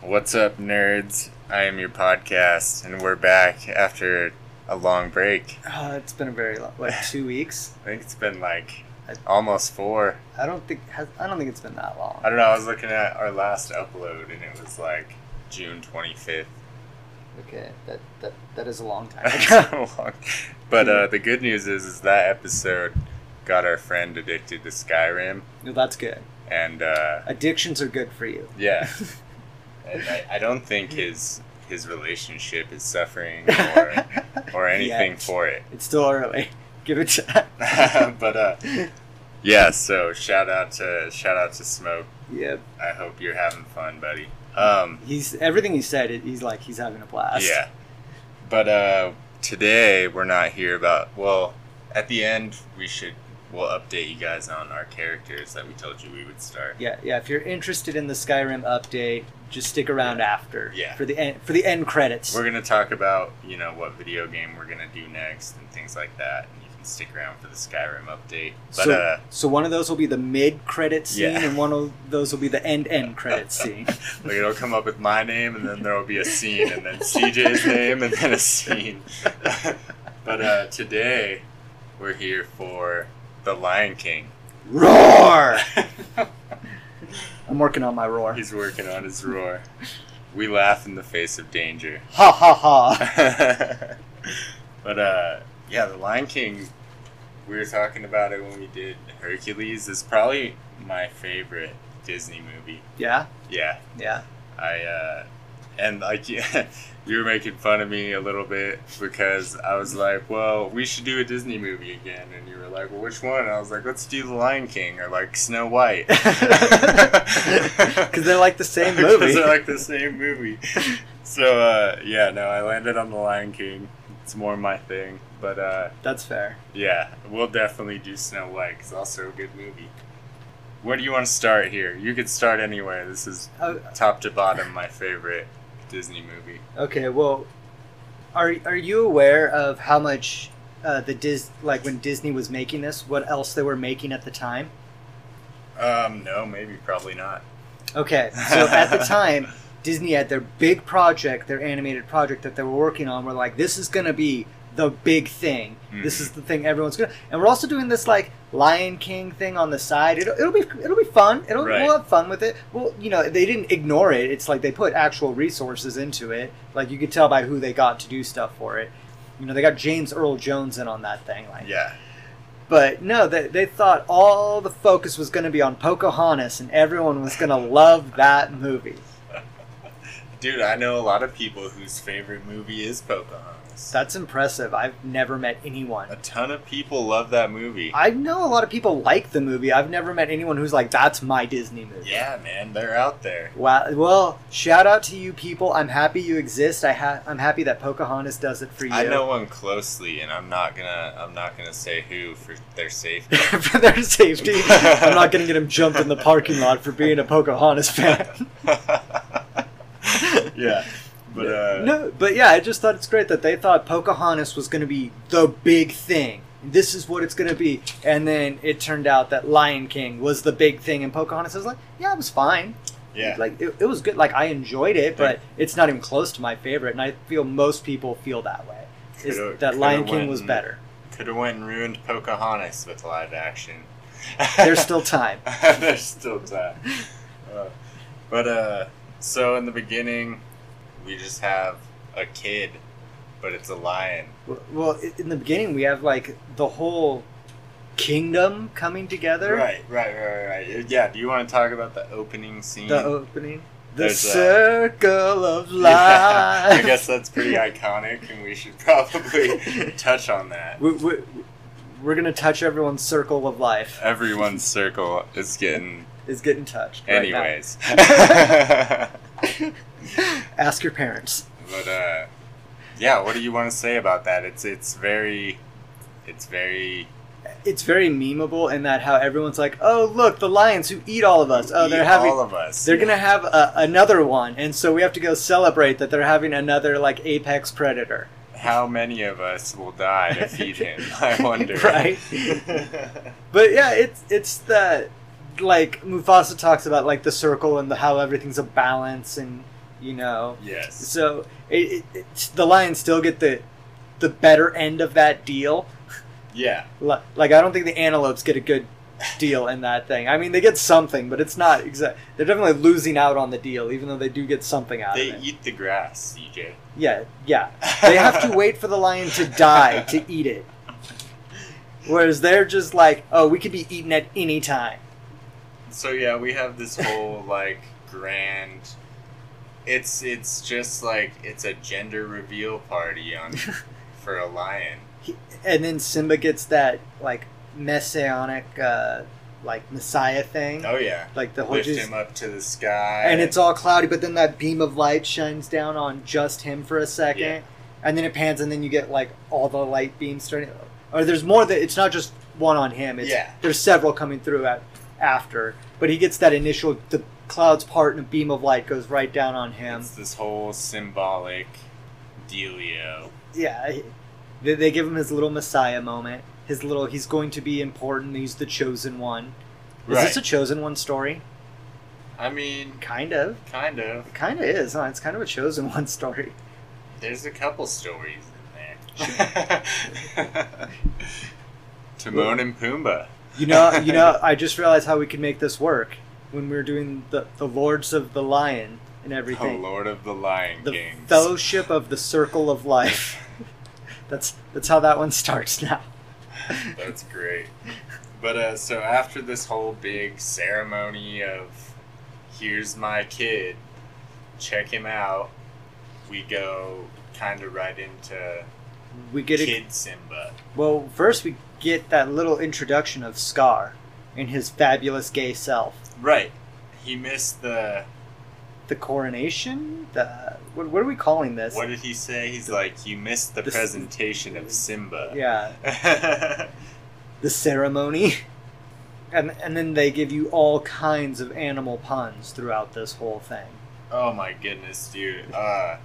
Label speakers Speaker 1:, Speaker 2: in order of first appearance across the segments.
Speaker 1: What's up, nerds? I am your podcast, and we're back after a long break.
Speaker 2: Uh, it's been a very long, like two weeks.
Speaker 1: I think it's been like almost four.
Speaker 2: I don't think has, I don't think it's been that long.
Speaker 1: I don't know. I was looking at our last upload, and it was like June twenty fifth.
Speaker 2: Okay, that that that is a long time. ago.
Speaker 1: but uh, the good news is, is that episode got our friend addicted to Skyrim,
Speaker 2: no, that's good.
Speaker 1: and uh,
Speaker 2: Addictions are good for you.
Speaker 1: yeah, and I, I don't think his his relationship is suffering or or anything
Speaker 2: Yet.
Speaker 1: for it.
Speaker 2: It's still early. Give it time.
Speaker 1: but uh, yeah, so shout out to shout out to Smoke.
Speaker 2: Yep.
Speaker 1: I hope you're having fun, buddy. Um,
Speaker 2: He's everything he said. It, he's like he's having a blast.
Speaker 1: yeah, but uh, today we're not here about. Well, at the end we should we'll update you guys on our characters that we told you we would start.
Speaker 2: Yeah, yeah. If you're interested in the Skyrim update, just stick around after.
Speaker 1: Yeah.
Speaker 2: For the end for the end credits.
Speaker 1: We're gonna talk about you know what video game we're gonna do next and things like that, and you can stick around for the Skyrim update. But
Speaker 2: so,
Speaker 1: uh,
Speaker 2: so one of those will be the mid credit scene,
Speaker 1: Yeah.
Speaker 2: and one of those will be the end end credit scene.
Speaker 1: Like it'll come up with my name, and then there will be a scene, and then CJ's name, and then a scene. but uh, today, we're here for The Lion King.
Speaker 2: Roar! I'm working on my roar.
Speaker 1: He's working on his roar. We laugh in the face of danger.
Speaker 2: Ha ha ha.
Speaker 1: but uh, yeah, The Lion King. We were talking about it when we did Hercules. Is probably my favorite Disney movie.
Speaker 2: Yeah,
Speaker 1: Yeah,
Speaker 2: yeah.
Speaker 1: I uh, and like you were making fun of me a little bit because I was like, well, we should do a Disney movie again, and you were like, well, which one? And I was like, let's do The Lion King or like Snow White,
Speaker 2: Because they're like the same movie.
Speaker 1: Because I like the same movie. So uh, yeah, no, I landed on The Lion King. It's more my thing, but uh,
Speaker 2: That's fair.
Speaker 1: yeah, we'll definitely do Snow White. 'cause It's also a good movie. Where do you want to start here? You could start anywhere. This is
Speaker 2: Oh,
Speaker 1: top to bottom my favorite Disney movie.
Speaker 2: okay, well, are are you aware of how much uh, the Dis like when Disney was making this, what else they were making at the time?
Speaker 1: Um, no, maybe probably not.
Speaker 2: Okay, so at the time, Disney had their big project, their animated project that they were working on. We're like, this is gonna be the big thing. This is the thing everyone's gonna. And we're also doing this like Lion King thing on the side. It'll, it'll be it'll be fun. It'll
Speaker 1: Right.
Speaker 2: we'll have fun with it. Well, you know, they didn't ignore it. It's like they put actual resources into it. Like you could tell by who they got to do stuff for it. You know, they got James Earl Jones in on that thing. Like,
Speaker 1: Yeah,
Speaker 2: but no, they, they thought all the focus was going to be on Pocahontas and everyone was going to love that movie.
Speaker 1: dude, I know a lot of people whose favorite movie is Pocahontas.
Speaker 2: That's impressive. I've never met anyone.
Speaker 1: A ton of people love that movie.
Speaker 2: I know a lot of people like the movie. I've never met anyone who's like, that's my Disney movie.
Speaker 1: Yeah, man, they're out there.
Speaker 2: Wow. Well, shout out to you people. I'm happy you exist. I ha- I'm happy that Pocahontas does it for you.
Speaker 1: I know one closely, and I'm not gonna I'm not gonna say who for their safety.
Speaker 2: for their safety. I'm not going to get him jumped in the parking lot for being a Pocahontas fan.
Speaker 1: yeah, but uh,
Speaker 2: No, but yeah, I just thought it's great that they thought Pocahontas was going to be the big thing. This is what it's going to be. And then it turned out that Lion King was the big thing, and Pocahontas was like, yeah, it was fine.
Speaker 1: yeah,
Speaker 2: Like, it, it was good. Like, I enjoyed it, but it's not even close to my favorite. And I feel most people feel that way. Is
Speaker 1: Coulda-
Speaker 2: that Lion
Speaker 1: coulda
Speaker 2: King was
Speaker 1: went-
Speaker 2: better.
Speaker 1: could have went and ruined Pocahontas with live action.
Speaker 2: There's still time.
Speaker 1: There's still time. Uh, but uh, so in the beginning, we just have a kid, but it's a lion.
Speaker 2: W- Well, i- in the beginning, we have, like, the whole kingdom coming together.
Speaker 1: Right, right, right, right, right. Yeah. Do you want to talk about the opening scene?
Speaker 2: The opening. The
Speaker 1: There's a-
Speaker 2: circle of life.
Speaker 1: Yeah, I guess that's pretty iconic, and we should probably touch on that.
Speaker 2: we, we, we're gonna touch everyone's circle of life
Speaker 1: Everyone's circle is getting,
Speaker 2: is getting touched right now.
Speaker 1: anyways.
Speaker 2: ask your parents
Speaker 1: But uh, yeah, what do you want to say about that? It's it's very, it's very
Speaker 2: it's very memeable in that how everyone's like oh look the lions who eat all of us oh they're
Speaker 1: eat
Speaker 2: having
Speaker 1: all of us.
Speaker 2: they're gonna have a, another one and so we have to go celebrate that they're having another like apex predator
Speaker 1: How many of us will die to feed him? I wonder.
Speaker 2: Right. but yeah it's it's that like mufasa talks about like the circle and the, how everything's a balance and you know.
Speaker 1: Yes.
Speaker 2: So it, it, it's, the Lions still get the the better end of that deal.
Speaker 1: Yeah.
Speaker 2: Li- Like I don't think the Antelopes get a good deal in that thing. I mean, they get something, but it's not exact. They're definitely losing out on the deal, even though they do get something out
Speaker 1: They e
Speaker 2: of it.
Speaker 1: eat the grass, CJ.
Speaker 2: Yeah, yeah. They have to wait for the lion to die to eat it. Whereas they're just like, oh, we could be eaten at any time.
Speaker 1: So yeah, we have this whole like grand. It's it's just like it's a gender reveal party on for a lion.
Speaker 2: And then Simba gets that like messianic, uh, like messiah thing,
Speaker 1: Oh yeah,
Speaker 2: like the whole
Speaker 1: lift
Speaker 2: just,
Speaker 1: him up to the sky,
Speaker 2: and it's all cloudy. But then that beam of light shines down on just him for a second,
Speaker 1: Yeah.
Speaker 2: and then it pans, and then you get like all the light beams turning. Or there's more that it's not just one on him. It's
Speaker 1: Yeah.
Speaker 2: there's several coming through at, after, but he gets that initial the clouds part and a beam of light goes right down on him.
Speaker 1: It's this whole symbolic dealio.
Speaker 2: yeah, he- they, they give him his little messiah moment. His little he's going to be important. He's the chosen one. Is this a chosen one story?
Speaker 1: I mean,
Speaker 2: Kind of.
Speaker 1: kind of.
Speaker 2: It kind of is. Huh? It's kind of a chosen one story.
Speaker 1: There's a couple stories in there. Timon and Pumbaa.
Speaker 2: You know, you know. I just realized how we could make this work when we were doing the the Lords of the Lion and
Speaker 1: The
Speaker 2: everything.
Speaker 1: Oh, Lord of the Lion
Speaker 2: the
Speaker 1: Kings.
Speaker 2: Fellowship of the Circle of Life. that's that's how that one starts now.
Speaker 1: That's great. But uh, so after this whole big ceremony of here's my kid, check him out, we go kind of right into
Speaker 2: We get a,
Speaker 1: Kid Simba.
Speaker 2: well first we get that little introduction of Scar and his fabulous gay self.
Speaker 1: Right. He missed the.
Speaker 2: The coronation. The what, what are we calling this?
Speaker 1: What did he say? He's like, you missed the
Speaker 2: This-
Speaker 1: presentation of Simba.
Speaker 2: Yeah,
Speaker 1: Yeah.
Speaker 2: the ceremony. And, and then they give you all kinds of animal puns throughout this whole thing.
Speaker 1: oh my goodness, dude. Uh,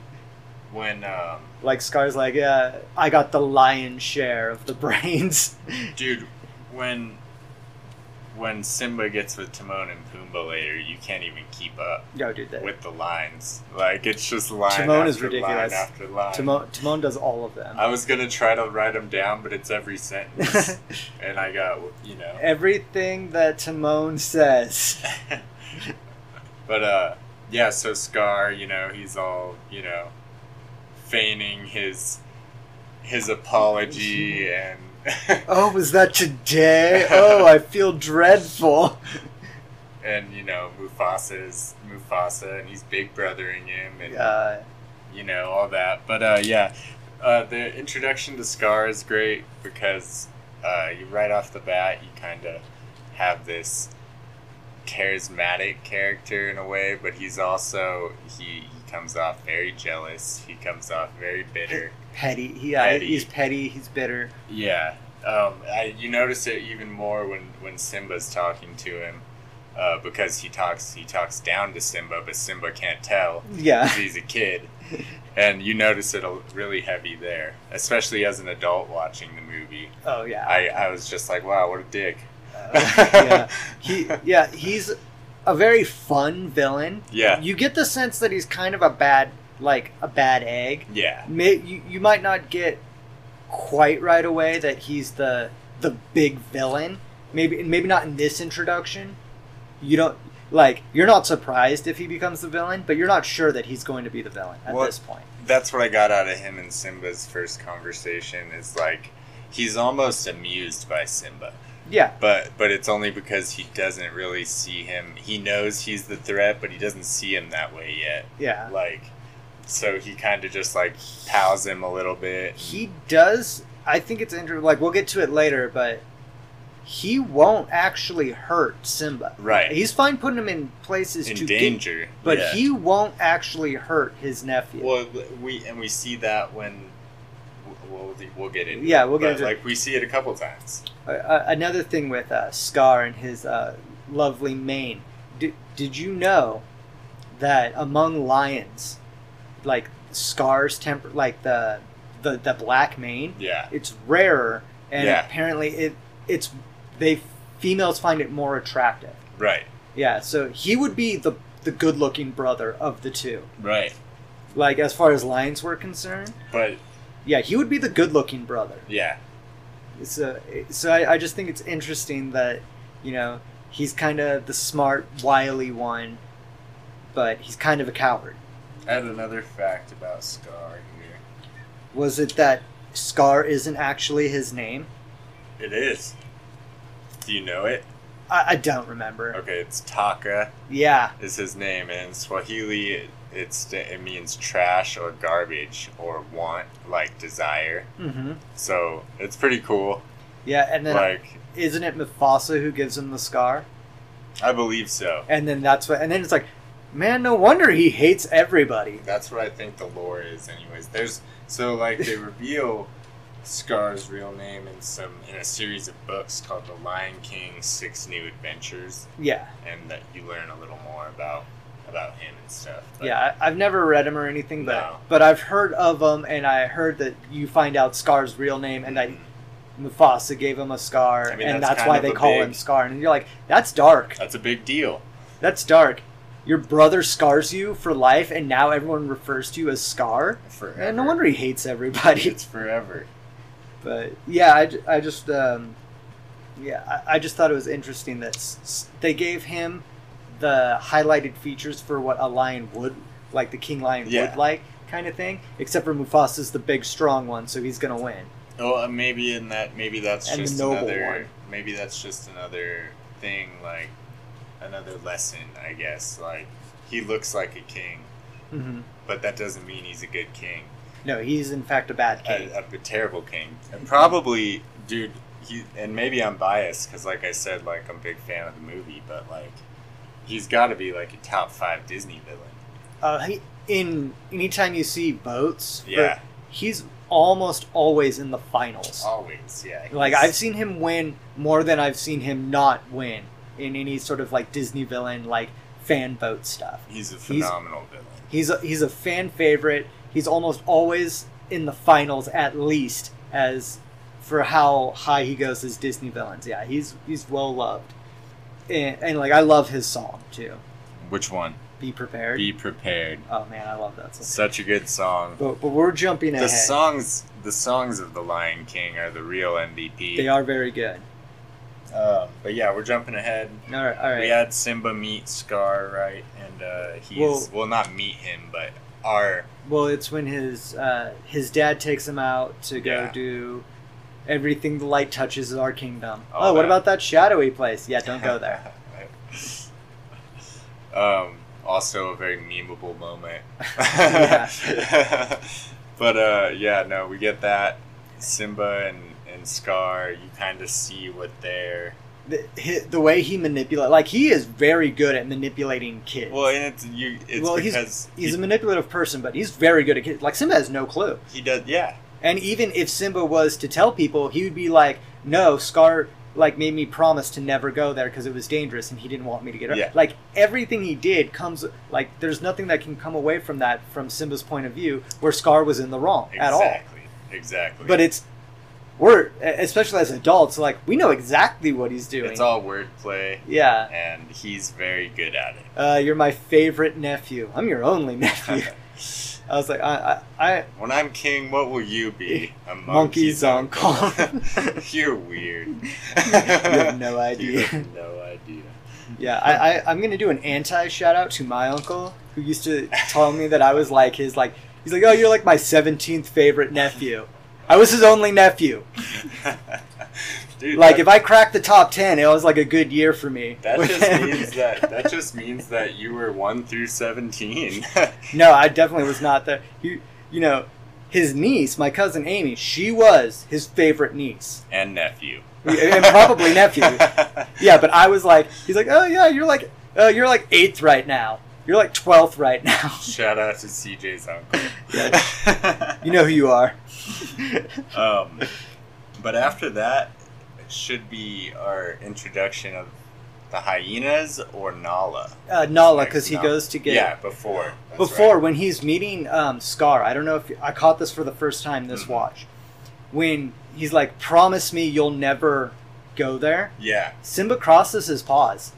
Speaker 1: when um,
Speaker 2: Like Scar's like, yeah, I got the lion's share of the brains.
Speaker 1: Dude, when when Simba gets with Timon and Pumbaa later, you can't even keep up
Speaker 2: Yo, dude, that,
Speaker 1: with the lines. Like it's just line
Speaker 2: Timon
Speaker 1: after
Speaker 2: is ridiculous.
Speaker 1: line after line.
Speaker 2: Timon, Timon does all of them.
Speaker 1: I was gonna try to write them down, but it's every sentence, and I got you know.
Speaker 2: Everything that Timon says.
Speaker 1: but uh, yeah. So Scar, you know, he's all you know, feigning his his apology and
Speaker 2: Oh, was that today? Oh, I feel dreadful.
Speaker 1: and you know Mufasa's Mufasa, and he's big brothering him, and
Speaker 2: Uh,
Speaker 1: you know all that. But uh, yeah, uh, the introduction to Scar is great because uh, you right off the bat you kind of have this charismatic character in a way, but he's also he, he comes off very jealous. He comes off very bitter.
Speaker 2: petty. Yeah,
Speaker 1: Petty.
Speaker 2: he's petty. He's bitter.
Speaker 1: Yeah, um, I, you notice it even more when when Simba's talking to him. Uh, because he talks, he talks down to Simba, but Simba can't tell.
Speaker 2: Yeah.
Speaker 1: since he's a kid, and you notice it a- really heavy there, especially as an adult watching the movie.
Speaker 2: Oh yeah.
Speaker 1: I, I was just like, wow, what a dick.
Speaker 2: Uh, yeah. He yeah, he's a very fun villain.
Speaker 1: Yeah,
Speaker 2: You get the sense that he's kind of a bad like a bad egg.
Speaker 1: yeah,
Speaker 2: May, you, you might not get quite right away that he's the the big villain. Maybe maybe not in this introduction. You don't like you're not surprised if he becomes the villain, but you're not sure that he's going to be the villain at
Speaker 1: Well,
Speaker 2: this point.
Speaker 1: that's what I got out of him and Simba's first conversation. Is like, he's almost amused by Simba,
Speaker 2: Yeah.
Speaker 1: but but it's only because he doesn't really see him. He knows he's the threat, but he doesn't see him that way yet.
Speaker 2: Yeah.
Speaker 1: Like, so he kind of just like pals him a little bit.
Speaker 2: He does. I think it's interesting. Like we'll get to it later, but he won't actually hurt Simba.
Speaker 1: Right.
Speaker 2: He's fine putting him in places
Speaker 1: in
Speaker 2: to Get,
Speaker 1: danger,
Speaker 2: but
Speaker 1: yeah.
Speaker 2: he won't actually hurt his nephew.
Speaker 1: Well, we and we see that when we'll, we'll get into
Speaker 2: Yeah,
Speaker 1: it,
Speaker 2: we'll get
Speaker 1: but,
Speaker 2: into it.
Speaker 1: like we see it a couple times.
Speaker 2: Uh, uh, another thing with uh, Scar and his uh, lovely mane. D- did you know that among lions, like Scar's temper, like the the the black mane,
Speaker 1: Yeah,
Speaker 2: it's rarer, and
Speaker 1: Yeah.
Speaker 2: apparently it it's they females find it more attractive.
Speaker 1: right.
Speaker 2: Yeah, so he would be the the good looking brother of the two.
Speaker 1: Right.
Speaker 2: Like as far as lines were concerned,
Speaker 1: But
Speaker 2: yeah, he would be the good looking brother.
Speaker 1: yeah,
Speaker 2: So, so I, I just think it's interesting that you know he's kind of the smart, wily one, but he's kind of a coward.
Speaker 1: add another fact about Scar here.
Speaker 2: Was it that Scar isn't actually his name?
Speaker 1: It is. Do you know it?
Speaker 2: I, I don't remember.
Speaker 1: Okay, it's Taka
Speaker 2: Yeah,
Speaker 1: is his name, and in Swahili it, it's it means trash or garbage or want like desire.
Speaker 2: hmm
Speaker 1: So it's pretty cool.
Speaker 2: yeah, and then
Speaker 1: Like
Speaker 2: isn't it Mufasa who gives him the scar?
Speaker 1: I believe so.
Speaker 2: And then that's what, and then it's like, man, no wonder he hates everybody.
Speaker 1: That's what I think the lore is, anyways. There's so like they reveal Scar's real name in some in a series of books called The Lion King: Six New Adventures,
Speaker 2: Yeah,
Speaker 1: and that you learn a little more about about him and stuff. But
Speaker 2: yeah, I, I've never read him or anything, but
Speaker 1: No.
Speaker 2: but I've heard of him, and I heard that you find out Scar's real name, and
Speaker 1: mm,
Speaker 2: that Mufasa gave him a scar,
Speaker 1: I mean,
Speaker 2: and
Speaker 1: that's
Speaker 2: that's
Speaker 1: kind
Speaker 2: why
Speaker 1: of
Speaker 2: they
Speaker 1: a
Speaker 2: call
Speaker 1: big-
Speaker 2: him Scar, and you're like, that's dark.
Speaker 1: that's a big deal.
Speaker 2: That's dark. Your brother scars you for life, and now everyone refers to you as Scar.
Speaker 1: Forever.
Speaker 2: And no wonder he hates everybody.
Speaker 1: it's forever.
Speaker 2: but yeah, I, ju- I just um, yeah, I, I just thought it was interesting that s- s- they gave him the highlighted features for what a lion would like, the king lion
Speaker 1: Yeah.
Speaker 2: would like kind of thing. Except for Mufasa's the big strong one, so he's gonna win.
Speaker 1: Oh, uh, maybe in that, maybe that's
Speaker 2: And the
Speaker 1: just
Speaker 2: noble
Speaker 1: another.
Speaker 2: one.
Speaker 1: Maybe that's just another thing, like another lesson, I guess. Like he looks like a king,
Speaker 2: hmm
Speaker 1: but that doesn't mean he's a good king.
Speaker 2: No, he's in fact a bad king.
Speaker 1: A, a terrible king, and probably, dude. He and maybe I'm biased because, like I said, like I'm a big fan of the movie, but like he's got to be like a top five Disney villain.
Speaker 2: Uh, he, in anytime you see votes, for-
Speaker 1: Yeah,
Speaker 2: he's almost always in the finals.
Speaker 1: always. Yeah,
Speaker 2: Like
Speaker 1: he's-
Speaker 2: I've seen him win more than I've seen him not win in any sort of like Disney villain like fan vote stuff.
Speaker 1: he's a phenomenal villain.
Speaker 2: He's a, he's a fan favorite. He's almost always in the finals at least as for how high he goes as Disney villains. Yeah, he's he's well loved. And, and like I love his song too.
Speaker 1: Which one?
Speaker 2: Be prepared.
Speaker 1: Be prepared.
Speaker 2: oh man, I love that song.
Speaker 1: Such a good song.
Speaker 2: But, but we're jumping
Speaker 1: The
Speaker 2: ahead.
Speaker 1: songs, the songs of the Lion King are the real MVP.
Speaker 2: they are very good.
Speaker 1: Um, but yeah, we're jumping ahead.
Speaker 2: All right, all right.
Speaker 1: We had Simba meet Scar, right? And uh, he's well,
Speaker 2: Well-
Speaker 1: not meet him, but our
Speaker 2: Well, it's when his uh, his dad takes him out to go
Speaker 1: Yeah.
Speaker 2: do everything the light touches is our kingdom.
Speaker 1: All
Speaker 2: oh, what
Speaker 1: that.
Speaker 2: about that shadowy place? Yeah, don't go there.
Speaker 1: um, also a very memeable moment.
Speaker 2: Yeah.
Speaker 1: but uh, yeah, no, we get that Simba and and Scar. You kind of see what they're
Speaker 2: The, hi the way he manipulate, like he is very good at manipulating kids.
Speaker 1: well, and it's you. It's
Speaker 2: Well, he's-
Speaker 1: because
Speaker 2: he's
Speaker 1: he,
Speaker 2: a manipulative person, but he's very good at kids. Like Simba has no clue.
Speaker 1: he does. Yeah,
Speaker 2: And even if Simba was to tell people, he would be like, "No, Scar like made me promise to never go there because it was dangerous, and he didn't want me to get hurt."
Speaker 1: Yeah.
Speaker 2: Like everything he did comes like there's nothing that can come away from that from Simba's point of view where Scar was in the wrong at all.
Speaker 1: Exactly. Exactly.
Speaker 2: But it's we're e-, especially as adults like we know exactly what he's doing.
Speaker 1: it's all wordplay,
Speaker 2: yeah.
Speaker 1: and he's very good at it.
Speaker 2: Uh, you're my favorite nephew. I'm your only nephew. I was like, I, I, I
Speaker 1: when I'm king, what will you be? A
Speaker 2: Monkey's uncle.
Speaker 1: You're weird. you
Speaker 2: have no idea.
Speaker 1: have no idea.
Speaker 2: Yeah, I, I, I'm gonna do an anti shout out to my uncle who used to tell me that I was like his like he's like oh you're like my 17th favorite nephew. I was his only nephew.
Speaker 1: Dude,
Speaker 2: Like
Speaker 1: that,
Speaker 2: if I cracked the top 10, it was like a good year for me.
Speaker 1: that just means that that just means that you were one through seventeen.
Speaker 2: no, I definitely was not there. You you know, his niece, my cousin Amy, she was his favorite niece.
Speaker 1: and nephew.
Speaker 2: And probably nephew. Yeah, but I was like he's like oh yeah you're like uh, you're like eighth right now. You're like 12th right now.
Speaker 1: Shout out to CJ's uncle.
Speaker 2: You know who you are.
Speaker 1: Um, but after that should be our introduction of the hyenas or Nala.
Speaker 2: uh, Nala
Speaker 1: Like,
Speaker 2: because he
Speaker 1: no.
Speaker 2: goes to get
Speaker 1: yeah, before. That's
Speaker 2: before
Speaker 1: right.
Speaker 2: when he's meeting um, Scar. I don't know if I caught this for the first time this
Speaker 1: Mhm.
Speaker 2: watch when he's like, "Promise me you'll never go there."
Speaker 1: Yeah.
Speaker 2: Simba crosses his paws.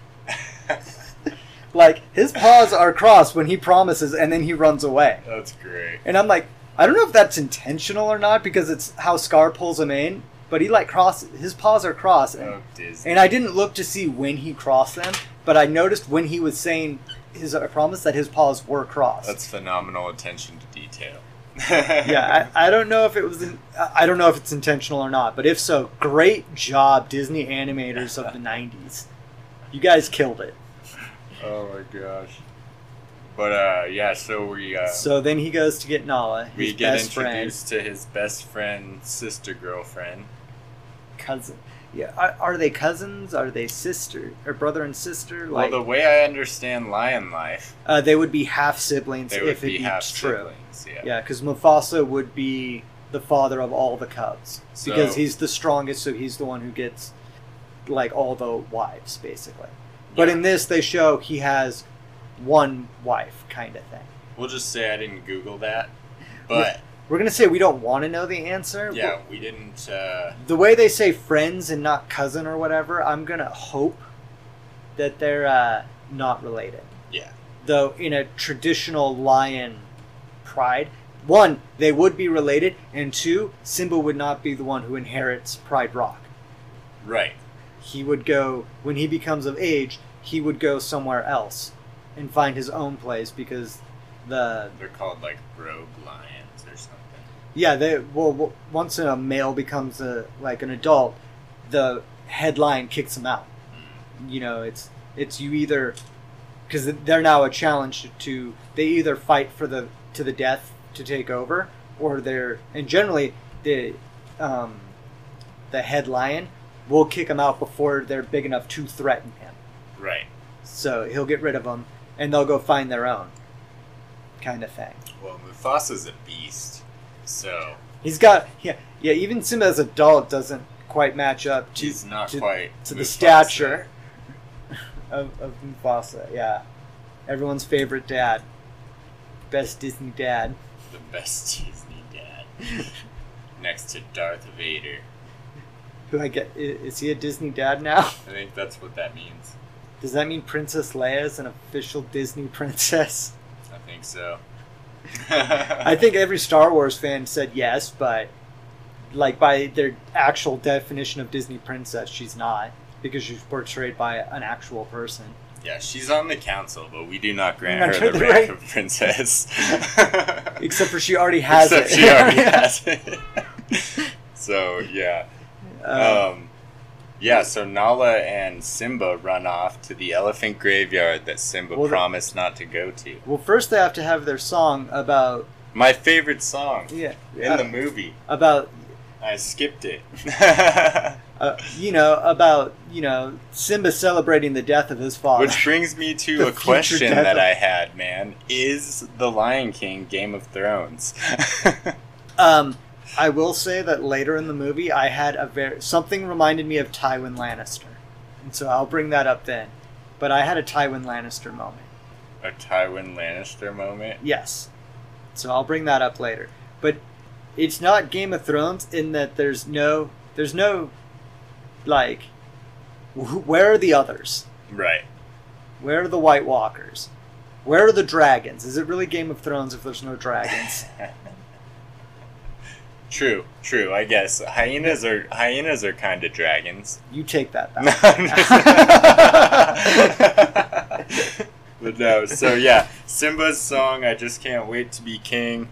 Speaker 2: Like his paws are crossed when he promises, and then he runs away.
Speaker 1: That's great.
Speaker 2: And I'm like, I don't know if that's intentional or not because it's how Scar pulls him in. But he like cross his paws are crossed, and,
Speaker 1: Oh, Disney.
Speaker 2: and I didn't look to see when he crossed them. But I noticed when he was saying his uh, promise that his paws were crossed.
Speaker 1: That's phenomenal attention to detail.
Speaker 2: yeah, I, I don't know if it was. In, I I don't know if it's intentional or not. But if so, great job, Disney animators of the '90s. You guys killed it.
Speaker 1: oh my gosh. But uh, yeah, so we uh,
Speaker 2: So then he goes to get Nala, his
Speaker 1: we get
Speaker 2: best friend,
Speaker 1: introduced to his best friend, sister girlfriend.
Speaker 2: cousin. Yeah, are, are they cousins? Are they sister or brother and sister? Like
Speaker 1: well, the way I understand lion life,
Speaker 2: uh, they would be half siblings
Speaker 1: they
Speaker 2: if
Speaker 1: would be
Speaker 2: it be
Speaker 1: half
Speaker 2: true.
Speaker 1: siblings. Yeah.
Speaker 2: Yeah, because Mufasa would be the father of all the cubs because
Speaker 1: So-
Speaker 2: he's the strongest, so he's the one who gets like all the wives basically. But
Speaker 1: Yeah.
Speaker 2: in this, they show he has one wife, kind of thing.
Speaker 1: we'll just say I didn't Google that, but
Speaker 2: We're gonna say we don't want to know the answer. but
Speaker 1: yeah, we didn't. Uh,
Speaker 2: the way they say friends and not cousin or whatever, I'm gonna hope that they're uh, not related.
Speaker 1: Yeah.
Speaker 2: Though in a traditional lion pride, one they would be related, and two Simba would not be the one who inherits Pride Rock.
Speaker 1: right.
Speaker 2: He would go when he becomes of age. He would go somewhere else and find his own place because the
Speaker 1: They're called like rogue lions or something.
Speaker 2: Yeah, they well w- once a male becomes a like an adult, the headline kicks him out. You know, it's it's you either because they're now a challenge to they either fight for the to the death to take over or they're and generally the um, the head lion will kick him out before they're big enough to threaten him.
Speaker 1: Right.
Speaker 2: So he'll get rid of them and they'll go find their own kind of thing.
Speaker 1: Well, Mufasa's a beast, so
Speaker 2: He's got yeah yeah. Even Simba as adult doesn't quite match up to
Speaker 1: he's not
Speaker 2: to-
Speaker 1: quite
Speaker 2: to the
Speaker 1: Mufasa.
Speaker 2: stature of, of Mufasa. Yeah, everyone's favorite dad, best Disney dad.
Speaker 1: The best Disney dad, next to Darth Vader.
Speaker 2: Who I get i- is he a Disney dad now?
Speaker 1: I think that's what that means.
Speaker 2: Does that mean Princess Leia is an official Disney princess?
Speaker 1: I think so.
Speaker 2: I think every Star Wars fan said yes, but like by their actual definition of Disney princess, she's not because she's portrayed by an actual person.
Speaker 1: yeah, she's on the council, but we do not grant
Speaker 2: Not
Speaker 1: her the
Speaker 2: the
Speaker 1: rank
Speaker 2: right-
Speaker 1: of princess.
Speaker 2: Except for she already has
Speaker 1: Except
Speaker 2: it.
Speaker 1: she already has it. so yeah,
Speaker 2: Uh,
Speaker 1: um, yeah. So Nala and Simba run off to the elephant graveyard that Simba
Speaker 2: Well, the-
Speaker 1: promised not to go to.
Speaker 2: well, first they have to have their song about
Speaker 1: My favorite song
Speaker 2: yeah uh,
Speaker 1: in the movie.
Speaker 2: about
Speaker 1: I skipped it.
Speaker 2: uh, you know about you know Simba celebrating the death of his father.
Speaker 1: Which brings me
Speaker 2: The
Speaker 1: to a
Speaker 2: future
Speaker 1: question
Speaker 2: death
Speaker 1: that
Speaker 2: of-
Speaker 1: I had, man. Is The Lion King Game of Thrones?
Speaker 2: um, I will say that later in the movie, I had a very something reminded me of Tywin Lannister, and so I'll bring that up then. But I had a Tywin Lannister moment.
Speaker 1: a Tywin Lannister moment?
Speaker 2: Yes. So I'll bring that up later. But it's not Game of Thrones in that there's no there's no like wh- where are the others?
Speaker 1: Right.
Speaker 2: Where are the White Walkers? Where are the dragons? Is it really Game of Thrones if there's no dragons?
Speaker 1: True, true, I guess. Hyenas are hyenas are kinda dragons.
Speaker 2: you take that
Speaker 1: No,
Speaker 2: back.
Speaker 1: I'm just- but no, so yeah, Simba's song I just can't wait to be king.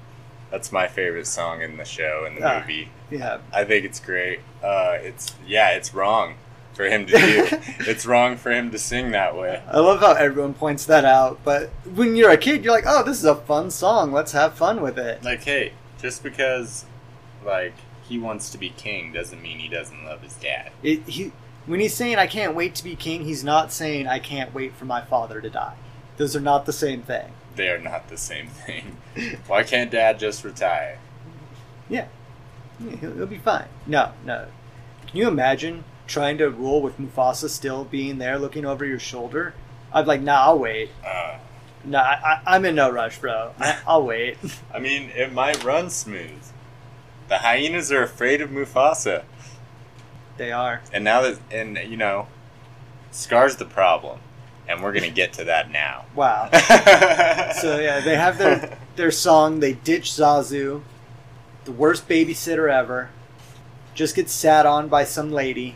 Speaker 1: That's my favorite song in the show in the
Speaker 2: Ah.
Speaker 1: movie.
Speaker 2: yeah.
Speaker 1: I think it's great. Uh, it's yeah, it's wrong for him to do. it's wrong for him to sing that way.
Speaker 2: I love how everyone points that out, but when you're a kid, you're like, "Oh, this is a fun song. Let's have fun with it."
Speaker 1: Like, hey, just because like he wants to be king doesn't mean he doesn't love his dad.
Speaker 2: It, he, when he's saying "I can't wait to be king," he's not saying "I can't wait for my father to die." Those are not the same thing.
Speaker 1: They are not the same thing. Why can't dad just retire?
Speaker 2: Yeah, he'll, he'll be fine. No, no. Can you imagine trying to rule with Mufasa still being there, looking over your shoulder? I'd be like, "Nah, I'll wait.
Speaker 1: Uh,
Speaker 2: Nah, I, I, I'm in no rush, bro. I, I'll wait."
Speaker 1: I mean, it might run smooth. The hyenas are afraid of Mufasa,
Speaker 2: they are.
Speaker 1: and now that and you know, Scar's the problem, and we're gonna get to that now.
Speaker 2: Wow. So yeah, they have their their song. They ditch Zazu, the worst babysitter ever. Just gets sat on by some lady,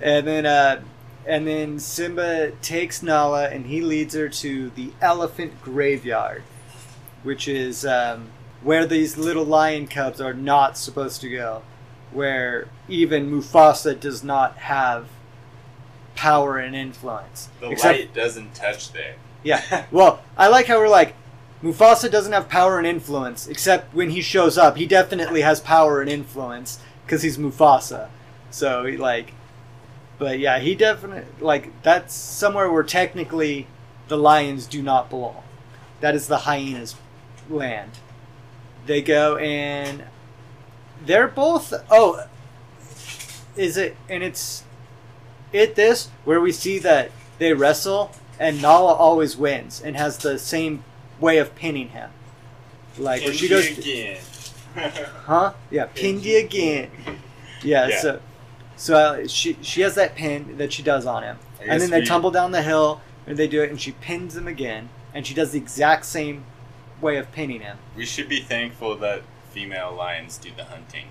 Speaker 2: and then uh, and then Simba takes Nala and he leads her to the elephant graveyard, which is um, where these little lion cubs are not supposed to go, where even Mufasa does not have power and influence.
Speaker 1: the
Speaker 2: Except-
Speaker 1: light doesn't touch there.
Speaker 2: yeah. Well, I like how we're like, Mufasa doesn't have power and influence, except when he shows up. He definitely has power and influence because he's Mufasa. So, he, like, but yeah, he definitely, like, that's somewhere where technically the lions do not belong. That is the hyenas' land. They go and they're both. Oh, is it? And it's it this where we see that they wrestle and Nala always wins and has the same way of pinning him. Like where she goes,
Speaker 1: again.
Speaker 2: huh? Yeah, pinned you again. Yeah,
Speaker 1: Yeah.
Speaker 2: so so uh, she she has that pin that she does on him,
Speaker 1: I
Speaker 2: and
Speaker 1: guess
Speaker 2: then they
Speaker 1: we-
Speaker 2: tumble down the hill and they do it, and she pins him again, and she does the exact same way of pinning him.
Speaker 1: We should be thankful that female lions do the hunting.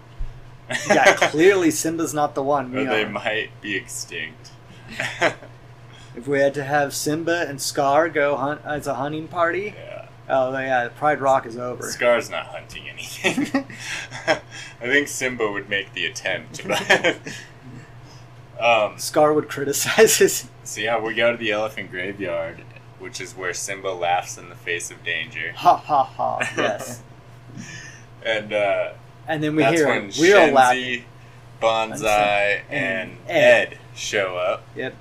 Speaker 2: Yeah, clearly Simba's not the one.
Speaker 1: or
Speaker 2: We
Speaker 1: they
Speaker 2: are.
Speaker 1: might be extinct.
Speaker 2: If we had to have Simba and Scar go hunt as a hunting party,
Speaker 1: yeah.
Speaker 2: oh yeah, Pride Rock is over.
Speaker 1: Scar's not hunting anything. I think Simba would make the attempt, but um,
Speaker 2: Scar would criticize his.
Speaker 1: so yeah, we go to the elephant graveyard, which is where Simba laughs in the face of danger,
Speaker 2: Ha ha ha! Yes,
Speaker 1: and uh,
Speaker 2: and then we
Speaker 1: that's
Speaker 2: hear
Speaker 1: when
Speaker 2: him. We're all laughing.
Speaker 1: Shenzi, Bonsai, and,
Speaker 2: And Ed.
Speaker 1: Ed. show up.
Speaker 2: Yep.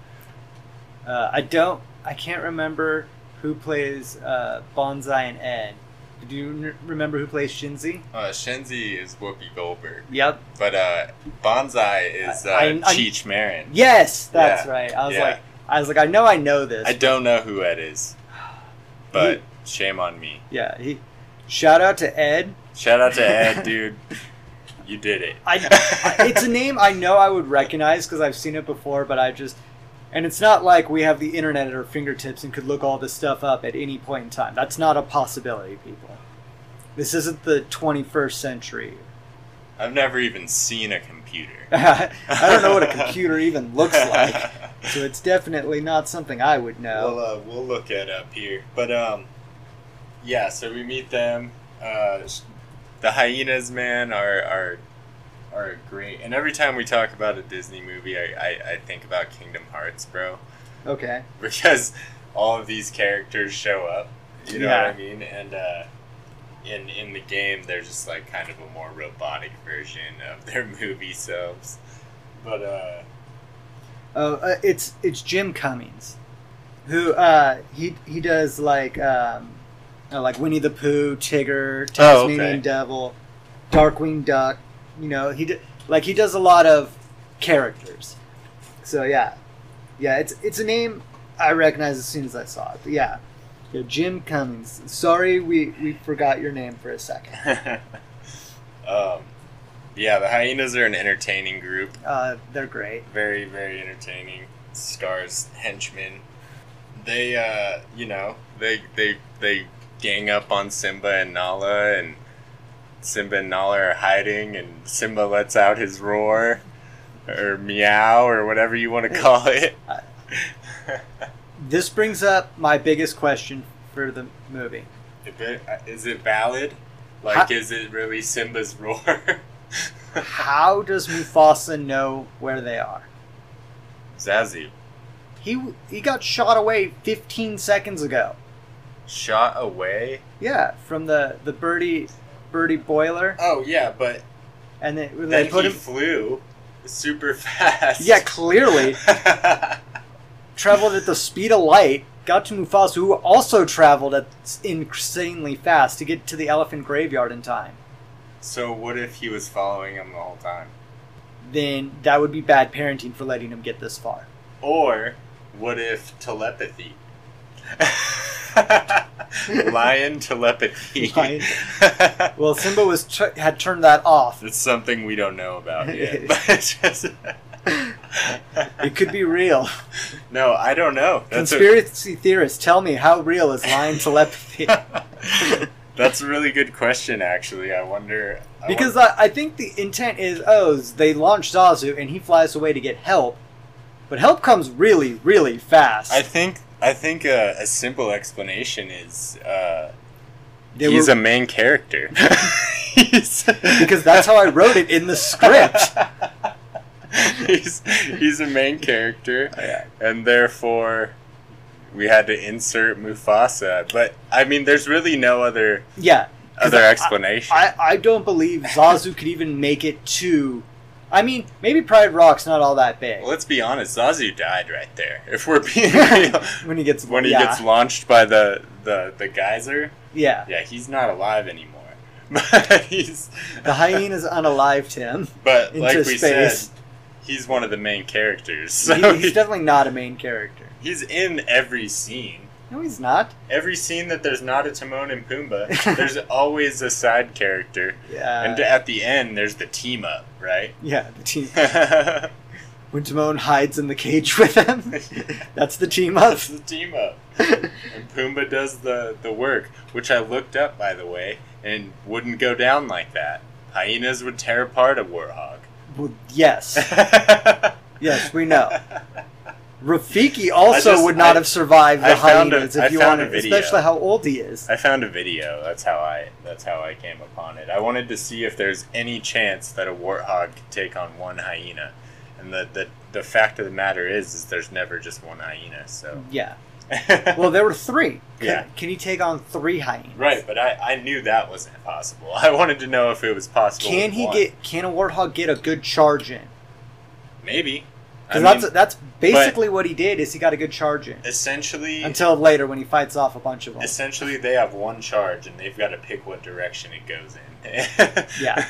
Speaker 2: Uh, I don't. I can't remember who plays uh, Bonsai and Ed. Do you n- remember who plays Shinzi?
Speaker 1: Uh, Shenzi is Whoopi Goldberg,
Speaker 2: Yep.
Speaker 1: but uh, Bonsai is uh,
Speaker 2: I- I- I-
Speaker 1: Cheech Marin.
Speaker 2: Yes, that's
Speaker 1: Yeah.
Speaker 2: right. I was
Speaker 1: Yeah.
Speaker 2: like, I was like, I know, I know this.
Speaker 1: I don't know who Ed is, but shame on me.
Speaker 2: yeah. He. Shout out to Ed.
Speaker 1: Shout out to Ed, dude. You did it.
Speaker 2: I, I- it's a name I know I would recognize because I've seen it before, but I just. And it's not like we have the internet at our fingertips and could look all this stuff up at any point in time. That's not a possibility, people. This isn't the 21st century.
Speaker 1: I've never even seen a computer.
Speaker 2: I don't know what a computer even looks like, so it's definitely not something I would
Speaker 1: We'll,
Speaker 2: know.
Speaker 1: uh, we'll look it up here. But um, yeah. So we meet them. Uh, sh- the hyenas, man, are are are great. And every time we talk about a Disney movie, I I, I think about Kingdom Hearts, bro,
Speaker 2: Okay.
Speaker 1: because all of these characters show up. You know
Speaker 2: Yeah.
Speaker 1: what I mean? And uh, in in the game, they're just like kind of a more robotic version of their movie selves. But uh.
Speaker 2: Oh, uh, it's it's Jim Cummings, who uh, he he does like um, uh, like Winnie the Pooh, Tigger,
Speaker 1: Oh, okay.
Speaker 2: Tasmanian Devil, Darkwing Duck. You know he d- like he does a lot of characters. So yeah, yeah, it's it's a name I recognized as soon as I saw it. But yeah, yeah Jim Cummings. Sorry, we we forgot your name for a second.
Speaker 1: um, yeah, the hyenas are an entertaining group.
Speaker 2: Uh, they're great.
Speaker 1: Very, very entertaining. Scar's henchmen. They, uh, you know, they they they gang up on Simba and Nala, and Simba and Nala are hiding, and Simba lets out his roar, or meow, or whatever you want to call it.
Speaker 2: This brings up my biggest question for the movie.
Speaker 1: If it- Is it valid? Like, is it really Simba's roar?
Speaker 2: How does Mufasa know where they are?
Speaker 1: Zazu
Speaker 2: He he got shot away 15 seconds ago.
Speaker 1: shot away.
Speaker 2: Yeah, from the the birdie birdie boiler,
Speaker 1: Oh yeah, but
Speaker 2: and they, when
Speaker 1: then
Speaker 2: they put
Speaker 1: he
Speaker 2: him.
Speaker 1: flew super fast.
Speaker 2: Yeah, clearly traveled at the speed of light. Got to Mufasa, who also traveled at insanely fast to get to the elephant graveyard in time.
Speaker 1: so what if he was following him the whole time?
Speaker 2: Then that would be bad parenting for letting him get this far.
Speaker 1: Or what if telepathy? Lion telepathy.
Speaker 2: Lion. Well, Simba was tu- had turned that off.
Speaker 1: It's something we don't know about yet. But it's just-
Speaker 2: It could be real.
Speaker 1: No, I don't know. That's a-
Speaker 2: Conspiracy theorists, tell me how real is lying telepathy?
Speaker 1: That's a really good question, actually. I wonder. I
Speaker 2: Because I, I think the intent is, oh, they launch Zazu and he flies away to get help, but help comes really, really fast.
Speaker 1: I think I think uh, a, a simple explanation is uh,
Speaker 2: They
Speaker 1: he's
Speaker 2: were-
Speaker 1: a main character. He's-
Speaker 2: because that's how I wrote it in the script.
Speaker 1: he's he's a main character,
Speaker 2: Oh,
Speaker 1: and therefore we had to insert Mufasa. But I mean, there's really no other
Speaker 2: Yeah, 'Cause
Speaker 1: other
Speaker 2: I-
Speaker 1: explanation.
Speaker 2: I, I don't believe Zazu could even make it to. I mean, maybe Pride Rock's not all that big
Speaker 1: Let's be honest, Zazu died right there. If we're being real,
Speaker 2: when he gets
Speaker 1: when he
Speaker 2: yeah,
Speaker 1: gets launched by the, the the geyser,
Speaker 2: yeah.
Speaker 1: yeah, he's not alive anymore. But he's
Speaker 2: The hyenas unalived him
Speaker 1: But
Speaker 2: into
Speaker 1: like we
Speaker 2: space.
Speaker 1: said, he's one of the main characters.
Speaker 2: He-
Speaker 1: So
Speaker 2: he's
Speaker 1: he-
Speaker 2: definitely not a main character.
Speaker 1: he's in every scene.
Speaker 2: No, he's not.
Speaker 1: Every scene that there's not a Timon and Pumbaa, there's always a side character.
Speaker 2: Yeah,
Speaker 1: and at the end, there's the team up, right?
Speaker 2: Uh, yeah. The team when Timon hides in the cage with him.
Speaker 1: That's
Speaker 2: That's the team up.
Speaker 1: the team up. And Pumbaa does the, the work, which I looked up, by the way, and wouldn't go down like that. Hyenas would tear apart a warhog.
Speaker 2: Well, yes, yes, we know. Rafiki also
Speaker 1: just-
Speaker 2: would not
Speaker 1: I-
Speaker 2: have survived the
Speaker 1: I found a-
Speaker 2: hyenas
Speaker 1: I
Speaker 2: if you
Speaker 1: found a
Speaker 2: wanted,
Speaker 1: video.
Speaker 2: especially how old he is.
Speaker 1: I found a video. That's how I. That's how I came upon it. I wanted to see if there's any chance that a warthog could take on one hyena, and the the, the fact of the matter is, is there's never just one hyena. So.
Speaker 2: Yeah. Well, there were three. Can,
Speaker 1: Yeah.
Speaker 2: can he take on three hyenas?
Speaker 1: right, but I I knew that wasn't possible. I wanted to know if it was possible.
Speaker 2: Can
Speaker 1: with
Speaker 2: he
Speaker 1: one.
Speaker 2: get? Can a warthog get a good charge in?
Speaker 1: maybe? I
Speaker 2: Because that's
Speaker 1: mean,
Speaker 2: that's basically what he did. Is he got a good charge in
Speaker 1: essentially.
Speaker 2: until later when he fights off a bunch of them.
Speaker 1: Essentially, they have one charge, and they've got to pick what direction it goes in.
Speaker 2: Yeah.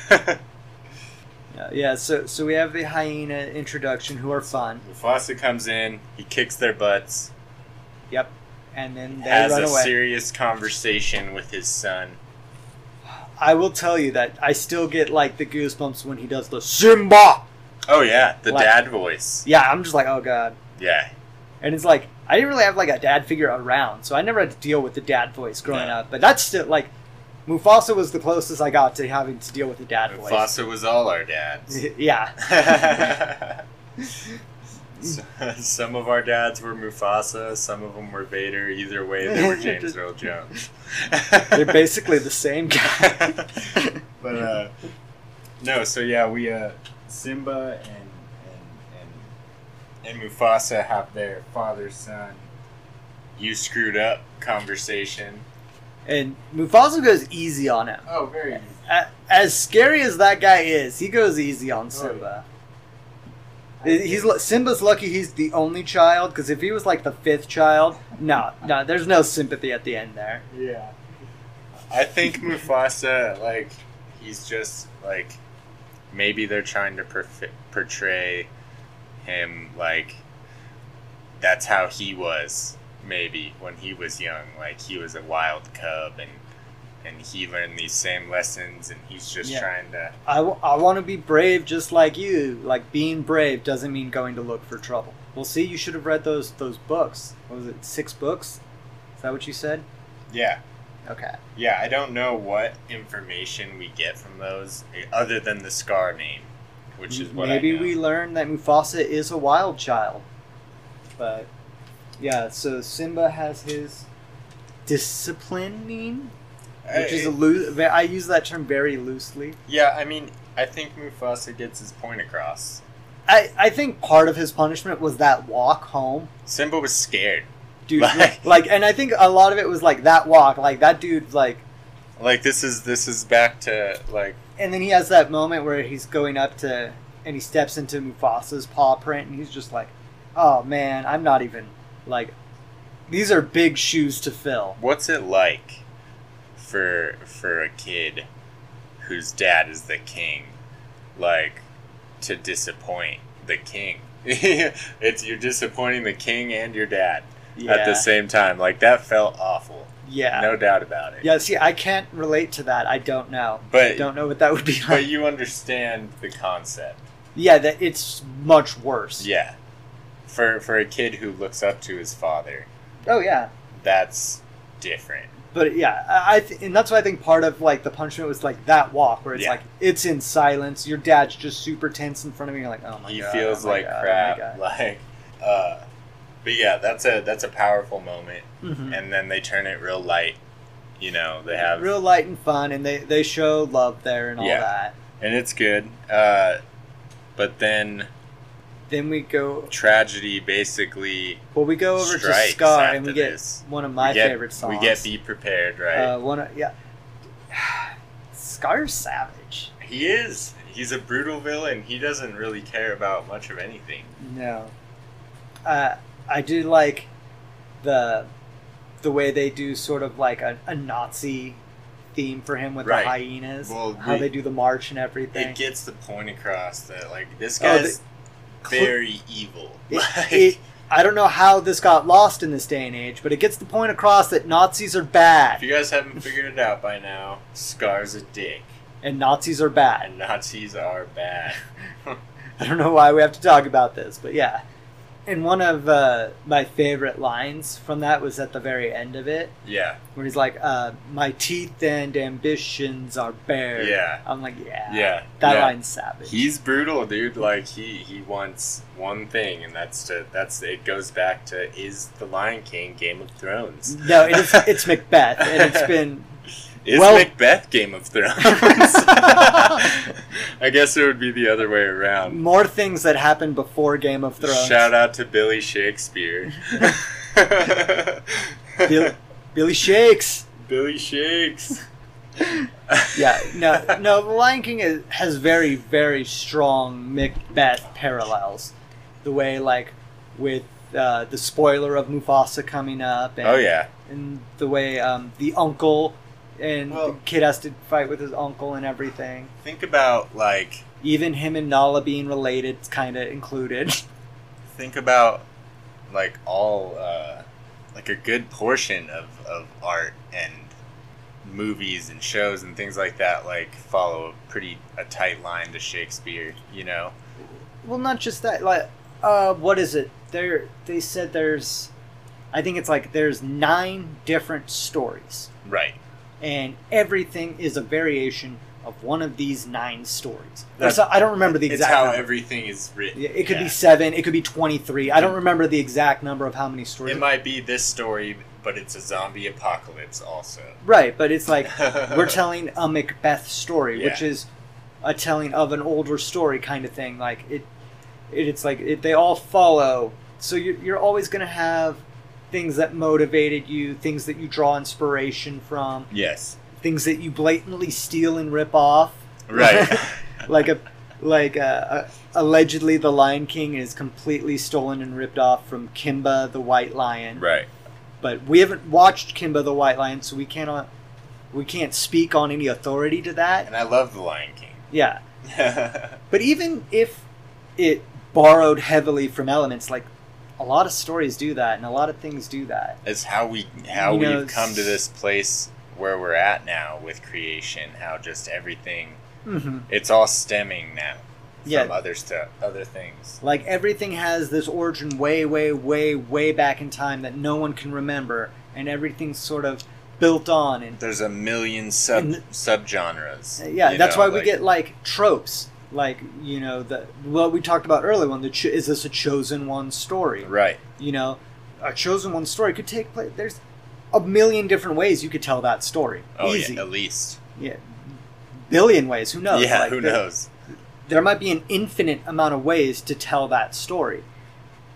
Speaker 2: Yeah, yeah. So so we have the hyena introduction, who are fun.
Speaker 1: Mufasa comes in. He kicks their butts.
Speaker 2: Yep. And then they
Speaker 1: has
Speaker 2: run
Speaker 1: a
Speaker 2: away.
Speaker 1: serious conversation with his son.
Speaker 2: I will tell you that I still get like the goosebumps when he does the Simba.
Speaker 1: Oh yeah, the
Speaker 2: Like-
Speaker 1: dad voice.
Speaker 2: Yeah, I'm just like, oh god.
Speaker 1: Yeah,
Speaker 2: And it's like I didn't really have like a dad figure around, so I never had to deal with the dad voice growing
Speaker 1: Yeah.
Speaker 2: up. But that's still like Mufasa was the closest I got to having to deal with the dad voice.
Speaker 1: Mufasa was all our dads.
Speaker 2: yeah.
Speaker 1: S- some of our dads were Mufasa, some of them were Vader. Either way, they were James Earl Jones.
Speaker 2: They're basically the same guy.
Speaker 1: but uh, no, so yeah, we uh, Simba and, and and and Mufasa have their father son. You screwed up conversation.
Speaker 2: And Mufasa goes easy on him.
Speaker 1: Oh, very.
Speaker 2: A- As scary as that guy is, he goes easy on Simba. He's lu- Simba's lucky he's the only child because if he was like the fifth child, no, no, there's no sympathy at the end there.
Speaker 1: Yeah. I think Mufasa, like, he's just like, maybe they're trying to perf- portray him like that's how he was. Maybe when he was young, like he was a wild cub and and he learned these same lessons, and he's just
Speaker 2: Yeah.
Speaker 1: trying to.
Speaker 2: I, w- I want to be brave just like you. Like being brave doesn't mean going to look for trouble. Well, see, you should have read those those books. What was it? Six books? Is that what you said?
Speaker 1: Yeah,
Speaker 2: Okay.
Speaker 1: yeah. I don't know what information we get from those eh, other than the scar name, which is what
Speaker 2: maybe
Speaker 1: I know.
Speaker 2: we learned that Mufasa is a wild child. But yeah, so Simba has his disciplining, which is a loose. I use that term very loosely.
Speaker 1: Yeah, I mean, I think Mufasa gets his point across.
Speaker 2: I I think part of his punishment was that walk home.
Speaker 1: Simba was scared.
Speaker 2: Dude,
Speaker 1: Right.
Speaker 2: like, and I think a lot of it was like that walk, like that dude, like
Speaker 1: Like this is this is back to like
Speaker 2: And then he has that moment where he's going up to and he steps into Mufasa's paw print and he's just like, "Oh man, I'm not even like these are big shoes to fill."
Speaker 1: what's it like for for a kid whose dad is the king, like to disappoint the king. it's you're disappointing the king and your dad
Speaker 2: Yeah.
Speaker 1: at the same time. Like that felt awful.
Speaker 2: yeah.
Speaker 1: No doubt about it.
Speaker 2: Yeah, see, I can't relate to that. I don't know.
Speaker 1: But
Speaker 2: don't know what that would be
Speaker 1: but
Speaker 2: like.
Speaker 1: you understand the concept.
Speaker 2: yeah, that it's much worse.
Speaker 1: Yeah. For for a kid who looks up to his father,
Speaker 2: Oh yeah,
Speaker 1: that's different.
Speaker 2: but yeah, I I th- and that's why I think part of like the punishment was like that walk where it's
Speaker 1: Yeah.
Speaker 2: like it's in silence. Your dad's just super tense in front of me. You're like, oh my
Speaker 1: he
Speaker 2: god,
Speaker 1: feels
Speaker 2: oh my
Speaker 1: like
Speaker 2: God, oh my
Speaker 1: crap.
Speaker 2: God.
Speaker 1: like uh but yeah, that's a that's a powerful moment.
Speaker 2: Mhm.
Speaker 1: And then they turn it real light. You know, they have
Speaker 2: real light and fun, and they they show love there and all
Speaker 1: Yeah.
Speaker 2: that.
Speaker 1: and it's good. Uh but then
Speaker 2: Then we go
Speaker 1: tragedy basically
Speaker 2: well, we go over
Speaker 1: Strikes
Speaker 2: to Scar, and
Speaker 1: after
Speaker 2: we get
Speaker 1: this.
Speaker 2: one of my
Speaker 1: we get,
Speaker 2: favorite songs.
Speaker 1: We get be prepared, right?
Speaker 2: uh, one of, yeah, Scar's savage.
Speaker 1: he is. He's a brutal villain. He doesn't really care about much of anything.
Speaker 2: No, uh, I do like the the way they do sort of like a, a Nazi theme for him with
Speaker 1: Right.
Speaker 2: the hyenas,
Speaker 1: Well,
Speaker 2: how
Speaker 1: we-
Speaker 2: they do the march and everything.
Speaker 1: It gets the point across that like this
Speaker 2: Oh,
Speaker 1: guy's
Speaker 2: Cl-
Speaker 1: very evil.
Speaker 2: It-
Speaker 1: Like,
Speaker 2: it- I don't know how this got lost in this day and age, but it gets the point across that Nazis are
Speaker 1: if
Speaker 2: bad
Speaker 1: you guys haven't figured it out by now, Scar's a dick,
Speaker 2: and Nazis are bad.
Speaker 1: and Nazis are bad.
Speaker 2: I don't know why we have to talk about this, but yeah. And one of uh, my favorite lines from that was at the very end of it,
Speaker 1: Yeah,
Speaker 2: where he's like, uh, "My teeth and ambitions are bare."
Speaker 1: Yeah.
Speaker 2: I'm like, yeah,
Speaker 1: yeah.
Speaker 2: That
Speaker 1: yeah.
Speaker 2: line's savage.
Speaker 1: He's brutal, dude. Like he he wants one thing, and that's to that's it goes back to is the Lion King Game of Thrones?
Speaker 2: no, it is, it's Macbeth, and it's been
Speaker 1: Is
Speaker 2: Well-
Speaker 1: Macbeth Game of Thrones? I guess it would be the other way around.
Speaker 2: more things that happened before Game of Thrones.
Speaker 1: Shout out to Billy Shakespeare.
Speaker 2: Bill- Billy Shakes.
Speaker 1: Billy Shakes.
Speaker 2: Yeah, no, no. The Lion King is, has very, very strong Macbeth parallels. The way, like, with uh, the spoiler of Mufasa coming up, and,
Speaker 1: Oh yeah.
Speaker 2: and the way um, the uncle and the
Speaker 1: Well-
Speaker 2: kid has to fight with his uncle and everything.
Speaker 1: Think about like
Speaker 2: Even him and Nala being related, kind of included.
Speaker 1: think about like all uh, like a good portion of, of art and movies and shows and things like that like follow a pretty a tight line to Shakespeare, you know.
Speaker 2: Well, not just that. Like, uh, what is it? There, they said there's, I think it's like there's nine different stories,
Speaker 1: Right.
Speaker 2: and everything is a variation of one of these nine stories. Or
Speaker 1: That's-
Speaker 2: so- I don't remember the
Speaker 1: It's
Speaker 2: exact.
Speaker 1: how
Speaker 2: number.
Speaker 1: everything is written.
Speaker 2: Yeah, it could
Speaker 1: Yeah.
Speaker 2: be seven. It could be twenty-three. I don't remember the exact number of how many stories.
Speaker 1: It might be this story, but it's a zombie apocalypse also.
Speaker 2: right, but it's like we're telling a Macbeth story, which
Speaker 1: Yeah.
Speaker 2: is a telling of an older story kind of thing. Like it, it it's like it, they all follow. So you're, you're always going to have things that motivated you, things that you draw inspiration from,
Speaker 1: yes,
Speaker 2: things that you blatantly steal and rip off.
Speaker 1: right.
Speaker 2: Like a like a, a, allegedly, the Lion King is completely stolen and ripped off from Kimba the White Lion
Speaker 1: right.
Speaker 2: but we haven't watched Kimba the White Lion, so we cannot we can't speak on any authority to that.
Speaker 1: And I love The Lion King.
Speaker 2: Yeah, but even if it borrowed heavily from elements, like a lot of stories do that, and a lot of things do that.
Speaker 1: it's how we how
Speaker 2: You know,
Speaker 1: we've come to this place where we're at now with creation, how just everything
Speaker 2: Mm-hmm.
Speaker 1: it's all stemming now
Speaker 2: Yeah.
Speaker 1: from other stuff, other things.
Speaker 2: Like everything has this origin way, way, way, way back in time that no one can remember, and everything's sort of built on. And
Speaker 1: There's a million sub
Speaker 2: And- Uh,
Speaker 1: subgenres.
Speaker 2: yeah,
Speaker 1: you
Speaker 2: that's
Speaker 1: know,
Speaker 2: why we
Speaker 1: like-
Speaker 2: get like tropes. Like you know, the what we talked about earlier. One, the cho- is this a chosen one story?
Speaker 1: right.
Speaker 2: you know a chosen one story could take place there's a million different ways you could tell that story
Speaker 1: Oh
Speaker 2: easy
Speaker 1: yeah, at least.
Speaker 2: Yeah. billion ways who knows
Speaker 1: yeah,
Speaker 2: Like,
Speaker 1: who
Speaker 2: there,
Speaker 1: knows?
Speaker 2: there might be an infinite amount of ways to tell that story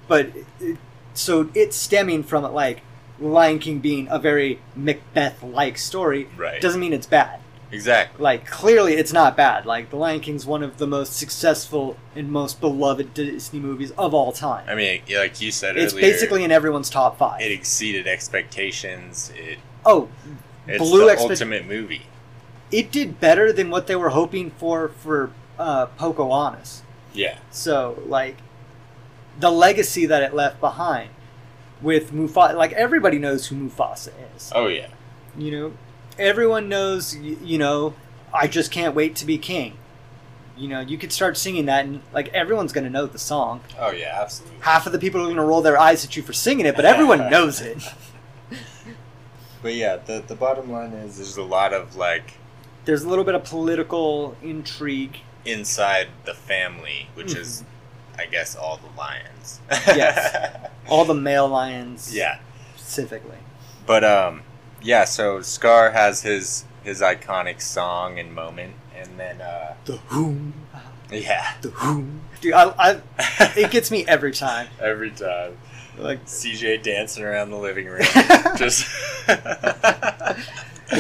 Speaker 2: but it, so it's stemming from it like lion king being a very macbeth like story
Speaker 1: Right.
Speaker 2: doesn't mean it's bad
Speaker 1: Exactly.
Speaker 2: like clearly it's not bad like the lion king's one of the most successful and most beloved disney movies of all time
Speaker 1: I mean, like you said
Speaker 2: it's
Speaker 1: earlier,
Speaker 2: basically in everyone's top five
Speaker 1: it exceeded expectations. It
Speaker 2: oh
Speaker 1: it's
Speaker 2: Blew
Speaker 1: the
Speaker 2: expect-
Speaker 1: ultimate movie.
Speaker 2: it did better than what they were hoping for for uh, Pocahontas.
Speaker 1: Yeah.
Speaker 2: So like the legacy that it left behind with Mufasa, like everybody knows who Mufasa is.
Speaker 1: Oh yeah.
Speaker 2: You know, everyone knows. y- You know, I just can't wait to be king. You know, you could start singing that, and like everyone's gonna know the song.
Speaker 1: Oh yeah, absolutely.
Speaker 2: Half of the people are gonna roll their eyes at you for singing it, but everyone knows it.
Speaker 1: But yeah, the the bottom line is there's a lot of like
Speaker 2: There's a little bit of political intrigue.
Speaker 1: inside the family, which is, I guess, all the lions.
Speaker 2: Mm-hmm. Yes. All the male lions,
Speaker 1: yeah.
Speaker 2: specifically.
Speaker 1: But um, yeah. So Scar has his his iconic song and moment, and then uh,
Speaker 2: The whom,
Speaker 1: yeah,
Speaker 2: the whom. Dude, I, I, it gets me every time.
Speaker 1: every time
Speaker 2: Like,
Speaker 1: CJ dancing around the living room, just
Speaker 2: I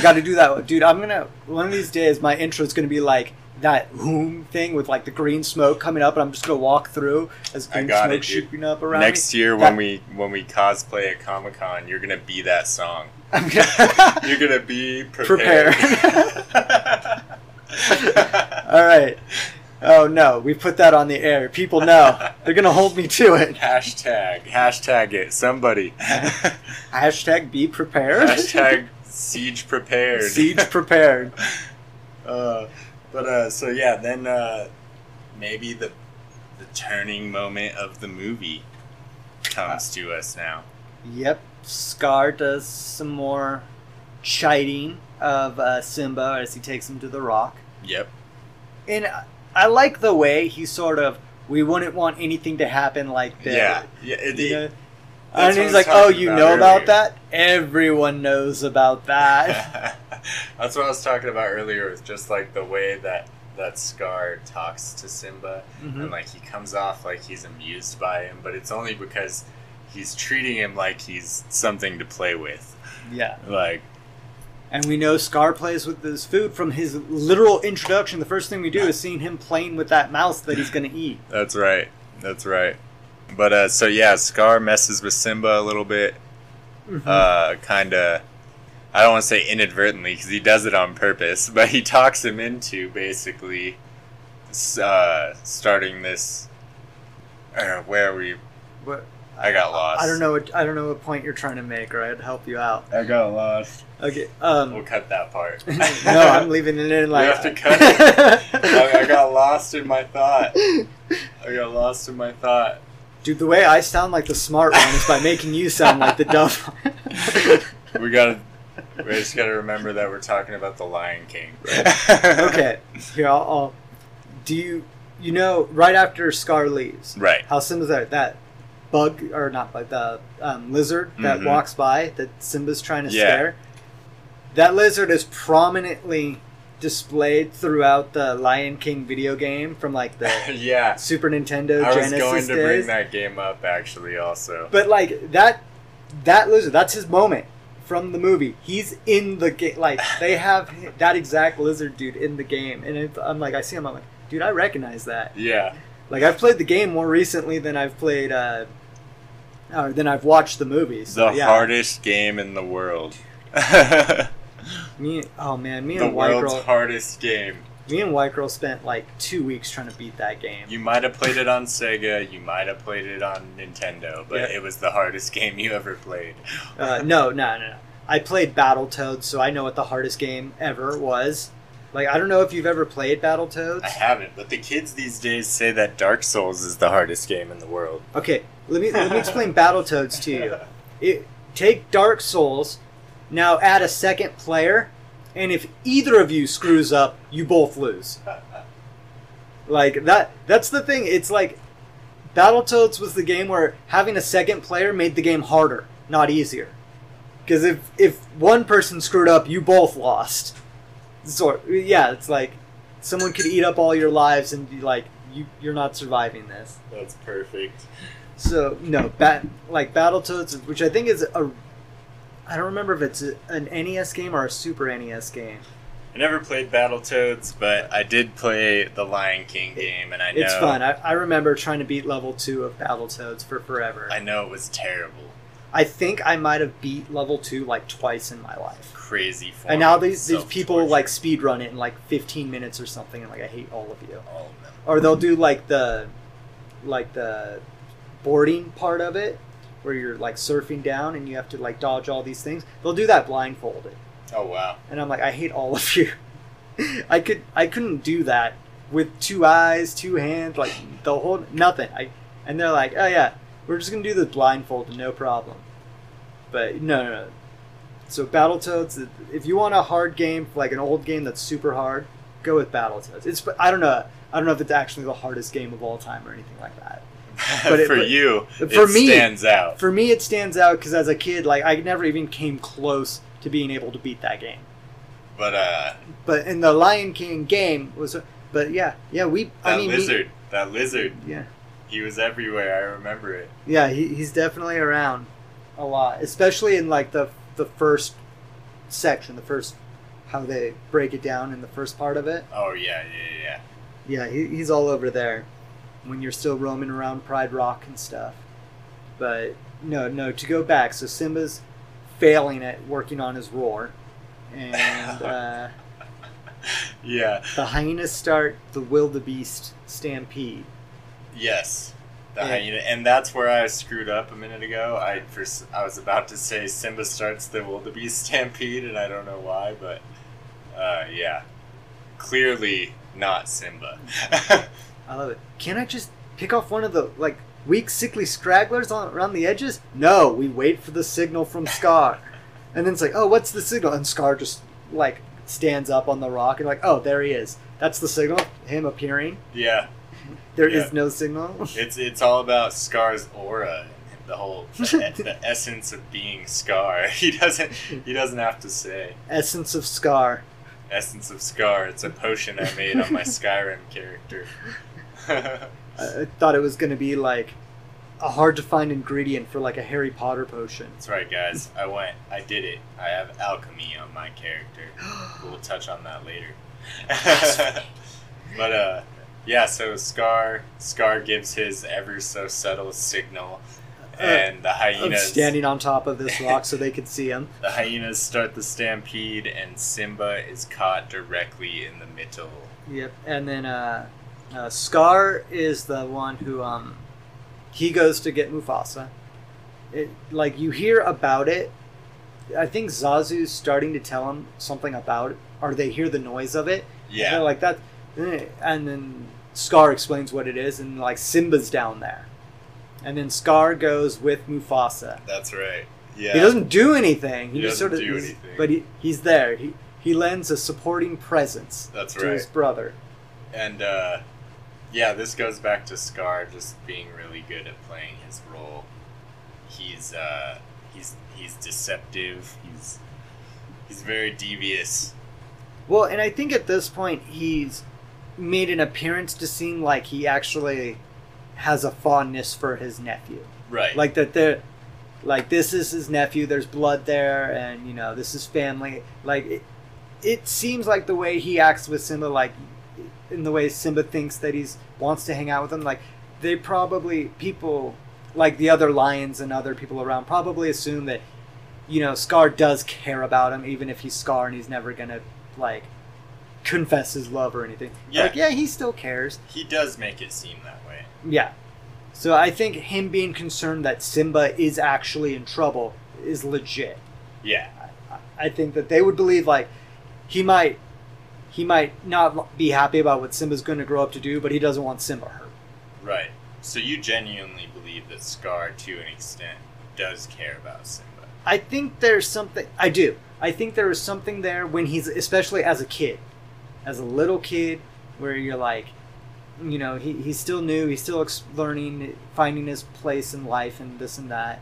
Speaker 2: got to do that, dude. I'm gonna one of these days. My intro is gonna be like that whom thing with like the green smoke coming up, and I'm just gonna walk through as
Speaker 1: I
Speaker 2: green
Speaker 1: got
Speaker 2: smoke
Speaker 1: it, dude.
Speaker 2: shooting up around.
Speaker 1: next
Speaker 2: me.
Speaker 1: year when
Speaker 2: That-
Speaker 1: we when we cosplay at Comic Con, you're gonna be that song.
Speaker 2: I'm gonna-
Speaker 1: You're gonna be prepared.
Speaker 2: Prepared. All right. Oh no, we put that on the air. People know they're gonna hold me to it.
Speaker 1: hashtag hashtag it somebody
Speaker 2: Hashtag be prepared.
Speaker 1: hashtag siege prepared
Speaker 2: siege prepared.
Speaker 1: uh, but uh, so yeah then uh, maybe the the turning moment of the movie comes to us now
Speaker 2: Yep. Scar does some more chiding of uh, Simba as he takes him to the rock.
Speaker 1: yep
Speaker 2: And I- I like the way he sort of, we wouldn't want anything to happen like this.
Speaker 1: yeah yeah it,
Speaker 2: You know?
Speaker 1: what
Speaker 2: And
Speaker 1: I
Speaker 2: he's
Speaker 1: was
Speaker 2: like,
Speaker 1: talking
Speaker 2: oh, you
Speaker 1: about
Speaker 2: know
Speaker 1: earlier."
Speaker 2: about that? Everyone knows about that.
Speaker 1: that's what i was talking about earlier with just like the way that that scar talks to simba and
Speaker 2: Mhm.
Speaker 1: like he comes off like he's amused by him but it's only because he's treating him like he's something to play with
Speaker 2: Yeah.
Speaker 1: like
Speaker 2: And we know Scar plays with this food from his literal introduction. The first thing we do is seeing him playing with that mouse that he's going to eat.
Speaker 1: That's right. That's right. But uh, so yeah, Scar messes with Simba a little bit,
Speaker 2: Mm-hmm.
Speaker 1: uh, kind of. I don't want to say inadvertently because he does it on purpose, but he talks him into basically s- uh, starting this. Uh, where are we?
Speaker 2: But
Speaker 1: I got lost.
Speaker 2: I don't know. What, I don't know what point you're trying to make, or I'd help you out.
Speaker 1: I got lost.
Speaker 2: Okay. Um,
Speaker 1: We'll cut that part.
Speaker 2: no, I'm leaving it in. Like
Speaker 1: have to cut I, I got lost in my thought. I got lost in my thought.
Speaker 2: Dude, the way I sound like the smart one is by making you sound like the dumb. one.
Speaker 1: We gotta. We just gotta remember that we're talking about the Lion King.
Speaker 2: okay, here I'll, I'll. Do you you know right after Scar leaves?
Speaker 1: Right.
Speaker 2: How Simba's there? That bug or not bug? The um, lizard that
Speaker 1: Mhm.
Speaker 2: walks by that Simba's trying to
Speaker 1: Yeah.
Speaker 2: scare. That lizard is prominently displayed throughout the Lion King video game from like the
Speaker 1: yeah.
Speaker 2: Super Nintendo
Speaker 1: I was
Speaker 2: Genesis
Speaker 1: going to bring
Speaker 2: days.
Speaker 1: that game up actually. Also.
Speaker 2: But like that, that lizard, that's his moment from the movie. He's in the game. Like they have hi- that exact lizard dude in the game, and if, I'm like, I see him. I'm like, dude, I recognize that.
Speaker 1: Yeah.
Speaker 2: Like I've played the game more recently than I've played, uh, or than I've watched the movie. So
Speaker 1: The
Speaker 2: yeah,
Speaker 1: hardest game in the world. the
Speaker 2: me. Oh man, me and White
Speaker 1: world's
Speaker 2: Girl,
Speaker 1: hardest game.
Speaker 2: me and White Girl spent like two weeks trying to beat that game.
Speaker 1: You might have played it on Sega. You might have played it on Nintendo, but
Speaker 2: Yeah.
Speaker 1: it was the hardest game you ever played.
Speaker 2: Uh, no, no, no, no. I played Battletoads, so I know what the hardest game ever was. Like I don't know if you've ever played Battletoads.
Speaker 1: I haven't, but the kids these days say that Dark Souls is the hardest game in the world.
Speaker 2: Okay, let me let me explain Battletoads to you. It, take Dark Souls, now add a second player, and if either of you screws up, you both lose. Like that that's the thing. It's like Battletoads was the game where having a second player made the game harder, not easier. Cuz if if one person screwed up, you both lost. So yeah, it's like someone could eat up all your lives and be like you you're not surviving this.
Speaker 1: That's perfect.
Speaker 2: So no, bat like Battletoads, which I think is a, I don't remember if it's a, an NES game or a Super NES game.
Speaker 1: I never played Battletoads, but I did play the Lion King game, and I know
Speaker 2: It's fun. I, I remember trying to beat level two of Battletoads for forever.
Speaker 1: I
Speaker 2: I,
Speaker 1: know it was terrible,
Speaker 2: think I might have beat level two like twice in my life.
Speaker 1: crazy. Form
Speaker 2: And now
Speaker 1: of
Speaker 2: these these people
Speaker 1: self-torture.
Speaker 2: like speed run it in like 15 minutes or something, and like I hate all of you.
Speaker 1: all of them.
Speaker 2: Or they'll do like the, like the, boarding part of it, where you're like surfing down and you have to like dodge all these things. They'll do that blindfolded.
Speaker 1: Oh wow!
Speaker 2: and I'm like, I hate all of you. I could I couldn't do that with two eyes, two hands, like the whole nothing. I, and they're like, oh yeah, we're just gonna do this blindfolded, no problem. But no, no, no. So Battletoads, if you want a hard game, like an old game that's super hard, go with Battletoads. It's I don't know, I don't know if it's actually the hardest game of all time or anything like that. But it-
Speaker 1: for
Speaker 2: but-
Speaker 1: you,
Speaker 2: but
Speaker 1: for
Speaker 2: for
Speaker 1: it
Speaker 2: me-
Speaker 1: stands out.
Speaker 2: For me, it stands out because as a kid, like I never even came close to being able to beat that game.
Speaker 1: But uh,
Speaker 2: But in the Lion King game was, but yeah, yeah, we.
Speaker 1: that
Speaker 2: I mean, me-
Speaker 1: lizard, that lizard,
Speaker 2: yeah,
Speaker 1: he was everywhere. I remember it.
Speaker 2: yeah, he, he's definitely around a lot, especially in like the the first section, the first how they break it down in the first part of it.
Speaker 1: Oh yeah, yeah, yeah.
Speaker 2: Yeah, he, he's all over there when you're still roaming around Pride Rock and stuff. But no, no, to go back. So Simba's failing at working on his roar. And uh,
Speaker 1: Yeah.
Speaker 2: the hyenas start the wildebeest stampede.
Speaker 1: Yes. The
Speaker 2: Yeah.
Speaker 1: hyena, and that's where I screwed up a minute ago. I first, I was about to say Simba starts the wildebeest stampede, and I don't know why, but uh, yeah, clearly not Simba.
Speaker 2: I love it. Can I just pick off one of the like weak, sickly scragglers on, around the edges? No, we wait for the signal from Scar, and then it's like, oh, what's the signal? And Scar just like stands up on the rock and like, oh, there he is. That's the signal. Him appearing.
Speaker 1: yeah,
Speaker 2: There is
Speaker 1: Yeah.
Speaker 2: no signal.
Speaker 1: it's it's all about Scar's aura and the whole the, the essence of being Scar. He doesn't he doesn't have to say
Speaker 2: Essence of Scar.
Speaker 1: essence of Scar. It's a potion I made on my Skyrim character.
Speaker 2: I, I thought it was gonna be like a hard to find ingredient for like a Harry Potter potion.
Speaker 1: That's right, guys. I went. I did it. I have alchemy on my character. We'll touch on that later. but uh, yeah. So Scar, Scar gives his ever so subtle signal, and the
Speaker 2: Uh, I'm
Speaker 1: hyenas,
Speaker 2: standing on top of this rock so they could see him.
Speaker 1: the hyenas start the stampede, and Simba is caught directly in the middle.
Speaker 2: Yep, and then uh, uh, Scar is the one who um, he goes to get Mufasa. It like you hear about it. I think Zazu's starting to tell him something about it, or they hear the noise of it. And they're
Speaker 1: Yeah,
Speaker 2: like that, eh, and then Scar explains what it is, and like Simba's down there, and then Scar goes with Mufasa.
Speaker 1: that's right. Yeah,
Speaker 2: He doesn't do anything. He,
Speaker 1: He
Speaker 2: just
Speaker 1: doesn't
Speaker 2: sort of,
Speaker 1: do
Speaker 2: he's-
Speaker 1: anything.
Speaker 2: but he, he's there. He he lends a supporting presence
Speaker 1: that's
Speaker 2: to
Speaker 1: right.
Speaker 2: his brother.
Speaker 1: And uh, yeah, this goes back to Scar just being really good at playing his role. He's uh, he's he's deceptive. He's he's very devious.
Speaker 2: Well, and I think at this point he's made an appearance to seem like he actually has a fondness for his nephew.
Speaker 1: Right.
Speaker 2: Like that there like this is his nephew, there's blood there and you know, this is family. Like it, it seems like the way he acts with Simba like in the way Simba thinks that he's wants to hang out with him like they probably people like the other lions and other people around probably assume that you know Scar does care about him even if he's Scar and he's never going to like confess his love or anything.
Speaker 1: Yeah.
Speaker 2: Like yeah, he still cares.
Speaker 1: he does make it seem that way.
Speaker 2: Yeah. So I think him being concerned that Simba is actually in trouble is legit.
Speaker 1: Yeah.
Speaker 2: I- I think that they would believe like he might he might not be happy about what Simba's going to grow up to do, but he doesn't want Simba hurt.
Speaker 1: Right. So you genuinely believe that Scar, to an extent, does care about Simba.
Speaker 2: I think there's something I do. I think there is something there when he's especially as a kid, as a little kid, where you're like, you know, he, he's still new, he's still ex- learning, finding his place in life, and this and that.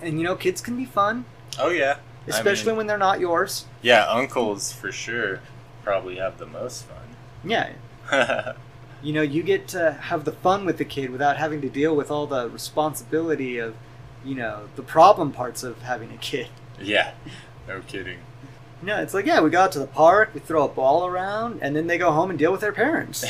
Speaker 2: And you know, kids can be fun.
Speaker 1: Oh yeah.
Speaker 2: especially when they're not yours.
Speaker 1: yeah, uncles for sure probably have the most fun.
Speaker 2: Yeah, you know, you get to have the fun with the kid without having to deal with all the responsibility of, you know, the problem parts of having a kid.
Speaker 1: yeah. No kidding.
Speaker 2: No, it's like, yeah, we go out to the park, we throw a ball around, and then they go home and deal with their parents.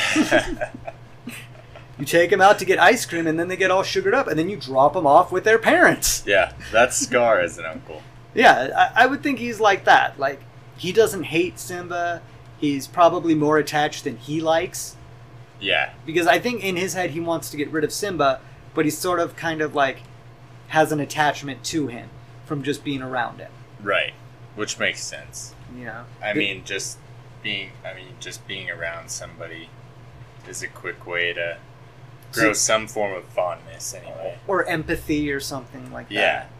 Speaker 2: you take them out to get ice cream, and then they get all sugared up, and then you drop them off with their parents.
Speaker 1: Yeah, that's Scar as an uncle.
Speaker 2: Yeah, I, I would think he's like that. Like, he doesn't hate Simba. He's probably more attached than he likes.
Speaker 1: Yeah,
Speaker 2: because I think in his head he wants to get rid of Simba, but he's sort of kind of like has an attachment to him from just being around him.
Speaker 1: right. Which makes sense.
Speaker 2: You know,
Speaker 1: I
Speaker 2: Be-
Speaker 1: mean, just being, I mean, just being around somebody, is a quick way to grow some form of fondness, anyway.
Speaker 2: or empathy or something like
Speaker 1: Yeah.
Speaker 2: that.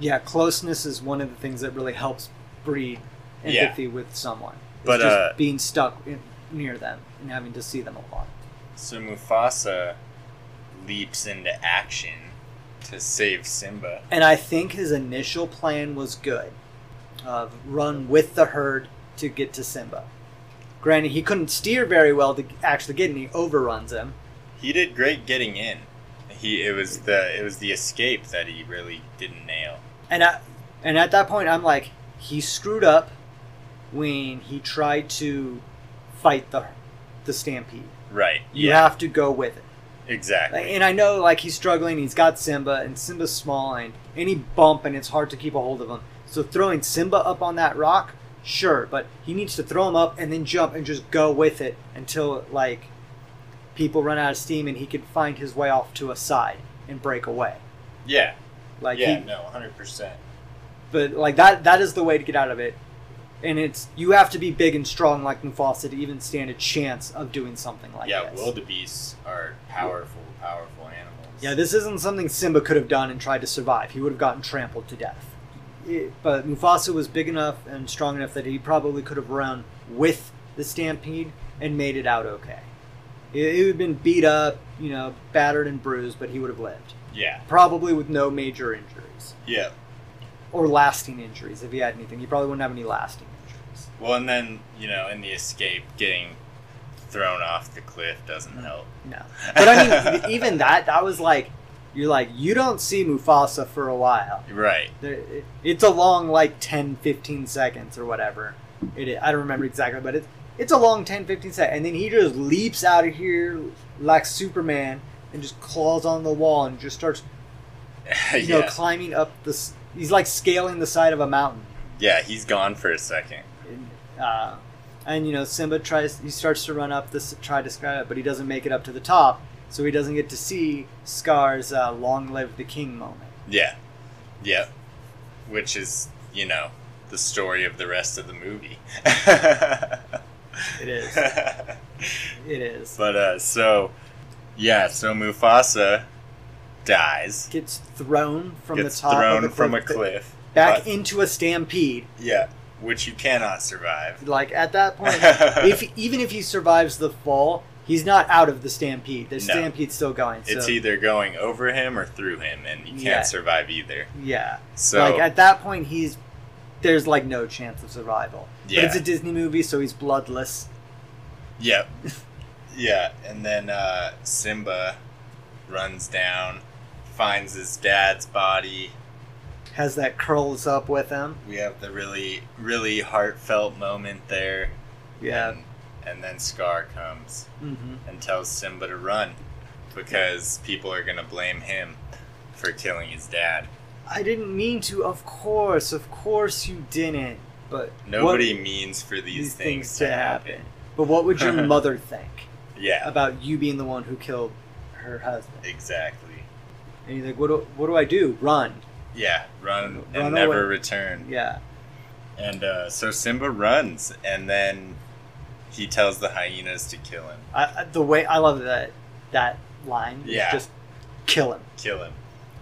Speaker 2: Yeah, closeness is one of the things that really helps breed
Speaker 1: Yeah.
Speaker 2: empathy with someone. It's
Speaker 1: But,
Speaker 2: just
Speaker 1: uh,
Speaker 2: being stuck in, near them and having to see them a lot.
Speaker 1: So Mufasa leaps into action to save Simba.
Speaker 2: And I think his initial plan was good of run with the herd to get to Simba. Granted, he couldn't steer very well to actually get, and he overruns him.
Speaker 1: He did great getting in. He it was the it was the escape that he really didn't nail.
Speaker 2: And I, and at that point, I'm like, he screwed up when he tried to fight the the stampede.
Speaker 1: Right.
Speaker 2: You
Speaker 1: Yeah.
Speaker 2: have to go with it.
Speaker 1: Exactly.
Speaker 2: Like, and I know, like, he's struggling. He's got Simba, and Simba's small, and any bump, and it's hard to keep a hold of him. So throwing Simba up on that rock, sure, but he needs to throw him up and then jump and just go with it until like people run out of steam and he can find his way off to a side and break away.
Speaker 1: yeah.
Speaker 2: Like
Speaker 1: yeah.
Speaker 2: he,
Speaker 1: no. Hundred percent.
Speaker 2: but like that that is the way to get out of it. And it's you have to be big and strong like Mufasa to even stand a chance of doing something like
Speaker 1: Yeah.
Speaker 2: this.
Speaker 1: Wildebeests are powerful, powerful animals.
Speaker 2: Yeah, this isn't something Simba could have done and tried to survive. He would have gotten trampled to death. It- but Mufasa was big enough and strong enough that he probably could have run with the stampede and made it out okay. It, it would have been beat up, you know, battered and bruised, but he would have lived.
Speaker 1: Yeah.
Speaker 2: Probably with no major injuries
Speaker 1: Yeah.
Speaker 2: or lasting injuries if he had anything. He probably wouldn't have any lasting injuries.
Speaker 1: Well, and then you know, in the escape, getting thrown off the cliff doesn't help.
Speaker 2: No. Mm. But I mean, even that, that was like, you're like, you don't see Mufasa for a while.
Speaker 1: Right.
Speaker 2: There- it- it's a long like 10 15 seconds or whatever it is. i don't remember exactly but it's it's a long 10 15 seconds and then he just leaps out of here like superman and just claws on the wall and just starts
Speaker 1: yeah.
Speaker 2: you know climbing up the s- he's like scaling the side of a mountain
Speaker 1: yeah. He's gone for a second.
Speaker 2: and, uh, and you know simba tries he starts to run up this try to sky up but he doesn't make it up to the top so he doesn't get to see scar's uh, long live the king moment
Speaker 1: Yeah. Yeah. Which is, you know, the story of the rest of the movie.
Speaker 2: it is it is
Speaker 1: but uh so yeah, so Mufasa dies.
Speaker 2: gets thrown from
Speaker 1: gets
Speaker 2: the top
Speaker 1: thrown
Speaker 2: of the
Speaker 1: from a
Speaker 2: cliff
Speaker 1: cliff.
Speaker 2: back
Speaker 1: but-
Speaker 2: into a stampede.
Speaker 1: Yeah. Which you cannot survive.
Speaker 2: Like at that point, if even if he survives the fall, he's not out of the stampede. The
Speaker 1: No.
Speaker 2: stampede's still going. So,
Speaker 1: it's either going over him or through him and you can't
Speaker 2: Yeah.
Speaker 1: survive either.
Speaker 2: yeah.
Speaker 1: So
Speaker 2: like at that point, he's there's like no chance of survival. But
Speaker 1: yeah.
Speaker 2: it's a Disney movie, so he's bloodless.
Speaker 1: Yep. Yeah, and then uh, Simba runs down, finds his dad's body.
Speaker 2: Has that curls up with him.
Speaker 1: We have the really, really heartfelt moment there.
Speaker 2: Yeah.
Speaker 1: And, and then Scar comes
Speaker 2: hmm
Speaker 1: and tells Simba to run because people are going to blame him for killing his dad.
Speaker 2: I didn't mean to. Of course, of course you didn't. But what-
Speaker 1: Nobody means for these,
Speaker 2: these
Speaker 1: things, to happen.
Speaker 2: But what would your mother think?
Speaker 1: Yeah,
Speaker 2: about you being the one who killed her husband.
Speaker 1: exactly.
Speaker 2: And he's like, what do, what do I do? Run.
Speaker 1: Yeah, run, and
Speaker 2: Run
Speaker 1: never
Speaker 2: away.
Speaker 1: return.
Speaker 2: Yeah.
Speaker 1: And uh, so Simba runs, and then he tells the hyenas to kill him.
Speaker 2: I, I- the way I love that that line. is
Speaker 1: Yeah.
Speaker 2: Just kill him,
Speaker 1: Kill him.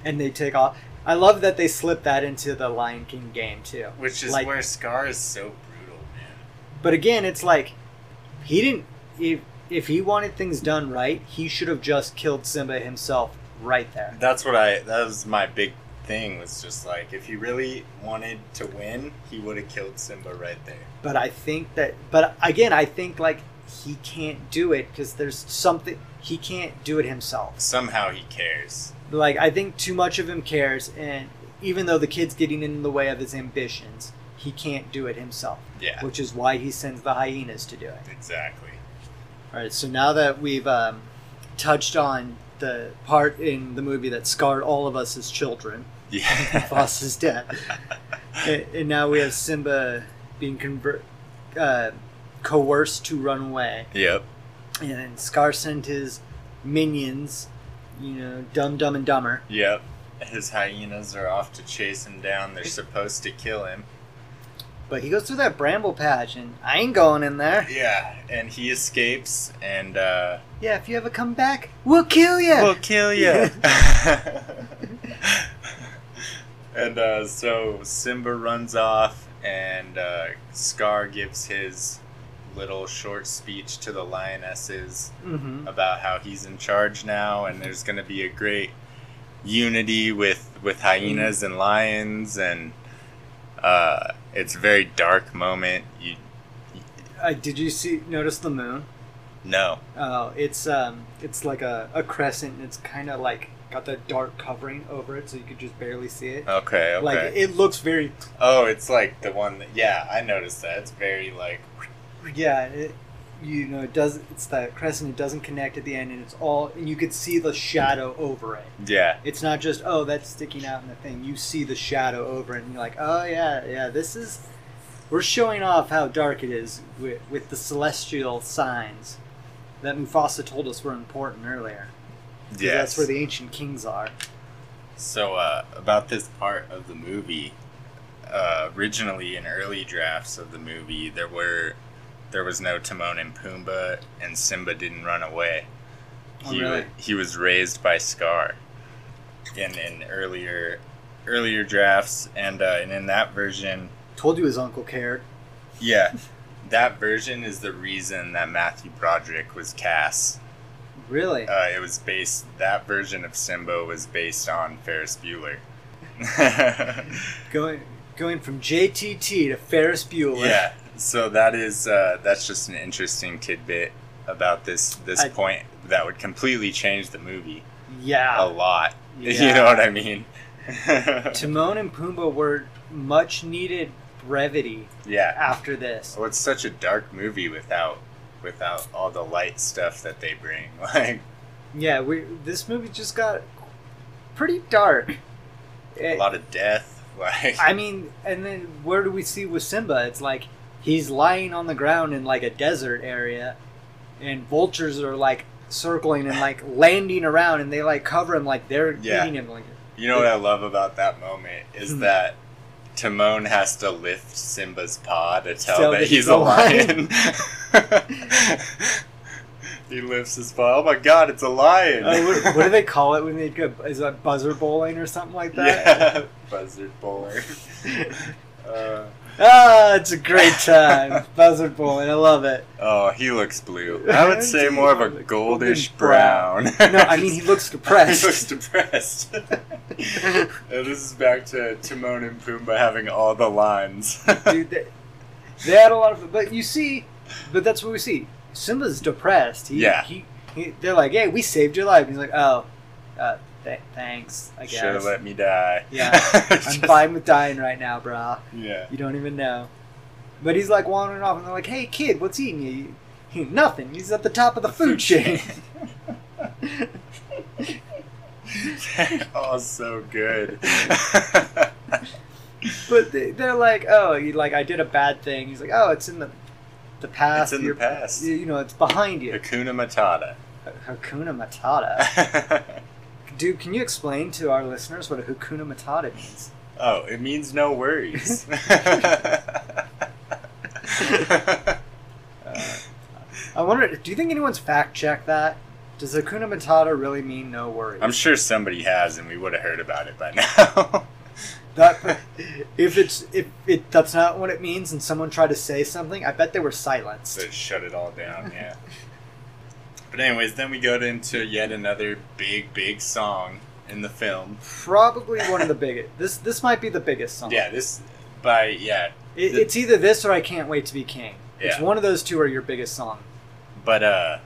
Speaker 2: and they take off. I love that they slip that into the Lion King game too.
Speaker 1: Which is
Speaker 2: Like-
Speaker 1: where Scar is so brutal, man.
Speaker 2: But again, it's like he didn't. If if he wanted things done right, he should have just killed Simba himself right there.
Speaker 1: That's what I. That was my big thing. Was just like if he really wanted to win, he would have killed Simba right there.
Speaker 2: But I think that. But again, I think like he can't do it because there's something he can't do it himself.
Speaker 1: Somehow he cares.
Speaker 2: like I think too much of him cares, and even though the kid's getting in the way of his ambitions, he can't do it himself,
Speaker 1: Yeah,
Speaker 2: which is why he sends the hyenas to do it.
Speaker 1: exactly.
Speaker 2: All right, so now that we've um, touched on the part in the movie that scarred all of us as children,
Speaker 1: Yeah,
Speaker 2: Foster's death, and, and now we have Simba being convert, uh, coerced to run away,
Speaker 1: yep.
Speaker 2: and then Scar sent his minions, you know, Dumb Dumb and Dumber,
Speaker 1: Yep. His hyenas are off to chase him down. They're supposed to kill him,
Speaker 2: But he goes through that bramble patch, and I ain't going in there.
Speaker 1: Yeah, and he escapes, and uh,
Speaker 2: Yeah, if you ever come back, we'll kill you.
Speaker 1: we'll kill you. and uh, so Simba runs off, and uh, Scar gives his little short speech to the lionesses
Speaker 2: hmm
Speaker 1: about how he's in charge now, and there's going to be a great unity with with hyenas and lions, and uh, it's a very dark moment. You
Speaker 2: Uh, did you see notice the moon?
Speaker 1: know,
Speaker 2: Oh, it's um, it's like a, a crescent. And it's kind of like got that dark covering over it, so you could just barely see it.
Speaker 1: okay, okay.
Speaker 2: Like it looks very
Speaker 1: oh, it's like the one that yeah, I noticed that. It's very like
Speaker 2: yeah. It, you know, it does. It's that crescent. It doesn't connect at the end, and it's all. And you could see the shadow over it.
Speaker 1: yeah,
Speaker 2: It's not just oh that's sticking out in the thing. You see the shadow over it, and you're like, oh yeah, yeah. This is we're showing off how dark it is with, with the celestial signs that Mufasa told us were important earlier. 'Cause
Speaker 1: yeah.
Speaker 2: that's where the ancient kings are.
Speaker 1: So uh, about this part of the movie, uh, originally in early drafts of the movie, there were there was no Timon and Pumbaa, and Simba didn't run away.
Speaker 2: Oh,
Speaker 1: He,
Speaker 2: really?
Speaker 1: he was raised by Scar in in earlier earlier drafts, and uh, and in that version,
Speaker 2: Told you his uncle cared.
Speaker 1: yeah, that version is the reason that Matthew Broderick was cast.
Speaker 2: Really?
Speaker 1: Uh, it was based that version of Simba was based on Ferris Bueller.
Speaker 2: going going from JTT to Ferris Bueller.
Speaker 1: Yeah. So that is uh, that's just an interesting tidbit about this this
Speaker 2: I-
Speaker 1: point that would completely change the movie a
Speaker 2: Yeah.
Speaker 1: lot. Oh, You
Speaker 2: Ah. Yeah.
Speaker 1: know what I mean?
Speaker 2: Timon and Pumbaa were much needed brevity
Speaker 1: yeah.
Speaker 2: after this.
Speaker 1: Well, it's such a dark movie without without all the light stuff that they bring. Like,
Speaker 2: Yeah, we this movie just got pretty dark.
Speaker 1: a
Speaker 2: It-
Speaker 1: lot of death. Like,
Speaker 2: I mean, and then where do we see with Simba? It's like he's lying on the ground in like a desert area, and vultures are like circling and like landing around, and they like cover him like they're
Speaker 1: Yeah.
Speaker 2: eating him. Like,
Speaker 1: you know what I love about that moment is
Speaker 2: Hmm.
Speaker 1: that. Timon has to lift Simba's paw to tell
Speaker 2: Tell
Speaker 1: that
Speaker 2: that
Speaker 1: he's
Speaker 2: he's
Speaker 1: a
Speaker 2: a lion.
Speaker 1: lion. he lifts his paw. Oh my god, it's a lion!
Speaker 2: Uh, what, what do they call it when they go? Is that buzzer bowling or something like that?
Speaker 1: Yeah, buzzard bowler. uh,
Speaker 2: Ah, it's a great time, buzzer bowling. I love it.
Speaker 1: oh, he looks blue. I would say more of a goldish brown.
Speaker 2: No, I mean he looks depressed.
Speaker 1: He looks depressed. Uh, this is back to Timon and Pumbaa having all the lines.
Speaker 2: dude. They, they had a lot of, but you see, but that's what we see. Simba's depressed. He,
Speaker 1: Yeah.
Speaker 2: He, he, they're like, "Hey, we saved your life." And he's like, "Oh, uh, th- thanks. I
Speaker 1: Should have
Speaker 2: guess
Speaker 1: let me die.
Speaker 2: Yeah. I'm
Speaker 1: Just-
Speaker 2: fine with dying right now, brah.
Speaker 1: Yeah.
Speaker 2: You don't even know." But he's like wandering off, and they're like, "Hey, kid, what's eating you?" He, nothing. He's at the top of the food chain.
Speaker 1: oh, so good.
Speaker 2: but they, they're like, "Oh, you like I did a bad thing." He's like, "Oh, it's in the the past.
Speaker 1: It's in the
Speaker 2: You're-
Speaker 1: past.
Speaker 2: You know, it's behind you."
Speaker 1: Hakuna Matata.
Speaker 2: Hakuna Matata. Dude, can you explain to our listeners what a Hakuna Matata means?
Speaker 1: Oh, it means no worries.
Speaker 2: I wonder, do you think anyone's fact checked that? Does Hakuna Matata really mean no worries?
Speaker 1: I'm sure somebody has, and we would have heard about it by now.
Speaker 2: That, if it's if it that's not what it means, and someone tried to say something, I bet they were silenced.
Speaker 1: so shut it all down, yeah. But anyways, then we got into yet another big, big song in the film.
Speaker 2: Probably one of the biggest. This this might be the biggest song.
Speaker 1: Yeah, this by yeah,
Speaker 2: It, it's either this or I can't wait to be king. It's
Speaker 1: Yeah.
Speaker 2: one of those two are your biggest song.
Speaker 1: but uh,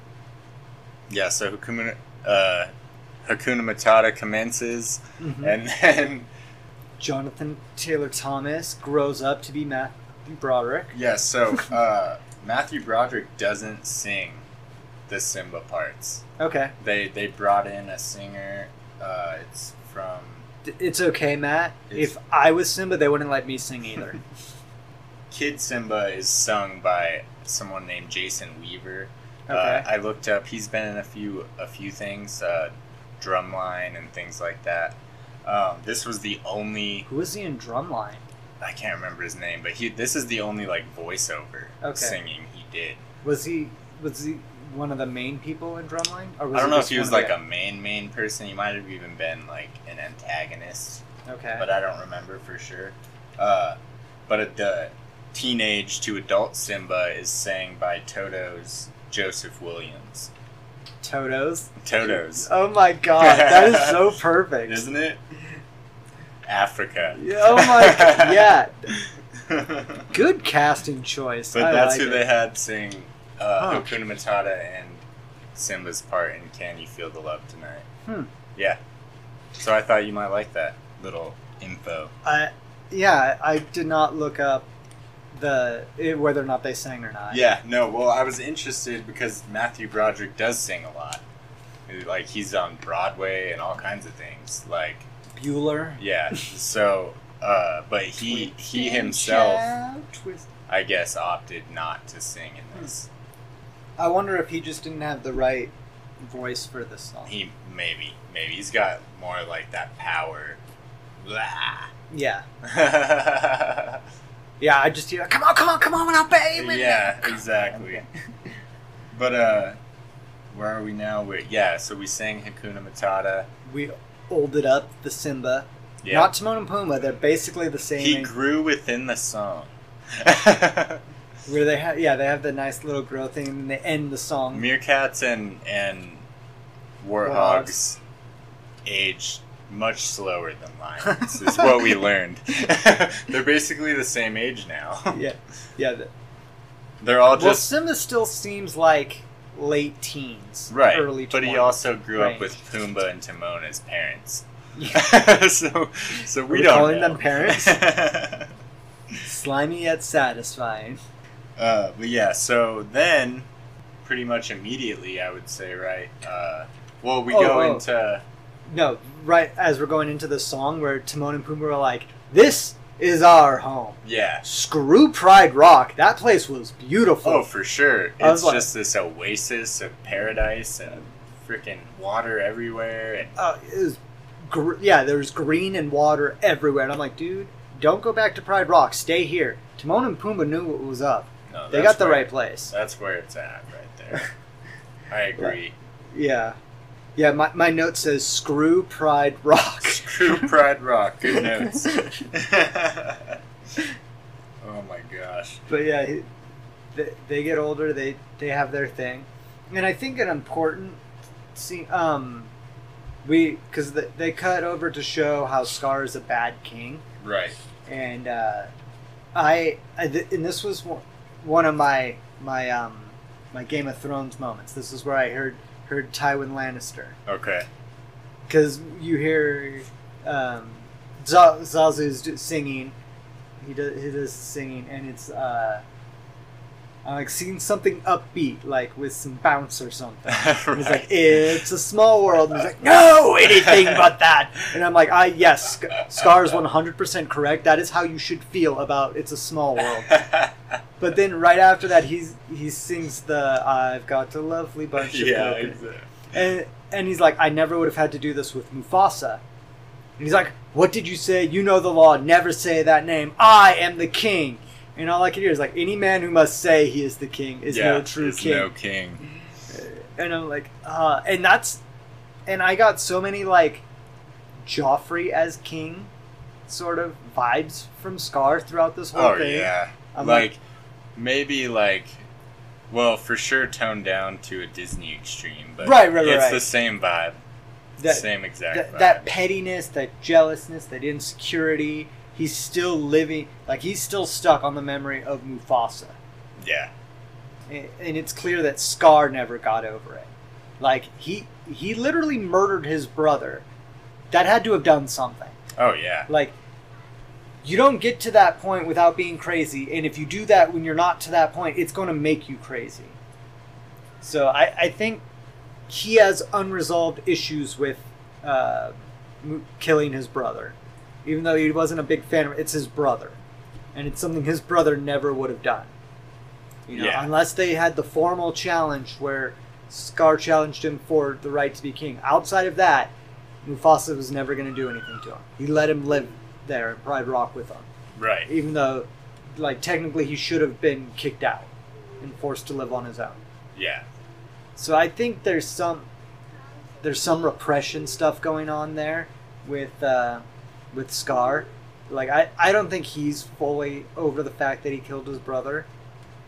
Speaker 1: yeah. So Hakuna uh, Hakuna Matata commences,
Speaker 2: Mhm.
Speaker 1: and then
Speaker 2: Jonathan Taylor Thomas grows up to be Matthew Broderick.
Speaker 1: Yeah, so uh, Matthew Broderick doesn't sing the Simba parts.
Speaker 2: Okay,
Speaker 1: They they brought in a singer. Uh, it's from
Speaker 2: D- it's okay, Matt.
Speaker 1: It's-
Speaker 2: if I was Simba, they wouldn't let me sing either.
Speaker 1: Kid Simba is sung by someone named Jason Weaver.
Speaker 2: Okay.
Speaker 1: Uh, I looked up. He's been in a few a few things, uh, Drumline and things like that. Um, this was the only
Speaker 2: Who was he in Drumline?
Speaker 1: I can't remember his name, but he this is the only like voiceover
Speaker 2: Okay.
Speaker 1: singing he did.
Speaker 2: Was he was he one of the main people in Drumline? Or was
Speaker 1: I don't know if
Speaker 2: just
Speaker 1: he was
Speaker 2: one of
Speaker 1: like a main main person. He might have even been like an antagonist,
Speaker 2: the- okay.
Speaker 1: but I don't remember for sure. Uh, but it- the teenage to adult Simba is sang by Toto's Joseph Williams.
Speaker 2: Toto's.
Speaker 1: Toto's,
Speaker 2: Oh my god, that is so perfect.
Speaker 1: isn't it? Africa.
Speaker 2: Yeah, oh my yeah. Good casting choice.
Speaker 1: But
Speaker 2: I
Speaker 1: that's
Speaker 2: like
Speaker 1: who
Speaker 2: it.
Speaker 1: they had sing uh,
Speaker 2: Huh.
Speaker 1: Hakuna Matata and Simba's part in Can You Feel the Love Tonight?
Speaker 2: Hmm.
Speaker 1: Yeah. So I thought you might like that little info.
Speaker 2: I, yeah, I did not look up the it, whether or not they sang or not.
Speaker 1: Yeah, no, well, I was interested because Matthew Broderick does sing a lot. Like, he's on Broadway and all kinds of things. Like,
Speaker 2: Bueller.
Speaker 1: yeah. So, uh, but he, he himself,
Speaker 2: Twist.
Speaker 1: I guess, opted not to sing in this.
Speaker 2: I wonder if he just didn't have the right voice for this song.
Speaker 1: He, maybe, maybe. He's got more like that power. Blah.
Speaker 2: yeah.
Speaker 1: yeah,
Speaker 2: Yeah, I just hear, come on, come on, come on, now, baby.
Speaker 1: exactly. But uh where are we now? we yeah, so we sang Hakuna Matata.
Speaker 2: We olded up the Simba.
Speaker 1: Yeah.
Speaker 2: Not Timon and Pumbaa. They're basically the same.
Speaker 1: he
Speaker 2: age.
Speaker 1: grew within the song.
Speaker 2: where they have, yeah, they have the nice little growth thing, and they end the song.
Speaker 1: Meerkats and and warthogs
Speaker 2: Warthogs.
Speaker 1: age much slower than lions is what we learned. They're basically the same age now.
Speaker 2: yeah, yeah. the-
Speaker 1: They're all
Speaker 2: well,
Speaker 1: just
Speaker 2: Simba still seems like late teens,
Speaker 1: right.
Speaker 2: Early,
Speaker 1: but he
Speaker 2: 20s.
Speaker 1: also grew up
Speaker 2: range.
Speaker 1: with Pumbaa and Timon as parents.
Speaker 2: Yeah.
Speaker 1: so, so we
Speaker 2: we
Speaker 1: don't
Speaker 2: calling
Speaker 1: know.
Speaker 2: them parents? slimy yet satisfying.
Speaker 1: uh, but yeah, so then, pretty much immediately, I would say, right? Uh, well, we
Speaker 2: Oh,
Speaker 1: go
Speaker 2: oh.
Speaker 1: into
Speaker 2: No, right as we're going into the song where Timon and Pumbaa are like, "This is our home."
Speaker 1: yeah.
Speaker 2: Screw Pride Rock. That place was beautiful.
Speaker 1: Oh, for sure.
Speaker 2: I was
Speaker 1: It's
Speaker 2: like-
Speaker 1: just this oasis of paradise and freaking water everywhere. And
Speaker 2: uh, it was gr- yeah, there's green and water everywhere. And I'm like, dude, don't go back to Pride Rock. Stay here. Timon and Pumbaa knew what was up.
Speaker 1: no,
Speaker 2: They
Speaker 1: that's
Speaker 2: got the
Speaker 1: where-
Speaker 2: right place.
Speaker 1: That's where it's at, right there. I agree.
Speaker 2: Yeah. Yeah, my, my note says, screw Pride Rock.
Speaker 1: Screw Pride Rock. Good notes. oh my gosh.
Speaker 2: but yeah, he- they, they get older. They, they have their thing. And I think an important scene, um, we, because the, they cut over to show how Scar is a bad king.
Speaker 1: Right.
Speaker 2: and uh, I, I th- and this was one- one of my my um my Game of Thrones moments. This is where I heard heard Tywin Lannister
Speaker 1: Okay.
Speaker 2: because you hear um, Za- Zazu's d- singing. He does he does singing, and it's uh, I like seeing something upbeat, like with some bounce or something. And He's like, it's a small world. And he's like, no, anything but that. And I'm like, I yes, Sc- Scar is 100% correct. That is how you should feel about it's a small world. But then right after that, he's he sings the I've got a lovely bunch of
Speaker 1: yeah,
Speaker 2: coconuts."
Speaker 1: exactly.
Speaker 2: and and he's like, I never would have had to do this with Mufasa. And he's like, What did you say? You know the law. Never say that name. I am the king. And all I can hear is like, any man who must say he is the king is no true
Speaker 1: is
Speaker 2: king.
Speaker 1: no king.
Speaker 2: And I'm like, uh, and that's, and I got so many like, Joffrey as king, sort of vibes from Scar throughout this whole
Speaker 1: Oh
Speaker 2: thing.
Speaker 1: yeah,
Speaker 2: I'm
Speaker 1: like, maybe like, well, for sure toned down to a Disney extreme, but
Speaker 2: Right, right, right,
Speaker 1: it's
Speaker 2: right.
Speaker 1: the same vibe,
Speaker 2: that,
Speaker 1: same exact
Speaker 2: that,
Speaker 1: vibe.
Speaker 2: that pettiness, that jealousness, that insecurity. He's still living, like he's still stuck on the memory of Mufasa,
Speaker 1: yeah,
Speaker 2: and, and it's clear that Scar never got over it. Like he he literally murdered his brother. That had to have done something.
Speaker 1: oh yeah,
Speaker 2: Like, you don't get to that point without being crazy, and if you do that when you're not to that point, it's going to make you crazy. So I, I think he has unresolved issues with uh, m- killing his brother, even though he wasn't a big fan of it. It's his brother, and it's something his brother never would have done. You know,
Speaker 1: Yeah.
Speaker 2: unless they had the formal challenge where Scar challenged him for the right to be king. Outside of that, Mufasa was never going to do anything to him. He let him live there in Pride Rock with him.
Speaker 1: Right.
Speaker 2: even though, like, technically he should have been kicked out and forced to live on his own.
Speaker 1: Yeah.
Speaker 2: So I think there's some there's some repression stuff going on there with uh, with Scar. Like I, I don't think he's fully over the fact that he killed his brother,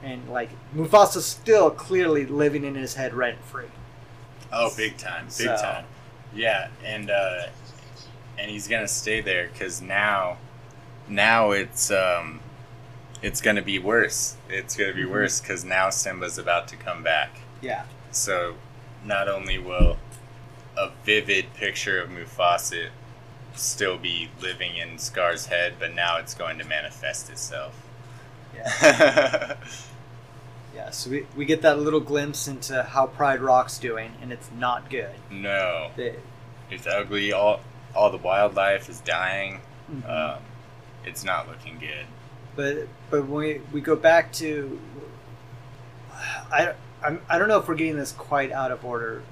Speaker 2: and like Mufasa's still clearly living in his head rent free.
Speaker 1: Oh, big time, big
Speaker 2: So-
Speaker 1: time. Yeah, and uh, and he's gonna stay there because now, now it's um, it's gonna be worse. It's gonna be
Speaker 2: Mhm.
Speaker 1: worse because now Simba's about to come back.
Speaker 2: Yeah,
Speaker 1: So, not only will a vivid picture of Mufasa still be living in Scar's head, but now it's going to manifest itself.
Speaker 2: yeah. So we, we get that little glimpse into how Pride Rock's doing, and it's not good.
Speaker 1: no,
Speaker 2: They-
Speaker 1: it's ugly. All all the wildlife is dying.
Speaker 2: mhm.
Speaker 1: Um, it's not looking good.
Speaker 2: but but when we, we go back to I, I'm, I don't know if we're getting this quite out of order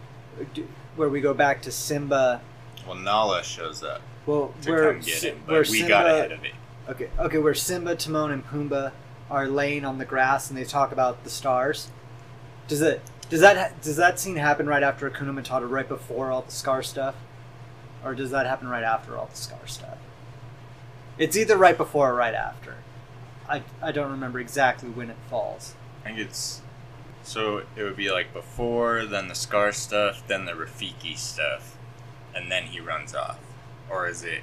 Speaker 2: do- where we go back to Simba
Speaker 1: Well, Nala shows up
Speaker 2: well
Speaker 1: to
Speaker 2: where,
Speaker 1: come get
Speaker 2: Si-
Speaker 1: him,
Speaker 2: where
Speaker 1: but we
Speaker 2: Simba
Speaker 1: got ahead of it.
Speaker 2: okay okay where Simba Timon and Pumbaa are laying on the grass and they talk about the stars does it does that ha- does that scene happen right after Akuna Matata right before all the scar stuff or does that happen right after all the scar stuff it's either right before or right after I, I don't remember exactly when it falls
Speaker 1: I think it's so it would be like before, then the scar stuff, then the Rafiki stuff, and then he runs off. Or is it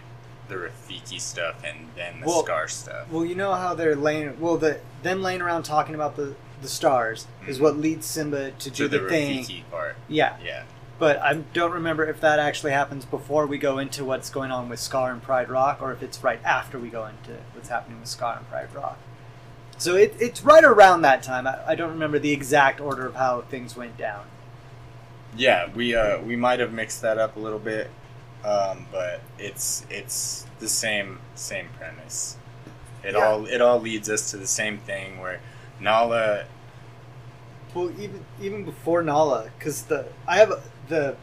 Speaker 1: the Rafiki stuff and then the
Speaker 2: Well-
Speaker 1: scar stuff?
Speaker 2: Well, you know how they're laying. Well, the them laying around talking about the the stars is what leads Simba to do
Speaker 1: To the
Speaker 2: the, thing.
Speaker 1: Rafiki part,
Speaker 2: Yeah,
Speaker 1: yeah.
Speaker 2: but I don't remember if that actually happens before we go into what's going on with Scar and Pride Rock, or if it's right after we go into what's happening with Scar and Pride Rock. So it, it's right around that time. I, I don't remember the exact order of how things went down.
Speaker 1: Yeah, we uh we might have mixed that up a little bit, um, but it's it's the same same premise. It
Speaker 2: Yeah.
Speaker 1: all it all leads us to the same thing where Nala
Speaker 2: Well, even even before Nala, because the I have the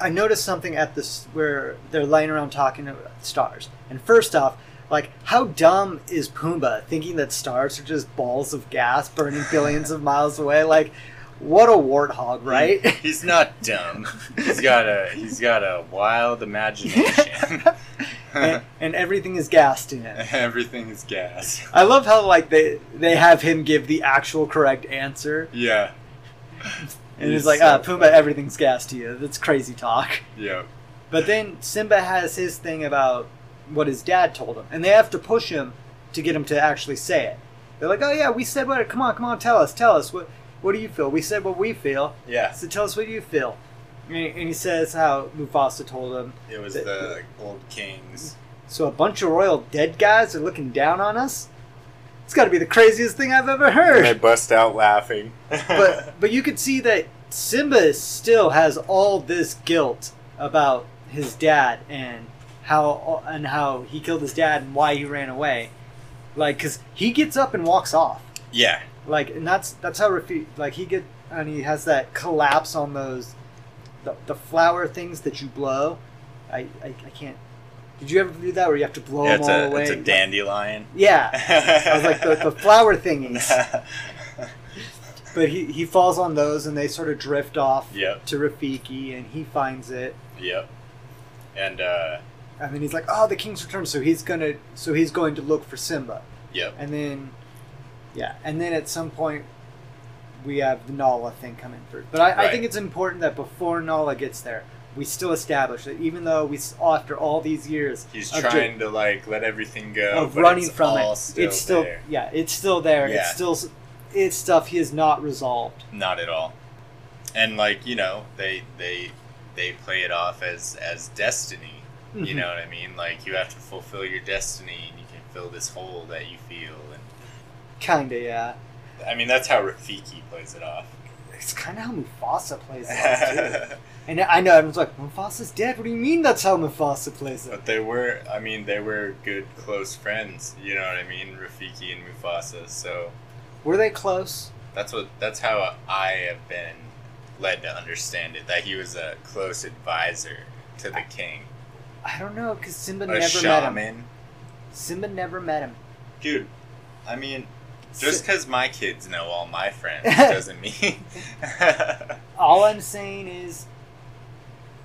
Speaker 2: I noticed something at this where they're lying around talking about stars. And first off, like how dumb is Pumbaa thinking that stars are just balls of gas burning billions of miles away? Like, what a warthog, right?
Speaker 1: He's not dumb. He's got a he's got a wild imagination.
Speaker 2: and, and everything is gas to him.
Speaker 1: Everything is gas.
Speaker 2: I love how like they they have him give the actual correct answer,
Speaker 1: Yeah.
Speaker 2: and he's
Speaker 1: He's
Speaker 2: like,
Speaker 1: so
Speaker 2: "Ah, Pumbaa,
Speaker 1: funny.
Speaker 2: everything's gas to you. That's crazy talk."
Speaker 1: Yeah.
Speaker 2: But then Simba has his thing about what his dad told him, and they have to push him to get him to actually say it. They're like, "Oh yeah, we said what? Come on, come on, tell us, tell us what what do you feel? We said what we feel,
Speaker 1: Yeah.
Speaker 2: so tell us what you feel." And, and he says how Mufasa told him.
Speaker 1: It was
Speaker 2: Th-
Speaker 1: the old kings.
Speaker 2: So a bunch of royal dead guys are looking down on us. It's got to be the craziest thing I've ever heard.
Speaker 1: bust out laughing.
Speaker 2: but but you could see that Simba still has all this guilt about his dad and how and how he killed his dad and why he ran away. Like, cause he gets up and walks off.
Speaker 1: yeah.
Speaker 2: Like, and that's that's how Rafi like he get and he has that collapse on those the, the flower things that you blow. I, I I can't. Did you ever do that where you have to blow
Speaker 1: yeah
Speaker 2: them
Speaker 1: it's,
Speaker 2: all
Speaker 1: a,
Speaker 2: away?
Speaker 1: it's a dandelion.
Speaker 2: Yeah, I
Speaker 1: I
Speaker 2: was like the, the flower thingies. But he, he falls on those and they sort of drift off
Speaker 1: yep.
Speaker 2: to Rafiki and he finds it.
Speaker 1: Yep. And uh
Speaker 2: And then he's like, "Oh, the king's returned," so he's gonna, so he's going to look for Simba.
Speaker 1: yep.
Speaker 2: And then, yeah, and then at some point, we have the Nala thing come in first. But I, I
Speaker 1: Right.
Speaker 2: think it's important that before Nala gets there, we still establish that even though we, s- after all these years
Speaker 1: He's
Speaker 2: of, ju-
Speaker 1: trying to like let everything go.
Speaker 2: of
Speaker 1: but
Speaker 2: running
Speaker 1: it's
Speaker 2: from
Speaker 1: all
Speaker 2: it, it's still,
Speaker 1: there.
Speaker 2: yeah, it's still there. It's
Speaker 1: Yeah.
Speaker 2: still, s- it's stuff he has not resolved.
Speaker 1: not at all and like you know they they they play it off as as destiny you
Speaker 2: Mhm.
Speaker 1: know what i mean like you have to fulfill your destiny and you can fill this hole that you feel and
Speaker 2: kinda, yeah.
Speaker 1: i mean that's how rafiki plays it off
Speaker 2: It's kind of how Mufasa plays it, too. And I know everyone's like, Mufasa's dead. What do you mean that's how Mufasa plays it?
Speaker 1: but they were i mean they were good close friends you know what i mean rafiki and mufasa so
Speaker 2: Were they close?
Speaker 1: that's what that's how i have been led to understand it that he was a close advisor to the king
Speaker 2: I don't know because Simba
Speaker 1: a
Speaker 2: never met him.
Speaker 1: shaman
Speaker 2: Simba never met him.
Speaker 1: dude. I mean, just because my kids know all my friends doesn't mean.
Speaker 2: All I'm saying is,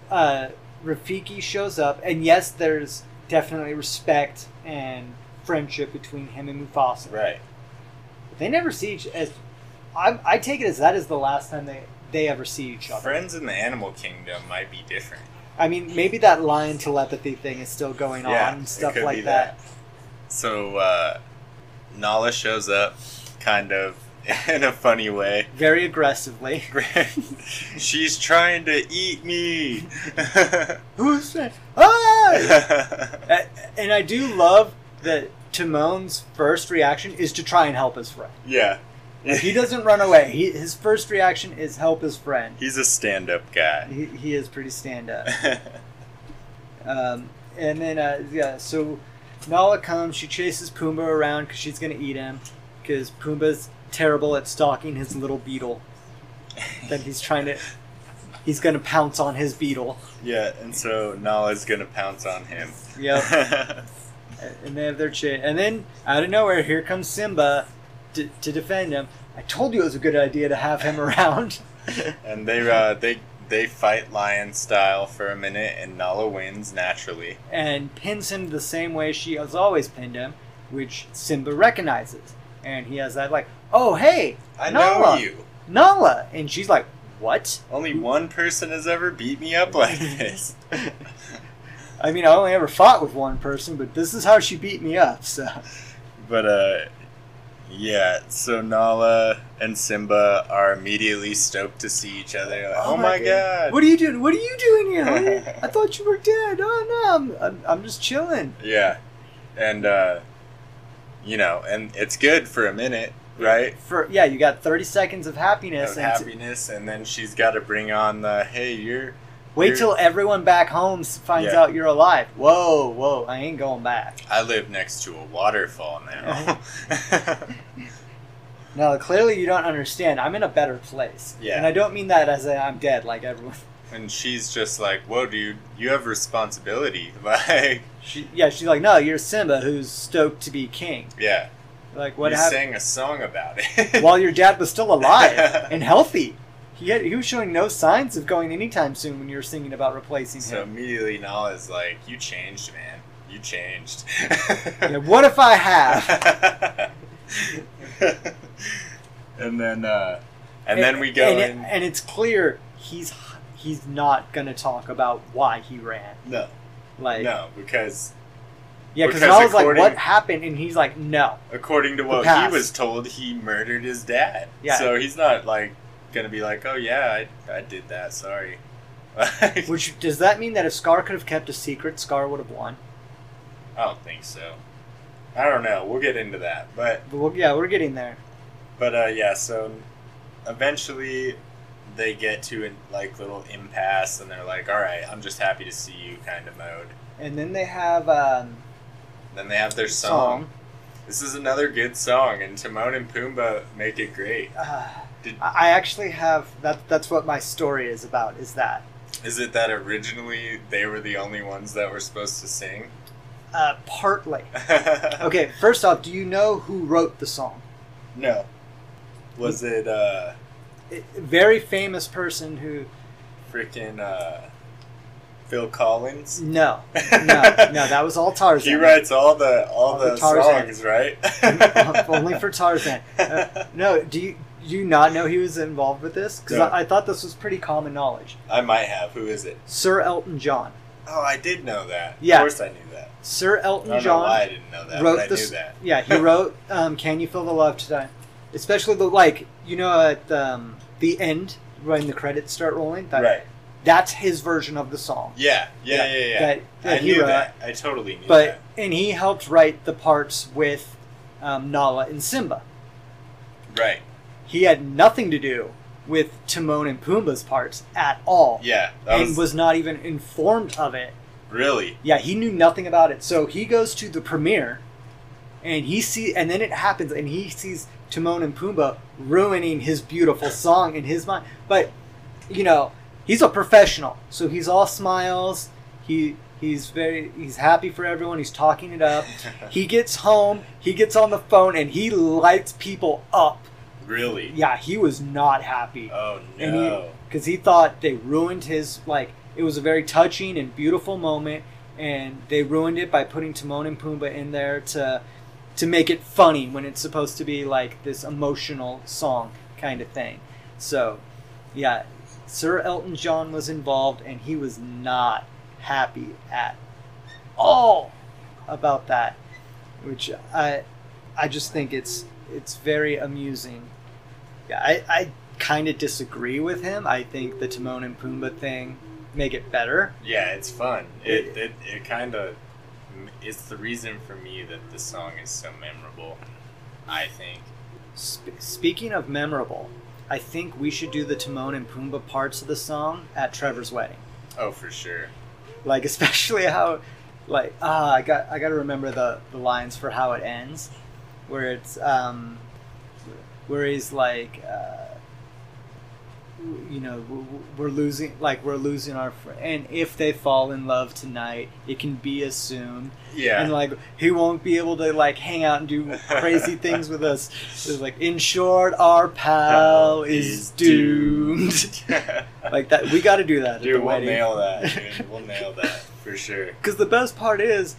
Speaker 2: uh, Rafiki shows up, and yes, there's definitely respect and friendship between him and Mufasa.
Speaker 1: right.
Speaker 2: But they never see each as. I, I take it as that is the last time they they ever see each other.
Speaker 1: Friends in the animal kingdom might be different.
Speaker 2: I mean, maybe that lion telepathy thing is still going
Speaker 1: Yeah,
Speaker 2: on and
Speaker 1: it
Speaker 2: stuff
Speaker 1: could be
Speaker 2: like that.
Speaker 1: So uh, Nala shows up, kind of in a funny way.
Speaker 2: Very aggressively.
Speaker 1: She's trying to eat me.
Speaker 2: Who's that? Ah! A- and I do love that Timon's first reaction is to try and help his friend.
Speaker 1: yeah.
Speaker 2: Like, he doesn't run away. He, his first reaction is help his friend.
Speaker 1: He's a stand up guy.
Speaker 2: He, he is pretty stand up. Um, and then, uh, yeah, so Nala comes. She chases Pumbaa around because she's going to eat him. Because Pumbaa's terrible at stalking his little beetle. That he's trying to. He's going to pounce on his beetle.
Speaker 1: yeah, and so Nala's gonna pounce on him.
Speaker 2: Yep. and they have their chin. And then, out of nowhere, here comes Simba to, to defend him. I told you it was a good idea to have him around.
Speaker 1: and they uh, they they fight lion style for a minute, and Nala wins naturally.
Speaker 2: and pins him the same way she has always pinned him, which Simba recognizes. And he has that like, "Oh hey,
Speaker 1: I know
Speaker 2: Nala,
Speaker 1: you.
Speaker 2: Nala," and she's like, "What?"
Speaker 1: Only one person has ever beat me up like this.
Speaker 2: I mean, I only ever fought with one person, but this is how she beat me up. So
Speaker 1: But uh yeah, so Nala and Simba are immediately stoked to see each other. Like, oh, my god.
Speaker 2: what are you doing? What are you doing here? What are you- I thought you were dead. Oh no, I'm, I'm, I'm just chilling.
Speaker 1: Yeah. And uh you know, and it's good for a minute, right?
Speaker 2: For yeah, you got thirty seconds of happiness.
Speaker 1: Of
Speaker 2: and it's-
Speaker 1: happiness and then she's got to bring on the hey, you're
Speaker 2: wait till everyone back home s- finds
Speaker 1: Yeah.
Speaker 2: out you're alive. Whoa, whoa, I ain't going back.
Speaker 1: I live next to a waterfall now.
Speaker 2: No, clearly you don't understand. I'm in a better place.
Speaker 1: Yeah.
Speaker 2: And I don't mean that as a, I'm dead, like everyone.
Speaker 1: and she's just like, "Whoa, dude, you have responsibility." Like,
Speaker 2: She, yeah, she's like, no, you're Simba who's stoked to be king.
Speaker 1: yeah.
Speaker 2: Like, what
Speaker 1: you
Speaker 2: happened?
Speaker 1: sang a song about it.
Speaker 2: While your dad was still alive and healthy, he, had, he was showing no signs of going anytime soon when you were singing about replacing
Speaker 1: So
Speaker 2: him.
Speaker 1: immediately Nala's like, "You changed, man. You changed."
Speaker 2: Yeah, what if I have?
Speaker 1: and then, uh, and, then we go
Speaker 2: and, it-
Speaker 1: in.
Speaker 2: and it's clear he's he's not gonna talk about why he ran.
Speaker 1: no,
Speaker 2: Like,
Speaker 1: no, because
Speaker 2: yeah, because
Speaker 1: Because
Speaker 2: I was like,
Speaker 1: according-
Speaker 2: what happened? And he's like, no.
Speaker 1: according to what he
Speaker 2: past.
Speaker 1: was told, he murdered his dad.
Speaker 2: Yeah.
Speaker 1: So he's not like gonna be like, "Oh yeah, I, I did that. Sorry." I
Speaker 2: Which does that mean that if Scar could have kept a secret, Scar would have won?
Speaker 1: don't think so. I don't know. We'll get into that, but
Speaker 2: But we'll, yeah, we're getting there.
Speaker 1: But uh, yeah, so eventually they get to a like little impasse, and they're like, "All right, I'm just happy to see you," kind of mode.
Speaker 2: And then they have um,
Speaker 1: Then they have their song. This is another good song, and Timon and Pumbaa make it great.
Speaker 2: Uh,
Speaker 1: Did-
Speaker 2: I I actually have that. That's what my story is about. Is that
Speaker 1: Is it that originally they were the only ones that were supposed to sing?
Speaker 2: uh, partly okay? First off, do you know who wrote the song?
Speaker 1: No. Was it uh,
Speaker 2: A very famous person who
Speaker 1: freaking uh, Phil Collins?
Speaker 2: no, no, no. That was all Tarzan.
Speaker 1: He writes all the all,
Speaker 2: All the
Speaker 1: the,
Speaker 2: Tarzan.
Speaker 1: songs, right?
Speaker 2: only for Tarzan. Uh, no, do you do you not know he was involved with this? Because
Speaker 1: No.
Speaker 2: I, I thought this was pretty common knowledge.
Speaker 1: I might have. Who is it?
Speaker 2: Sir Elton John.
Speaker 1: Oh, I did know that.
Speaker 2: Yeah.
Speaker 1: Of course I knew that.
Speaker 2: Sir
Speaker 1: I
Speaker 2: Elton
Speaker 1: don't
Speaker 2: John
Speaker 1: know why I didn't know that,
Speaker 2: wrote
Speaker 1: but I
Speaker 2: the
Speaker 1: knew
Speaker 2: s-
Speaker 1: that.
Speaker 2: Yeah, he wrote um, "Can You Feel the Love Tonight," especially the like you know at um, the end when the credits start rolling. That,
Speaker 1: right.
Speaker 2: That's his version of the song.
Speaker 1: Yeah, yeah, yeah, yeah.
Speaker 2: That, that
Speaker 1: I
Speaker 2: he
Speaker 1: knew
Speaker 2: wrote,
Speaker 1: that. I totally knew
Speaker 2: but and he helped write the parts with um, Nala and Simba.
Speaker 1: that. Right.
Speaker 2: He had nothing to do with Timon and Pumbaa's parts at all,
Speaker 1: Yeah. That
Speaker 2: and
Speaker 1: was,
Speaker 2: was not even informed of it.
Speaker 1: really.
Speaker 2: Yeah, he knew nothing about it. So he goes to the premiere, and he see, and then it happens, and he sees Timon and Pumbaa ruining his beautiful song in his mind. But you know, he's a professional, so he's all smiles. He He's very he's happy for everyone. He's talking it up. he gets home. He gets on the phone and he lights people up.
Speaker 1: really?
Speaker 2: Yeah, he was not happy
Speaker 1: Oh
Speaker 2: And
Speaker 1: no.
Speaker 2: because he thought they ruined his like it was a very touching and beautiful moment and they ruined it by putting timon and pumbaa in there to to make it funny when it's supposed to be like this emotional song kind of thing so yeah sir elton john was involved and he was not happy at all about that which i i just think it's it's very amusing yeah i i kind of disagree with him. I think the Timon and Pumbaa thing make it better.
Speaker 1: Yeah, it's fun. It it, it kind of it's the reason for me that this song is so memorable. I think.
Speaker 2: Sp- speaking of memorable, I think we should do the Timon and Pumbaa parts of the song at Trevor's wedding.
Speaker 1: Oh, for sure.
Speaker 2: Like especially how, like ah, I got I got to remember the the lines for how it ends, where it's um, where he's like. Uh, you know w- w- we're losing like we're losing our friend and if they fall in love tonight it can be as soon
Speaker 1: Yeah.
Speaker 2: and like he won't be able to like hang out and do crazy things with us. It's like, in short, our pal is doomed. like that, we got to do that at
Speaker 1: Dude,
Speaker 2: the
Speaker 1: we'll
Speaker 2: wedding.
Speaker 1: nail that. Dude. We'll nail that for sure.
Speaker 2: Because the best part is,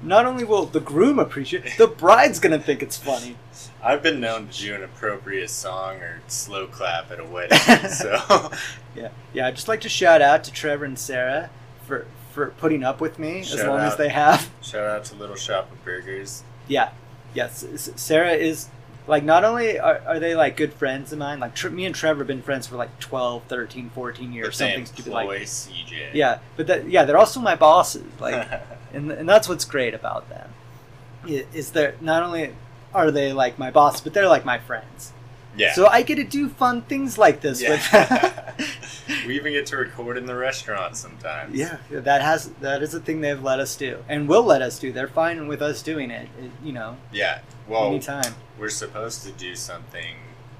Speaker 2: not only will the groom appreciate, the bride's gonna think it's funny.
Speaker 1: I've been known to do an appropriate song or slow clap at a wedding, so
Speaker 2: Yeah, yeah. I'd just like to shout out to Trevor and Sarah for for putting up with me as
Speaker 1: Shout
Speaker 2: long as
Speaker 1: out.
Speaker 2: they have.
Speaker 1: shout out to Little Shop of Burgers.
Speaker 2: Yeah, yes. S- Sarah is like not only are, are they like good friends of mine. Like tr- me and Trevor have been friends for like 12, 13, 14 years,
Speaker 1: Their
Speaker 2: something
Speaker 1: name's
Speaker 2: stupid
Speaker 1: Chloe
Speaker 2: like.
Speaker 1: CJ.
Speaker 2: Yeah, but that yeah, they're also my bosses. Like, and and that's what's great about them. i- Is they're not only are they like my bosses, but they're like my friends.
Speaker 1: yeah.
Speaker 2: So I get to do fun things like this with them.
Speaker 1: Yeah. we even get to record in the restaurant sometimes.
Speaker 2: Yeah, that has that is a thing they've let us do, and will let us do. They're fine with us doing it, it- you know,
Speaker 1: Yeah. Well,
Speaker 2: anytime.
Speaker 1: we're supposed to do something,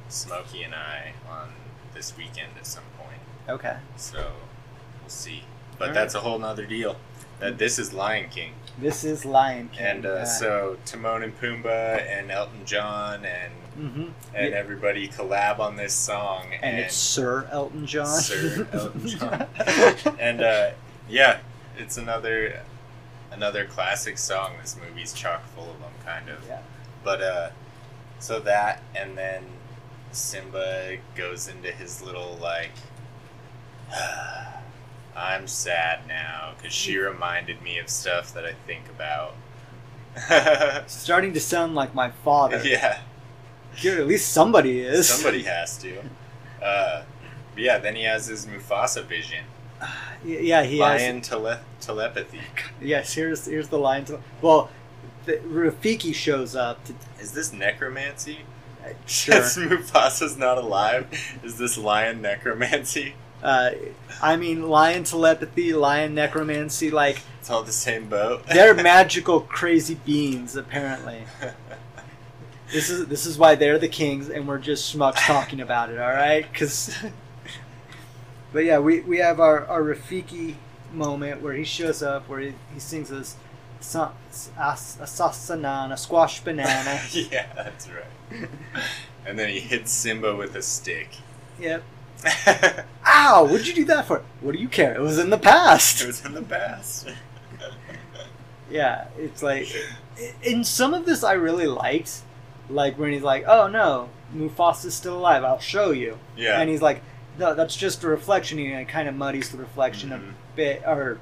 Speaker 1: Smokey and I, on this weekend at some point.
Speaker 2: Okay.
Speaker 1: So we'll see. But
Speaker 2: All right.
Speaker 1: that's a whole nother deal. That this is Lion King.
Speaker 2: This is Lion King.
Speaker 1: And uh, so Timon and Pumbaa and Elton John and
Speaker 2: hmm
Speaker 1: and
Speaker 2: Yeah.
Speaker 1: everybody collab on this song. And,
Speaker 2: and it's Sir Elton John.
Speaker 1: Sir Elton John. and uh, yeah, it's another another classic song. This movie's chock full of them, kind of.
Speaker 2: Yeah.
Speaker 1: But uh, so that and then Simba goes into his little like. I'm sad now because she reminded me of stuff that I think about.
Speaker 2: Starting to sound like my father.
Speaker 1: yeah.
Speaker 2: Good, at least somebody is.
Speaker 1: Somebody has to. Uh, but yeah, then he has his Mufasa vision.
Speaker 2: Y- Yeah, he has.
Speaker 1: Lion tele- telepathy.
Speaker 2: Yes, here's here's the line. To, well, the, Rafiki shows up. To,
Speaker 1: Is this necromancy?
Speaker 2: sure.
Speaker 1: Since Mufasa's not alive, is this lion necromancy?
Speaker 2: uh, I mean, lion telepathy, lion necromancy. Like
Speaker 1: It's all the same boat.
Speaker 2: they're magical, crazy beings. Apparently, this is this is why they're the kings, and we're just schmucks talking about it. All right, because. But yeah, we, we have our, our Rafiki moment where he shows up, where he, he sings this sa- as- asasanana, squash banana.
Speaker 1: yeah, that's right. And then he hits Simba with a stick.
Speaker 2: yep.
Speaker 1: it
Speaker 2: Ow, what'd you do that for? What do you care? It was in the past.
Speaker 1: was in the past.
Speaker 2: Yeah, it's like. In some of this, I really liked. Like when he's like, oh no, Mufasa's still alive, I'll show you.
Speaker 1: Yeah.
Speaker 2: And he's like, no, that's just a reflection, and it kind of muddies the reflection
Speaker 1: Mhm.
Speaker 2: a bit, or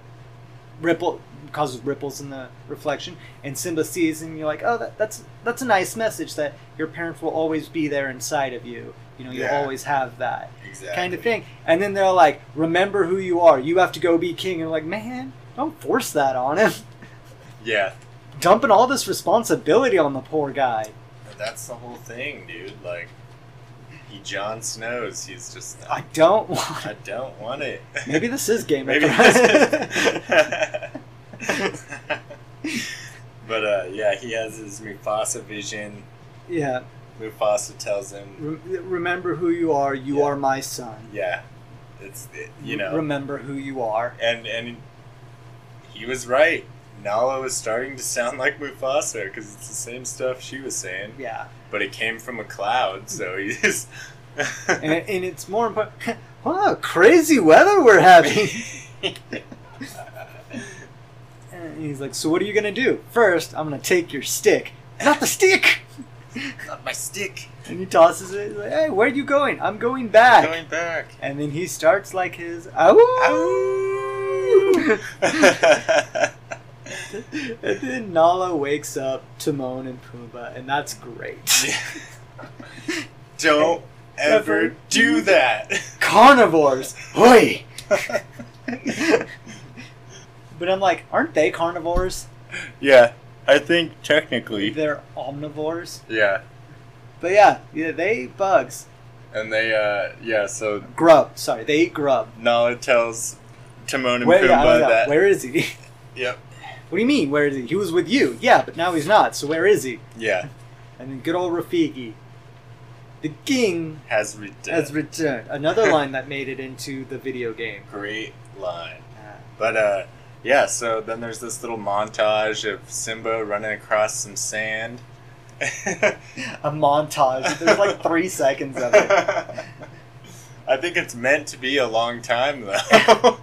Speaker 2: ripple causes ripples in the reflection. And Simba sees, and you're like, oh, that, that's that's a nice message that your parents will always be there inside of you. You know, you'll
Speaker 1: Yeah.
Speaker 2: always have that
Speaker 1: Mm-hmm. exactly.
Speaker 2: kind of thing. And then they're like, remember who you are. You have to go be king. And like, man, don't force that on him.
Speaker 1: Yeah,
Speaker 2: Dumping all this responsibility on the poor guy.
Speaker 1: that's the whole thing, dude. Like, he Jon Snows. He's just.
Speaker 2: I don't want.
Speaker 1: I don't want it.
Speaker 2: Maybe this is Game of
Speaker 1: Maybe.
Speaker 2: Thrones.
Speaker 1: but uh, yeah, he has his Mufasa vision.
Speaker 2: yeah.
Speaker 1: Mufasa tells him,
Speaker 2: Re- remember who you are. You
Speaker 1: Yeah.
Speaker 2: are my son.
Speaker 1: "Yeah, it's it, you know,"
Speaker 2: Remember who you are.
Speaker 1: and and he was right. Nala was starting to sound like Mufasa because it's the same stuff she was saying,
Speaker 2: Yeah,
Speaker 1: but it came from a cloud, so he just.
Speaker 2: and, it- and it's more important. Wow, crazy weather we're having. And he's like, so what are you gonna do? First, I'm gonna take your stick. Not the stick.
Speaker 1: Not my stick.
Speaker 2: And he tosses it. He's like, hey, where are you going? I'm going back.
Speaker 1: Going back.
Speaker 2: And then he starts like his ow.
Speaker 1: Ow.
Speaker 2: and then Nala wakes up Timon and Pumbaa, and that's great.
Speaker 1: Don't ever do that.
Speaker 2: Carnivores, hoy! But I'm like, aren't they carnivores?
Speaker 1: yeah, I think technically.
Speaker 2: They're omnivores.
Speaker 1: Yeah,
Speaker 2: But yeah, yeah, they eat bugs.
Speaker 1: and they, uh, yeah, so
Speaker 2: Grub. Sorry, they eat grub.
Speaker 1: Nala tells Timon and
Speaker 2: Where, yeah, I
Speaker 1: Pumbaa
Speaker 2: don't know.
Speaker 1: that.
Speaker 2: where is he?
Speaker 1: Yep.
Speaker 2: what do you mean? Where is he? He was with you. Yeah, but now he's not. So where is he?
Speaker 1: Yeah,
Speaker 2: And then good old Rafiki, the king
Speaker 1: has returned.
Speaker 2: has returned. Another line that made it into the video game.
Speaker 1: Great line.
Speaker 2: Uh,
Speaker 1: But uh, yeah, so then there's this little montage of Simba running across some sand.
Speaker 2: a montage. There's like three seconds of it.
Speaker 1: I think it's meant to be a long time though.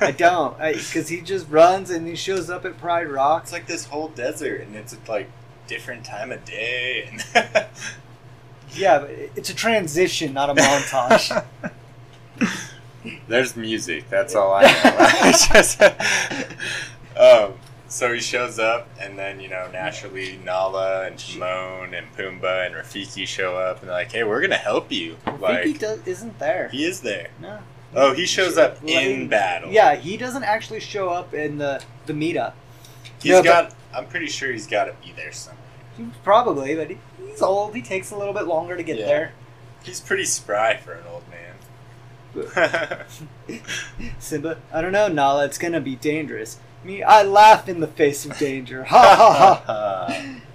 Speaker 2: I don't, because he just runs and he shows up at Pride Rock.
Speaker 1: It's like this whole desert, and it's at, like different time of day. And
Speaker 2: Yeah, but it- it's a transition, not a montage.
Speaker 1: There's music. That's all I know. I just- um, so he shows up, and then you know naturally Nala and Timon and Pumbaa and Rafiki show up, and they're like, "Hey, we're gonna help you."
Speaker 2: I think he
Speaker 1: Like
Speaker 2: does, isn't there.
Speaker 1: he is there.
Speaker 2: no.
Speaker 1: Oh, he shows up
Speaker 2: Lame.
Speaker 1: in battle.
Speaker 2: Yeah, he doesn't actually show up in the the meetup.
Speaker 1: he's
Speaker 2: no, but-
Speaker 1: got. I'm pretty sure he's got to be there somewhere.
Speaker 2: He- Probably, but he, he's old. He takes a little bit longer to get
Speaker 1: Yeah.
Speaker 2: there.
Speaker 1: He's pretty spry for an old man.
Speaker 2: Simba, I don't know, Nala. It's gonna be dangerous. Me, I laugh in the face of danger. Ha ha ha.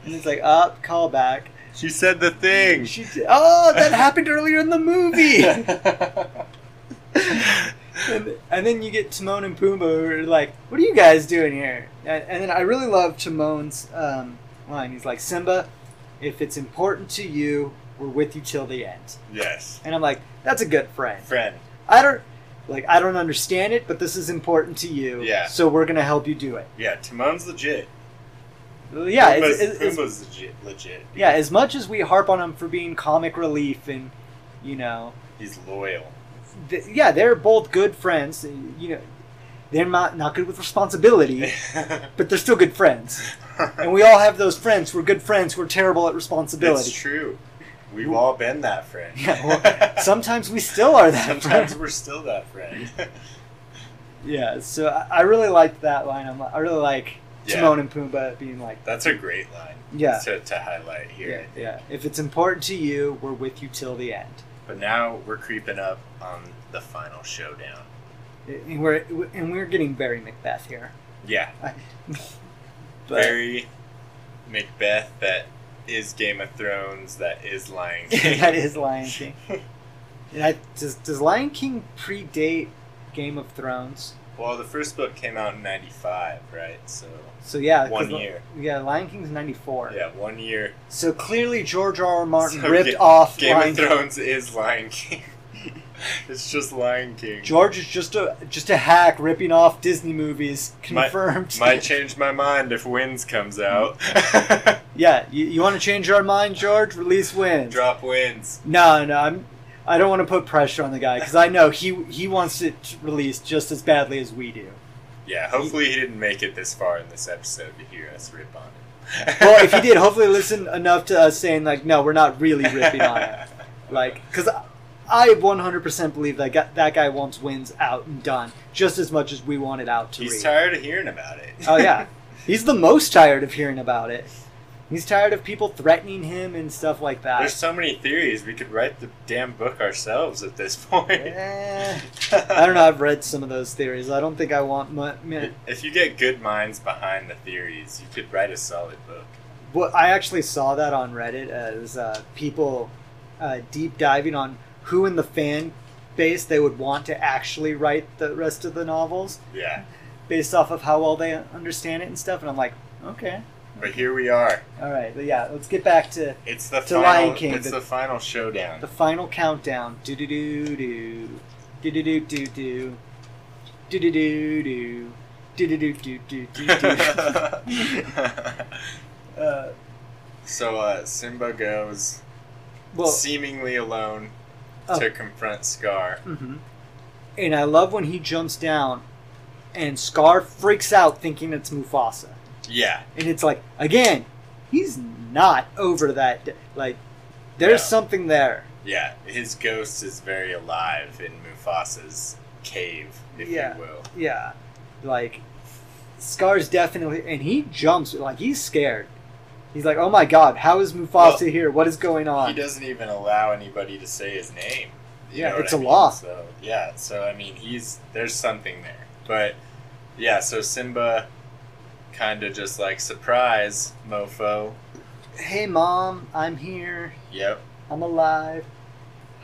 Speaker 2: And it's like, up, call back.
Speaker 1: she said the thing.
Speaker 2: She, d- oh, that happened earlier in the movie. and, and then you get Timon and Pumbaa who are like, "What are you guys doing here?" And, and then I really love Timon's um, line. He's like, "Simba, if it's important to you, we're with you till the end."
Speaker 1: yes,
Speaker 2: And I'm like, "That's a good friend."
Speaker 1: friend.
Speaker 2: I don't like I don't understand it, but this is important to you.
Speaker 1: Yeah.
Speaker 2: So we're gonna help you do it.
Speaker 1: Yeah, Timon's legit.
Speaker 2: Well, Yeah. It's,
Speaker 1: Pumbaa's,
Speaker 2: it's, it's-
Speaker 1: Pumbaa's legit. Legit.
Speaker 2: yeah. As much as we harp on him for being comic relief and you know
Speaker 1: He's loyal.
Speaker 2: th- yeah, they're both good friends. You know, they're not not good with responsibility, but they're still good friends. And we all have those friends. We're good friends. We're terrible at
Speaker 1: it's
Speaker 2: responsibility.
Speaker 1: true. We've all been that friend.
Speaker 2: Yeah, well, Sometimes we still are that
Speaker 1: Sometimes
Speaker 2: friend.
Speaker 1: we're still that friend.
Speaker 2: Yeah. So I, I really liked that line. I'm, I really like
Speaker 1: Yeah.
Speaker 2: Timon and Pumbaa being like,
Speaker 1: That's a great line
Speaker 2: yeah,
Speaker 1: to, to highlight here.
Speaker 2: yeah, yeah. If it's important to you, we're with you till the end.
Speaker 1: But now we're creeping up on the final showdown.
Speaker 2: And we're and we're getting Barry Macbeth here.
Speaker 1: Yeah,
Speaker 2: But
Speaker 1: Barry Macbeth that is Game of Thrones that is Lion King.
Speaker 2: that is Lion King. And I, does does Lion King predate Game of Thrones?
Speaker 1: Well, the first book came out in '95, right? So
Speaker 2: So yeah, 'cause
Speaker 1: one
Speaker 2: Li-
Speaker 1: year.
Speaker 2: Yeah, Lion King's ninety four.
Speaker 1: Yeah, one year.
Speaker 2: So clearly George R. R. Martin
Speaker 1: So
Speaker 2: ripped
Speaker 1: Ga-
Speaker 2: off
Speaker 1: Game
Speaker 2: Lion
Speaker 1: of
Speaker 2: King.
Speaker 1: Thrones is Lion King. it's just Lion King.
Speaker 2: George is just a just a hack ripping off Disney movies.
Speaker 1: My-
Speaker 2: Confirmed.
Speaker 1: Might change my mind if Winds comes out.
Speaker 2: yeah, you, you want to change our mind, George? Release wins.
Speaker 1: Drop Winds.
Speaker 2: No, no, I'm. I don't want to put pressure on the guy because I know he he wants it released just as badly as we do.
Speaker 1: Yeah, hopefully he didn't make it this far in this episode to hear us rip on it.
Speaker 2: Well, if he did, hopefully listen enough to us saying like, no, we're not really ripping on it, like because. I 100% believe that guy, that guy wants wins out and done just as much as we want it out to
Speaker 1: He's
Speaker 2: read.
Speaker 1: tired of hearing about it.
Speaker 2: Oh yeah, he's the most tired of hearing about it. He's tired of people threatening him and stuff like that.
Speaker 1: There's so many theories. We could write the damn book ourselves at this point.
Speaker 2: Eh, I don't know. I've read some of those theories. I don't think I want mu man,
Speaker 1: If you get good minds behind the theories, you could write a solid book.
Speaker 2: Well, I actually saw that on Reddit as uh, people uh, deep diving on who in the fan base they would want to actually write the rest of the novels.
Speaker 1: Yeah.
Speaker 2: based off of how well they understand it and stuff. And I'm like, okay,
Speaker 1: But here we are.
Speaker 2: all right, but yeah, let's get back to
Speaker 1: It's the
Speaker 2: To
Speaker 1: final.
Speaker 2: Lion King,
Speaker 1: it's
Speaker 2: the-
Speaker 1: the, final showdown.
Speaker 2: the final countdown. Do do do do, do do do do do, do do do do, do do do do do do do. Uh,
Speaker 1: so uh, Simba goes
Speaker 2: Well,
Speaker 1: seemingly alone
Speaker 2: Oh.
Speaker 1: to confront Scar.
Speaker 2: hmm and I love when he jumps down, and Scar freaks out thinking it's Mufasa.
Speaker 1: Yeah,
Speaker 2: and it's like again he's not over that d- like there's
Speaker 1: Yeah.
Speaker 2: something there
Speaker 1: yeah. His ghost is very alive in Mufasa's cave, if
Speaker 2: Yeah.
Speaker 1: you will.
Speaker 2: yeah like scar's definitely and he jumps like he's scared he's like oh my god how is mufasa
Speaker 1: Well,
Speaker 2: here what is going
Speaker 1: He
Speaker 2: on
Speaker 1: doesn't even allow anybody to say his name. You
Speaker 2: Yeah,
Speaker 1: know what
Speaker 2: it's
Speaker 1: I
Speaker 2: a
Speaker 1: mean?
Speaker 2: law.
Speaker 1: So, yeah, so I mean, he's there's something there, but yeah, so Simba kind of just like surprise mofo.
Speaker 2: hey mom i'm here
Speaker 1: Yep.
Speaker 2: i'm alive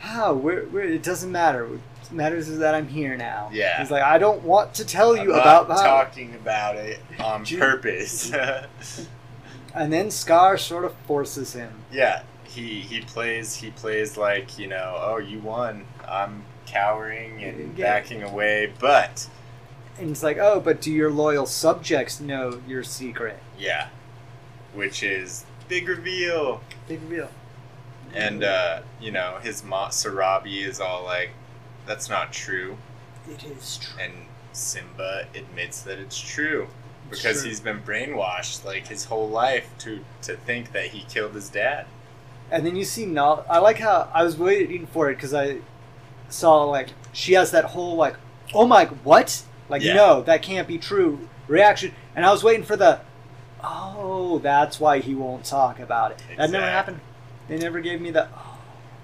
Speaker 2: how where, where it doesn't matter what matters is that i'm here now
Speaker 1: Yeah.
Speaker 2: he's like i don't want to tell
Speaker 1: I'm
Speaker 2: you
Speaker 1: not
Speaker 2: about how
Speaker 1: talking about it on
Speaker 2: Dude.
Speaker 1: purpose.
Speaker 2: and then scar sort of forces him
Speaker 1: yeah, he he plays he plays like you know oh you won I'm cowering and
Speaker 2: Yeah.
Speaker 1: backing away but
Speaker 2: and it's like oh but do your loyal subjects know your secret
Speaker 1: yeah, which is big reveal.
Speaker 2: Big reveal.
Speaker 1: And uh, you know, his ma Sarabi is all like, "That's not true,"
Speaker 2: it is true.
Speaker 1: and Simba admits that it's true because
Speaker 2: True.
Speaker 1: he's been brainwashed like his whole life to to think that he killed his dad.
Speaker 2: And then you see Nala. I like how I was waiting for it because I saw like she has that whole like, oh my what? Like
Speaker 1: Yeah.
Speaker 2: no, that can't be true reaction. And I was waiting for the, oh that's why he won't talk about it. That never
Speaker 1: Exact.
Speaker 2: happened. They never gave me the. Oh,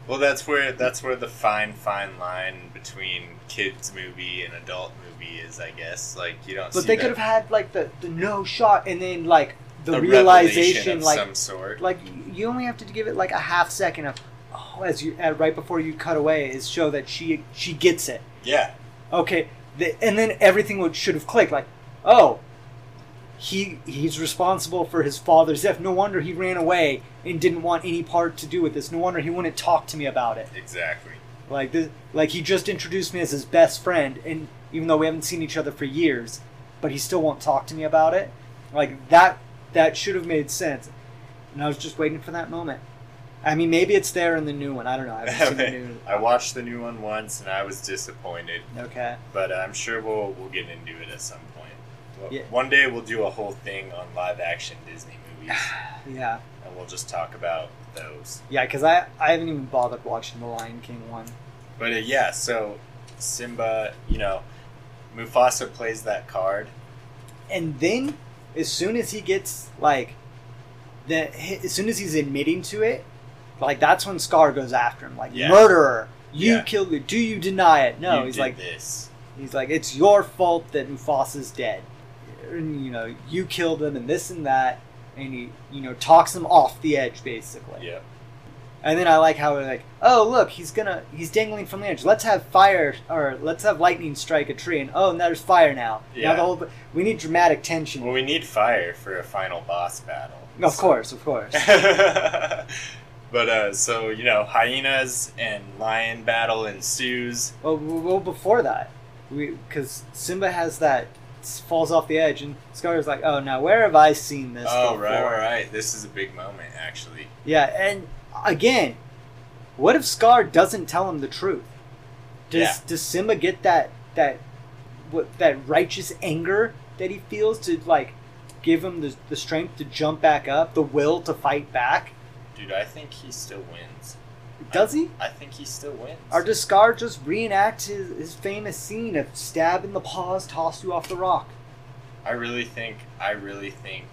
Speaker 1: Well, that's where that's where the fine fine line between kids movie and adult movie is, I guess. Like you don't.
Speaker 2: but
Speaker 1: see
Speaker 2: they
Speaker 1: that-
Speaker 2: could have had like the the no shot and then like the
Speaker 1: a revelation
Speaker 2: realization
Speaker 1: of
Speaker 2: like
Speaker 1: some sort.
Speaker 2: like you only have to give it like a half second of oh as you uh, right before you cut away is show that she she gets it
Speaker 1: yeah,
Speaker 2: okay the, and then everything would should have clicked like oh he he's responsible for his father's death no wonder he ran away and didn't want any part to do with this no wonder he wouldn't talk to me about it
Speaker 1: exactly.
Speaker 2: like this like he just introduced me as his best friend and even though we haven't seen each other for years but he still won't talk to me about it like that that should have made sense and i was just waiting for that moment i mean maybe it's there in the new one i don't know i haven't seen the new
Speaker 1: I watched the new one once and I was disappointed.
Speaker 2: okay
Speaker 1: but uh, I'm sure we'll we'll get into it at some point. Well,
Speaker 2: Yeah.
Speaker 1: One day we'll do a whole thing on live action Disney movies,
Speaker 2: yeah
Speaker 1: and we'll just talk about those.
Speaker 2: yeah because i i haven't even bothered watching the lion king one
Speaker 1: But uh, yeah, so Simba, you know, Mufasa plays that card.
Speaker 2: and then as soon as he gets like the as soon as he's admitting to it like that's when scar goes after him like
Speaker 1: Yeah.
Speaker 2: murderer you
Speaker 1: Yeah.
Speaker 2: killed me do you deny it no
Speaker 1: You
Speaker 2: he's
Speaker 1: did
Speaker 2: like
Speaker 1: this.
Speaker 2: he's like it's your fault that mufasa's dead and, you know you killed him and this and that and he you know talks him off the edge basically
Speaker 1: Yeah,
Speaker 2: and then i like how we're like oh look he's gonna he's dangling from the edge let's have fire or let's have lightning strike a tree and oh and there's fire now now
Speaker 1: Yeah.
Speaker 2: the whole we need dramatic tension
Speaker 1: Well, we need fire for a final boss battle.
Speaker 2: Of
Speaker 1: So-
Speaker 2: course, of course.
Speaker 1: but uh, so you know, hyenas and lion battle ensues.
Speaker 2: well, w- well, before that, we because Simba has that s- falls off the edge, and Scar is like, "Oh, now where have I seen this
Speaker 1: oh
Speaker 2: before?"
Speaker 1: right, right. This is a big moment, actually.
Speaker 2: Yeah, and again, what if Scar doesn't tell him the truth? Does
Speaker 1: Yeah.
Speaker 2: does Simba get that that what that righteous anger that he feels to like give him the the strength to jump back up, the will to fight back?
Speaker 1: Dude, I think he still wins.
Speaker 2: Does he?
Speaker 1: I think he still wins.
Speaker 2: Or does Scar just reenact his, his famous scene of stab in the paws, toss you off the rock?
Speaker 1: I really think. I really think.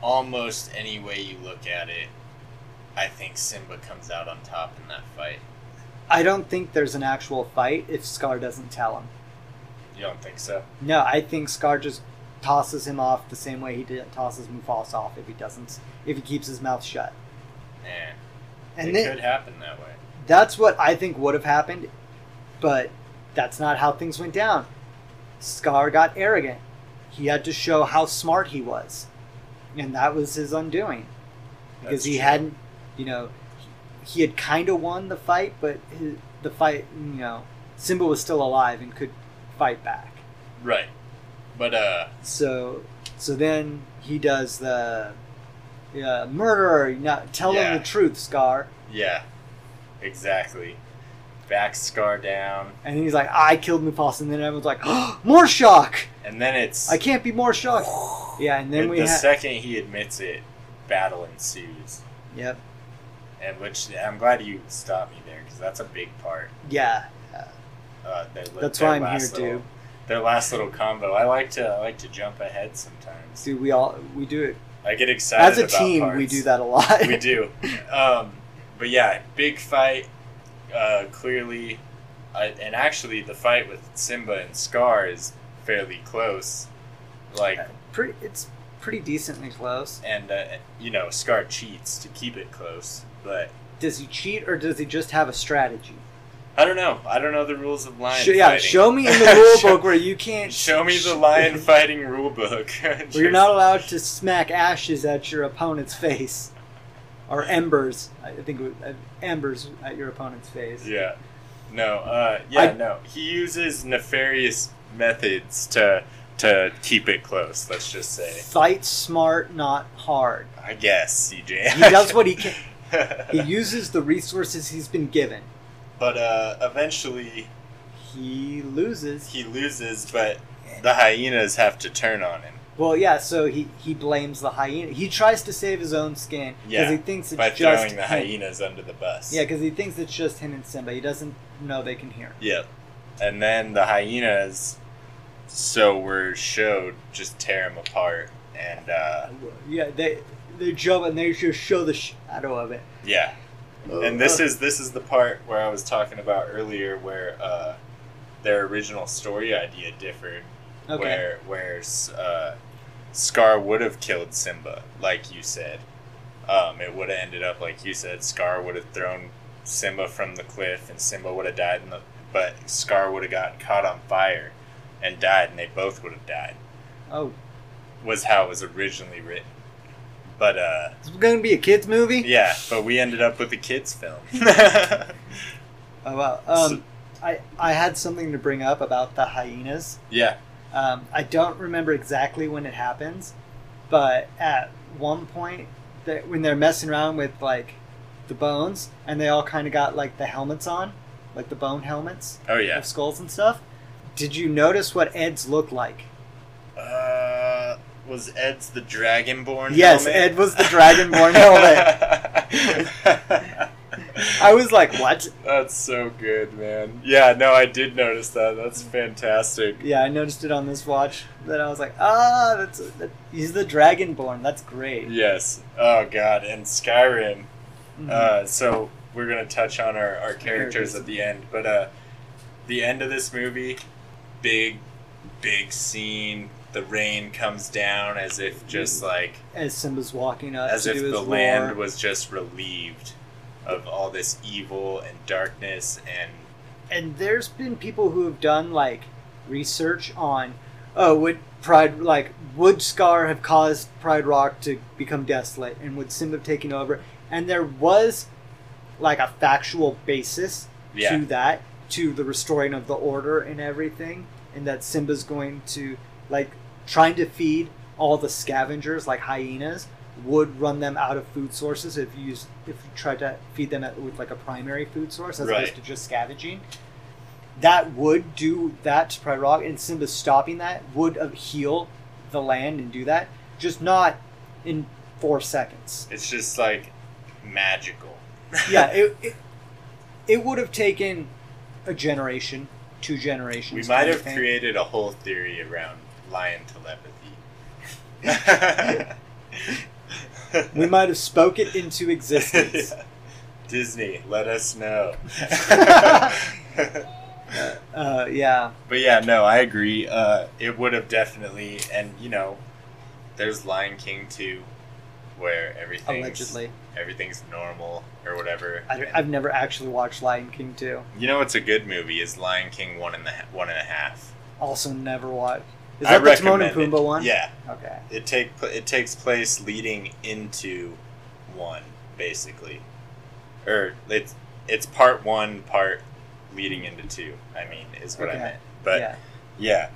Speaker 1: Almost any way you look at it, I think Simba comes out on top in that fight.
Speaker 2: I don't think there's an actual fight if Scar doesn't tell him.
Speaker 1: You don't think so?
Speaker 2: No, I think Scar just tosses him off the same way he did, tosses Mufasa off if he doesn't, if he keeps his mouth shut.
Speaker 1: Eh.
Speaker 2: And
Speaker 1: it
Speaker 2: then,
Speaker 1: could happen that way.
Speaker 2: that's what I think would have happened, but that's not how things went down. Scar got arrogant. He had to show how smart he was, and that was his undoing because
Speaker 1: That's
Speaker 2: he
Speaker 1: true.
Speaker 2: hadn't, you know, he, he had kind of won the fight, but his, the fight, you know, Simba was still alive and could fight back.
Speaker 1: Right. But uh
Speaker 2: So, so then he does the uh, murderer. Not tell
Speaker 1: Yeah.
Speaker 2: him the truth, Scar.
Speaker 1: yeah. Exactly. Back scar down.
Speaker 2: And then he's like, "I killed Mufasa." And then everyone's like, oh, "More shock!
Speaker 1: And then it's
Speaker 2: I can't be more shocked." Yeah, and then
Speaker 1: the,
Speaker 2: we
Speaker 1: the
Speaker 2: have
Speaker 1: second he admits it, battle ensues.
Speaker 2: yep,
Speaker 1: And which I'm glad you stopped me there because that's a big part.
Speaker 2: yeah.
Speaker 1: Uh, their, li-
Speaker 2: That's
Speaker 1: their
Speaker 2: why I'm
Speaker 1: last
Speaker 2: here,
Speaker 1: little- Their last little combo. I like to I like to jump ahead sometimes.
Speaker 2: See, we all we do it
Speaker 1: I get excited
Speaker 2: as a
Speaker 1: about
Speaker 2: team. We
Speaker 1: parts.
Speaker 2: do that a lot.
Speaker 1: we do. Um, but yeah, big fight. Uh, clearly, I, and actually, the fight with Simba and Scar is fairly close. Like,
Speaker 2: pretty, it's pretty decently close.
Speaker 1: and uh, you know, Scar cheats to keep it close. But
Speaker 2: Does he cheat or does he just have a strategy?
Speaker 1: I don't know. I don't know the rules of lion.
Speaker 2: Sh- yeah,
Speaker 1: fighting.
Speaker 2: show me in the rule
Speaker 1: Show-
Speaker 2: book where you can't.
Speaker 1: Show me the lion fighting rule book.
Speaker 2: Where you're not allowed to smack ashes at your opponent's face, or embers. I think it was, uh, embers at your opponent's face.
Speaker 1: Yeah. No. Uh, yeah.
Speaker 2: I-
Speaker 1: no. He uses nefarious methods to to keep it close. Let's just say.
Speaker 2: Fight smart, not hard.
Speaker 1: I guess, CJ.
Speaker 2: He does what he can. He
Speaker 1: can.
Speaker 2: uses the resources he's been given.
Speaker 1: but uh, eventually
Speaker 2: He loses.
Speaker 1: he loses, but the hyenas have to turn on him
Speaker 2: Well, yeah. So he he blames the hyena. He tries to save his own skin because
Speaker 1: Yeah,
Speaker 2: he thinks it's
Speaker 1: by
Speaker 2: just
Speaker 1: throwing the
Speaker 2: him.
Speaker 1: hyenas under the bus.
Speaker 2: Yeah, because he thinks it's just him and Simba. He doesn't know they can hear. him.
Speaker 1: Yep. And then the hyenas, so we're showed, just tear him apart. And uh,
Speaker 2: Yeah, they they jump and they just show the shadow of it.
Speaker 1: yeah, and this is this is the part where I was talking about earlier, where uh, their original story idea differed.
Speaker 2: okay.
Speaker 1: where where uh, Scar would have killed Simba, like you said. Um, it would have ended up like you said. Scar would have thrown Simba from the cliff, and Simba would have died. In the, but Scar would have gotten caught on fire and died, and they both would have died.
Speaker 2: Oh,
Speaker 1: Was how it was originally written. But uh,
Speaker 2: it's gonna be a kids movie.
Speaker 1: yeah, but we ended up with a kids film.
Speaker 2: Oh wow. Um, I I had something to bring up about the hyenas.
Speaker 1: yeah,
Speaker 2: Um, I don't remember exactly when it happens, but at one point, that when they're messing around with like the bones, and they all kind of got like the helmets on, like the bone helmets
Speaker 1: oh yeah.
Speaker 2: of skulls and stuff. Did you notice what Ed's looked like?
Speaker 1: Uh, was Ed's the Dragonborn?
Speaker 2: Yes,
Speaker 1: helmet?
Speaker 2: Ed was the Dragonborn helmet. I was like, what?
Speaker 1: That's so good, man. Yeah, no, I did notice that. That's fantastic.
Speaker 2: Yeah, I noticed it on this watch. That I was like, ah, that's that, he's the Dragonborn. That's great.
Speaker 1: Yes. Oh god, and Skyrim.
Speaker 2: Mhm.
Speaker 1: Uh, so we're gonna touch on our, our characters at the end, but uh, the end of this movie, big, big scene. The rain comes down as if just
Speaker 2: Mm-hmm.
Speaker 1: like
Speaker 2: As Simba's walking up
Speaker 1: as
Speaker 2: to
Speaker 1: if
Speaker 2: do
Speaker 1: the
Speaker 2: his
Speaker 1: land
Speaker 2: roar.
Speaker 1: was just relieved of all this evil and darkness and
Speaker 2: and there's been people who have done like research on, oh, would Pride like would Scar have caused Pride Rock to become desolate, and would Simba have taken over? And there was like a factual basis
Speaker 1: yeah,
Speaker 2: to that, to the restoring of the order and everything, and that Simba's going to like trying to feed all the scavengers like hyenas would run them out of food sources if you use if you tried to feed them at, with like a primary food source as
Speaker 1: Right.
Speaker 2: opposed to just scavenging. That would do that to Pride Rock, and Simba stopping that would uh, heal the land and do that, just not in four seconds
Speaker 1: it's just like magical.
Speaker 2: yeah, it, it, it would have taken a generation, two
Speaker 1: We
Speaker 2: generations.
Speaker 1: might
Speaker 2: kind of
Speaker 1: have
Speaker 2: thing.
Speaker 1: created a whole theory around lion telepathy.
Speaker 2: We might have spoke it into existence.
Speaker 1: Disney, let us know.
Speaker 2: uh, yeah,
Speaker 1: but yeah, no, I agree. Uh, it would have definitely, and you know, there's Lion King too, where everything's
Speaker 2: allegedly.
Speaker 1: everything's normal or whatever.
Speaker 2: I, I've never actually watched Lion King two.
Speaker 1: you know, it's a good movie. Is Lion King one and the one and a half?
Speaker 2: Also, never watched. Is
Speaker 1: I
Speaker 2: that the Timon and
Speaker 1: recommend it.
Speaker 2: Pumbaa one?
Speaker 1: Yeah,
Speaker 2: Okay.
Speaker 1: it take it takes place leading into one basically, or it's it's part one, part leading into two. I mean, is what I
Speaker 2: Okay.
Speaker 1: meant. But
Speaker 2: yeah.
Speaker 1: yeah,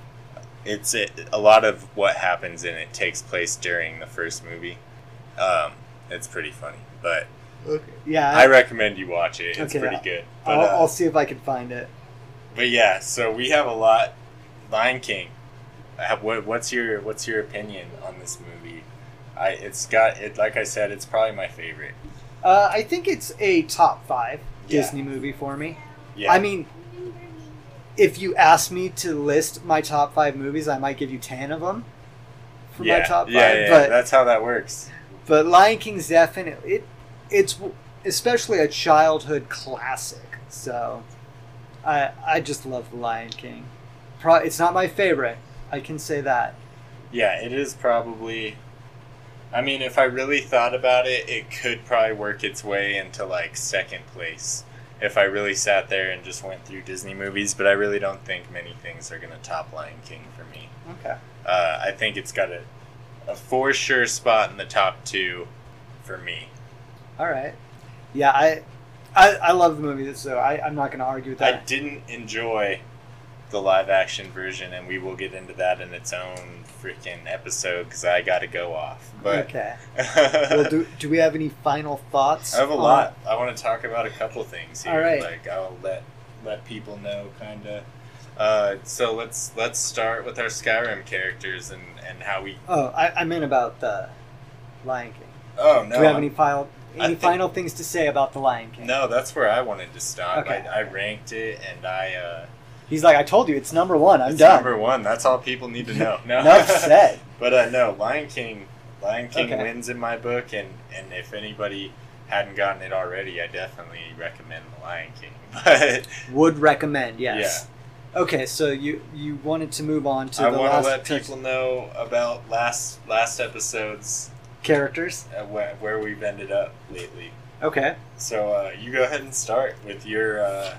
Speaker 1: it's it, a lot of what happens in it takes place during the first movie. Um, it's pretty funny, but
Speaker 2: Okay. Yeah.
Speaker 1: I recommend you watch it. It's
Speaker 2: Okay,
Speaker 1: pretty
Speaker 2: I'll-
Speaker 1: good. But,
Speaker 2: I'll,
Speaker 1: uh,
Speaker 2: I'll see if I can find it.
Speaker 1: but yeah, so we have a lot. Lion King. I have- what, what's your What's your opinion on this movie? I it's got it. Like I said, it's probably my favorite.
Speaker 2: Uh, I think it's a top five
Speaker 1: Yeah.
Speaker 2: Disney movie for me.
Speaker 1: Yeah,
Speaker 2: I mean, if you ask me to list my top five movies, I might give you ten of them for
Speaker 1: yeah,
Speaker 2: my top five.
Speaker 1: yeah, yeah,
Speaker 2: but
Speaker 1: that's how that works.
Speaker 2: but Lion King's definitely it, it's w- especially a childhood classic. So I I just love The Lion King. Pro, it's not my favorite. I can say that.
Speaker 1: Yeah, it is probably. I mean, if I really thought about it, it could probably work its way into like second place if I really sat there and just went through Disney movies. But I really don't think many things are going to top Lion King for me.
Speaker 2: Okay.
Speaker 1: Uh, I think it's got a, a for sure spot in the top two for me.
Speaker 2: All right. Yeah, I I, I love the movie, so I, I'm not going to argue with
Speaker 1: I
Speaker 2: that.
Speaker 1: didn't enjoy the live action version, and we will get into that in its own freaking episode because I got to go off. But
Speaker 2: okay. well, do, do we have any final thoughts?
Speaker 1: I have a
Speaker 2: on-
Speaker 1: lot. I want to talk about a couple things here.
Speaker 2: All right.
Speaker 1: Like I'll let let people know, kind of. Uh, so let's let's start with our Skyrim characters and and how we.
Speaker 2: Oh, I, I meant about the Lion King.
Speaker 1: Oh no!
Speaker 2: do we have
Speaker 1: I'm-
Speaker 2: any final
Speaker 1: I
Speaker 2: any
Speaker 1: think-
Speaker 2: final things to say about the Lion King?
Speaker 1: No, that's where I wanted to stop.
Speaker 2: Okay.
Speaker 1: I, I ranked it, and I. Uh,
Speaker 2: He's like, I told you, it's number one. I'm
Speaker 1: it's
Speaker 2: done.
Speaker 1: Number one. That's all people need to know. No.
Speaker 2: Enough said.
Speaker 1: But uh, no, Lion King, Lion King
Speaker 2: Okay.
Speaker 1: wins in my book, and and if anybody hadn't gotten it already, I definitely recommend the Lion King. But
Speaker 2: Would recommend, yes. Okay, so you you wanted to move on to
Speaker 1: I
Speaker 2: the
Speaker 1: want to
Speaker 2: last
Speaker 1: let
Speaker 2: two
Speaker 1: people know about last last episodes
Speaker 2: characters.
Speaker 1: uh, where, where we've ended up lately.
Speaker 2: Okay,
Speaker 1: So uh, you go ahead and start with your uh,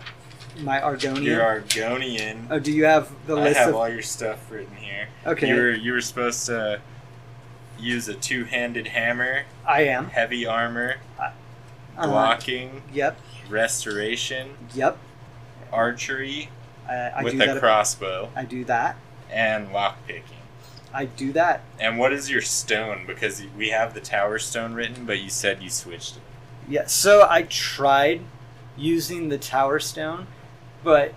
Speaker 2: my Argonian.
Speaker 1: your Argonian.
Speaker 2: oh, do you have the
Speaker 1: I
Speaker 2: list
Speaker 1: have
Speaker 2: of?
Speaker 1: all your stuff written here.
Speaker 2: okay,
Speaker 1: You were you were supposed to use a two-handed hammer,
Speaker 2: I am.
Speaker 1: heavy armor,
Speaker 2: Uh-huh.
Speaker 1: blocking,
Speaker 2: Yep,
Speaker 1: restoration,
Speaker 2: yep.
Speaker 1: archery
Speaker 2: I, I
Speaker 1: with
Speaker 2: do
Speaker 1: a
Speaker 2: that.
Speaker 1: crossbow,
Speaker 2: I do that.
Speaker 1: and lockpicking.
Speaker 2: I do that.
Speaker 1: And what is your stone? Because we have the tower stone written, but you said you switched it.
Speaker 2: Yeah, so I tried using the tower stone, but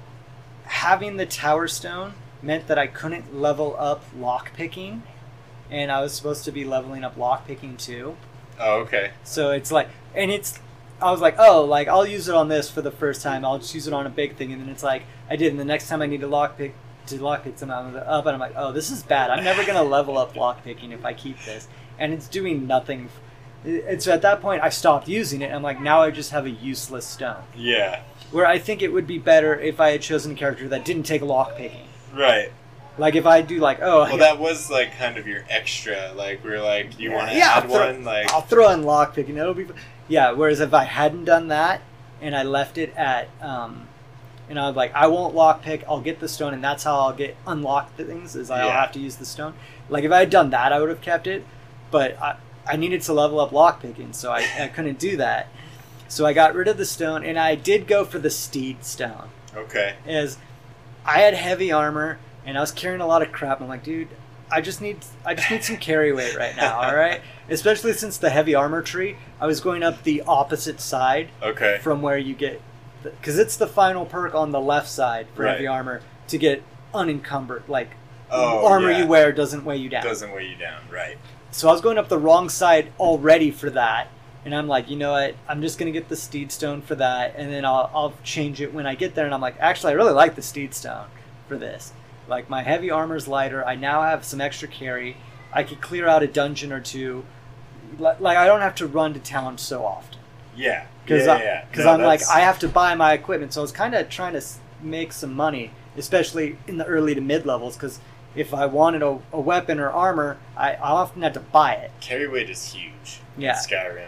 Speaker 2: having the tower stone meant that I couldn't level up lock picking, and I was supposed to be leveling up lock picking too.
Speaker 1: Oh, okay.
Speaker 2: So it's like, and it's, I was like, oh, like I'll use it on this for the first time. I'll just use it on a big thing, and then it's like I did. And the next time I need to lockpick to lockpick something I'm up, and I'm like, oh, this is bad. I'm never gonna level up lockpicking if I keep this, and it's doing nothing. And so at that point, I stopped using it. I'm like, now I just have a useless stone.
Speaker 1: Yeah.
Speaker 2: Where I think it would be better if I had chosen a character that didn't take lockpicking.
Speaker 1: Right.
Speaker 2: Like if I do like, oh,
Speaker 1: Well, that was like kind of your extra. Like we're like, you want to
Speaker 2: Yeah,
Speaker 1: add
Speaker 2: throw-
Speaker 1: one? Like
Speaker 2: I'll throw in lockpick and it'll be. Yeah. Whereas if I hadn't done that and I left it at, um, and I was like, I won't lockpick. I'll get the stone, and that's how I'll get unlock the things. Is I'll
Speaker 1: Yeah.
Speaker 2: have to use the stone. Like if I had done that, I would have kept it, but I, I needed to level up lockpicking, so I, I couldn't do that. So I got rid of the stone, and I did go for the steed stone
Speaker 1: okay.
Speaker 2: is I had heavy armor and I was carrying a lot of crap. I'm like, dude, I just need I just need some carry weight right now, all right? Especially since the heavy armor tree, I was going up the opposite side
Speaker 1: Okay.
Speaker 2: from where you get because it's the final perk on the left side for heavy
Speaker 1: Right.
Speaker 2: armor to get unencumbered. Like
Speaker 1: Oh,
Speaker 2: armor
Speaker 1: yeah.
Speaker 2: you wear doesn't weigh you down.
Speaker 1: Doesn't weigh you down, right?
Speaker 2: So I was going up the wrong side already for that. And I'm like, you know what? I'm just going to get the Steed Stone for that. And then I'll, I'll change it when I get there. And I'm like, actually, I really like the Steed Stone for this. Like, my heavy armor's lighter. I now have some extra carry. I could clear out a dungeon or two. Li- Like, I don't have to run to town so often.
Speaker 1: Yeah.
Speaker 2: Because
Speaker 1: yeah,
Speaker 2: I,
Speaker 1: yeah.
Speaker 2: 'cause
Speaker 1: No,
Speaker 2: I'm like,
Speaker 1: that's-
Speaker 2: I have to buy my equipment. So I was kind of trying to s- make some money, especially in the early to mid levels. Because if I wanted a, a weapon or armor, I, I often had to buy it.
Speaker 1: carry weight is huge. in
Speaker 2: Yeah.
Speaker 1: Skyrim.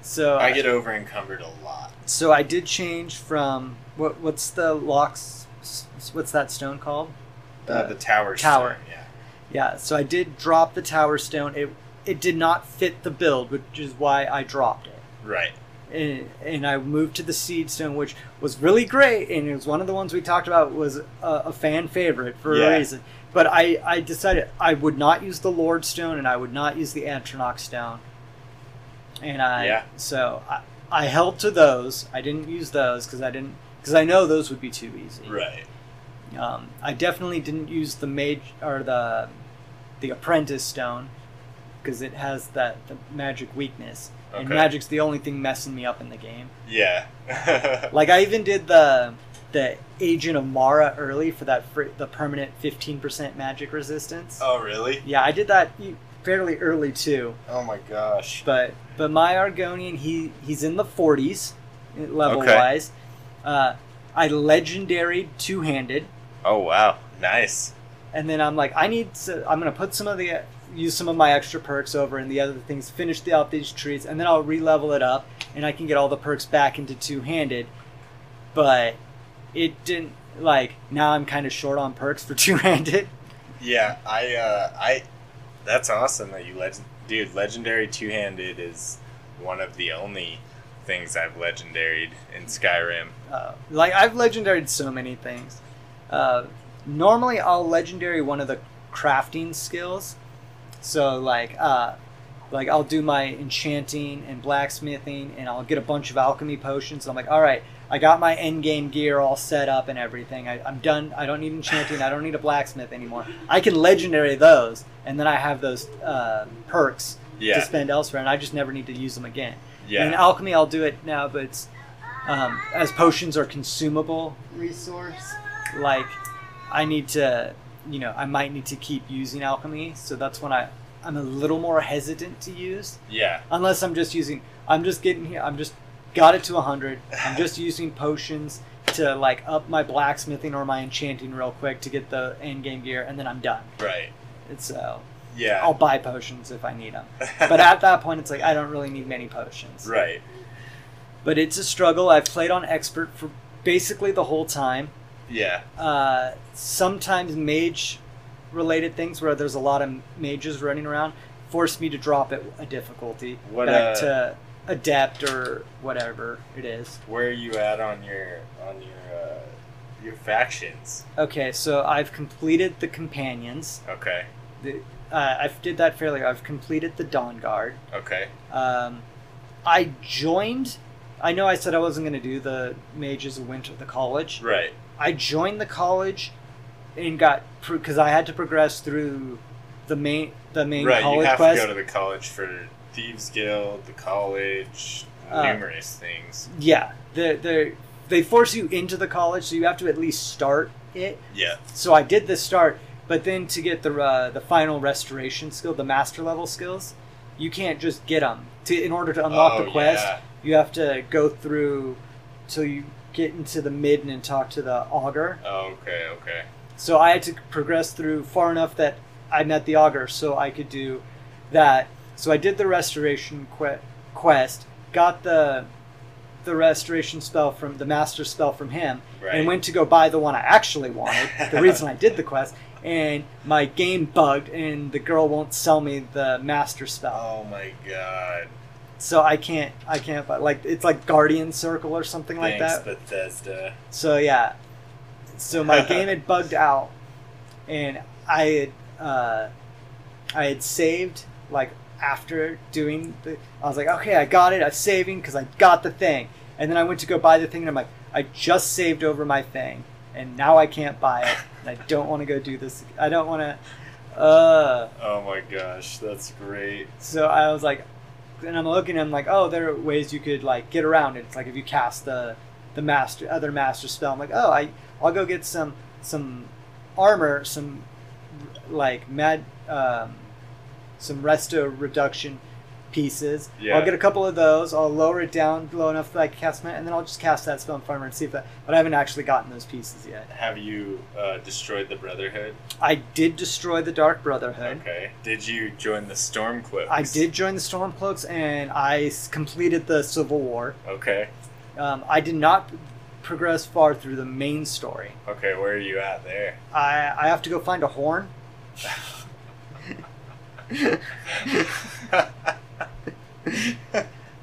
Speaker 2: So
Speaker 1: I get over encumbered a lot.
Speaker 2: So I did change from what? What's the locks? What's that stone called?
Speaker 1: Uh, the tower.
Speaker 2: tower.
Speaker 1: stone, Yeah.
Speaker 2: Yeah, so I did drop the tower stone. It it did not fit the build, which is why I dropped it.
Speaker 1: Right.
Speaker 2: And, and I moved to the seed stone, which was really great, and it was one of the ones we talked about was a, a fan favorite for
Speaker 1: Yeah.
Speaker 2: a reason. But I, I decided I would not use the Lord Stone and I would not use the Antronox Stone. And I
Speaker 1: Yeah.
Speaker 2: so I, I held to those. I didn't use those because I didn't because I know those would be too easy.
Speaker 1: Right.
Speaker 2: Um, I definitely didn't use the mage or the the apprentice stone because it has that the magic weakness, and
Speaker 1: Okay.
Speaker 2: magic's the only thing messing me up in the game.
Speaker 1: Yeah.
Speaker 2: Like I even did the the agent of Mara early for that fr- the permanent fifteen percent magic resistance.
Speaker 1: oh really?
Speaker 2: Yeah, I did that e- fairly early too.
Speaker 1: Oh my gosh.
Speaker 2: But but my Argonian he he's in the forties eh, level
Speaker 1: Okay.
Speaker 2: wise. Uh, I legendary two handed.
Speaker 1: Oh wow. Nice.
Speaker 2: and then I'm like, I need to. I'm gonna put some of the use some of my extra perks over and the other things, finish the out these trees, and then I'll re-level it up, and I can get all the perks back into two-handed. But it didn't like now I'm kind of short on perks for two-handed.
Speaker 1: Yeah. I. Uh, I. That's awesome that you legend, dude. Legendary two handed is one of the only things I've legendaried in Skyrim.
Speaker 2: Uh, like I've legendaried so many things. Uh, normally, I'll legendary one of the crafting skills. So like, uh, like I'll do my enchanting and blacksmithing, and I'll get a bunch of alchemy potions. I'm like, all right, I got my end game gear all set up and everything. I, I'm done. I don't need enchanting. I don't need a blacksmith anymore. I can legendary those, and then I have those uh, perks to
Speaker 1: Yeah.
Speaker 2: spend elsewhere, and I just never need to use them again. And
Speaker 1: Yeah.
Speaker 2: alchemy, I'll do it now, but it's, um, as potions are consumable resource, like I need to, you know, I might need to keep using alchemy. So that's when I, I'm a little more hesitant to use,
Speaker 1: Yeah.
Speaker 2: unless I'm just using, I'm just getting here, I'm just got it to 100. I'm just using potions to like up my blacksmithing or my enchanting real quick to get the end game gear, and then I'm done.
Speaker 1: Right.
Speaker 2: It's so I'll
Speaker 1: Yeah.
Speaker 2: buy potions if I need them. Oh, But at that point, it's like I don't really need many potions
Speaker 1: right.
Speaker 2: but it's a struggle. I've played on expert for basically the whole time.
Speaker 1: Yeah.
Speaker 2: Uh, sometimes mage related things where there's a lot of mages running around forced me to drop it a difficulty
Speaker 1: What,
Speaker 2: back
Speaker 1: uh,
Speaker 2: to adept or whatever it is.
Speaker 1: Where are you at on your on your uh, your factions?
Speaker 2: Okay, so I've completed the companions.
Speaker 1: Okay.
Speaker 2: The, uh, I did that fairly. I've completed the Dawn Guard.
Speaker 1: Okay.
Speaker 2: Um, I joined. I know I said I wasn't going to do the mages of winter, the college.
Speaker 1: Right.
Speaker 2: I joined the college and got because I had to progress through the main the main
Speaker 1: right. You
Speaker 2: college
Speaker 1: have
Speaker 2: quest.
Speaker 1: to go to the college for thieves guild, the college,
Speaker 2: Uh,
Speaker 1: numerous things.
Speaker 2: yeah, the the they force you into the college, so you have to at least start it.
Speaker 1: Yeah.
Speaker 2: So I did the start, but then to get the uh, the final restoration skill, the master level skills, you can't just get them. To in order to unlock
Speaker 1: Oh,
Speaker 2: the quest,
Speaker 1: yeah.
Speaker 2: you have to go through till you get into the midden and talk to the augur.
Speaker 1: Oh, okay. Okay.
Speaker 2: So I had to progress through far enough that I met the auger, so I could do that. So I did the restoration que- quest, got the the restoration spell from the master spell from him,
Speaker 1: Right.
Speaker 2: and went to go buy the one I actually wanted. the reason I did the quest, and my game bugged, and the girl won't sell me the master spell,
Speaker 1: oh my god.
Speaker 2: so I can't I can't buy like it's like Guardian Circle or something like
Speaker 1: Thanks,
Speaker 2: that.
Speaker 1: Bethesda.
Speaker 2: So yeah, so my game had bugged out, and I had uh, I had saved like after doing the. I was like, okay, I got it. I'm saving because I got the thing, and then I went to go buy the thing, and I'm like, I just saved over my thing, and now I can't buy it. And I don't want to go do this. I don't want to. Uh,
Speaker 1: Oh my gosh, that's great.
Speaker 2: so I was like, and I'm looking, and I'm like, oh, there are ways you could like get around it. It's like if you cast the the master other master spell. I'm like, oh, I I'll go get some some armor, some like mad um, some resto reduction pieces.
Speaker 1: Yeah.
Speaker 2: I'll get a couple of those. I'll lower it down low enough that I can cast my, and then I'll just cast that spell in farmer and see if that. But I haven't actually gotten those pieces yet.
Speaker 1: Have you uh, destroyed the Brotherhood?
Speaker 2: I did destroy the Dark Brotherhood.
Speaker 1: Okay. Did you join the Stormcloaks?
Speaker 2: I did join the Stormcloaks and I s- completed the Civil War.
Speaker 1: Okay.
Speaker 2: Um, I did not progress far through the main story.
Speaker 1: Okay, where are you at there?
Speaker 2: I I have to go find a horn.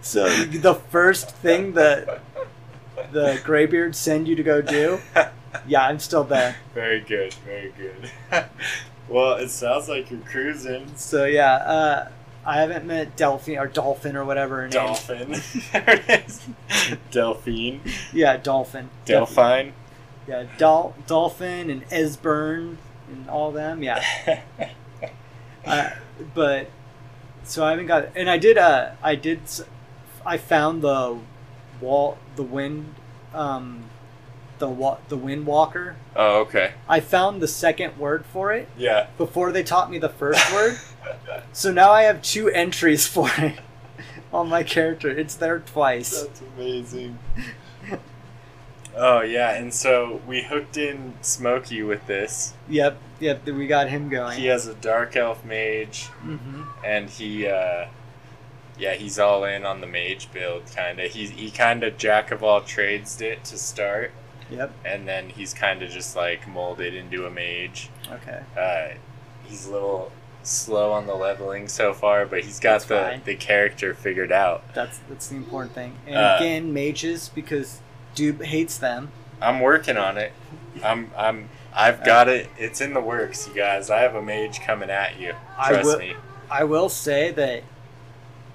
Speaker 2: so the first thing that the graybeards send you to go do, yeah, I'm still there.
Speaker 1: Very good, very good. well, it sounds like you're cruising.
Speaker 2: So yeah, uh, I haven't met Delphine or Dolphin or whatever her name.
Speaker 1: Dolphin. there it is. Delphine.
Speaker 2: Yeah, Dolphin.
Speaker 1: Delphine.
Speaker 2: Yeah, Dol- Dolphin and Esbern and all them. Yeah. uh, but so I haven't got and I did uh I did s- I found the wall the wind um the wa- the wind walker
Speaker 1: oh, okay.
Speaker 2: I found the second word for it
Speaker 1: Yeah.
Speaker 2: before they taught me the first word so now I have two entries for it on my character it's there twice
Speaker 1: That's amazing. oh yeah, and so we hooked in Smokey with this.
Speaker 2: yep yep we got him going
Speaker 1: He has a dark elf mage,
Speaker 2: hmm
Speaker 1: and he, uh, yeah, he's all in on the mage build. Kind of, he he kind of jack of all trades it to start,
Speaker 2: yep
Speaker 1: and then he's kind of just like molded into a mage.
Speaker 2: okay
Speaker 1: Uh, he's a little slow on the leveling so far, but he's got
Speaker 2: That's
Speaker 1: the
Speaker 2: fine.
Speaker 1: the character figured out.
Speaker 2: that's that's the important thing and
Speaker 1: Uh,
Speaker 2: again mages because Doob hates them
Speaker 1: I'm working on it. I'm I'm I've got it. It's in the works, you guys. I have a mage coming at you.
Speaker 2: I
Speaker 1: Trust
Speaker 2: will-
Speaker 1: me.
Speaker 2: I will say that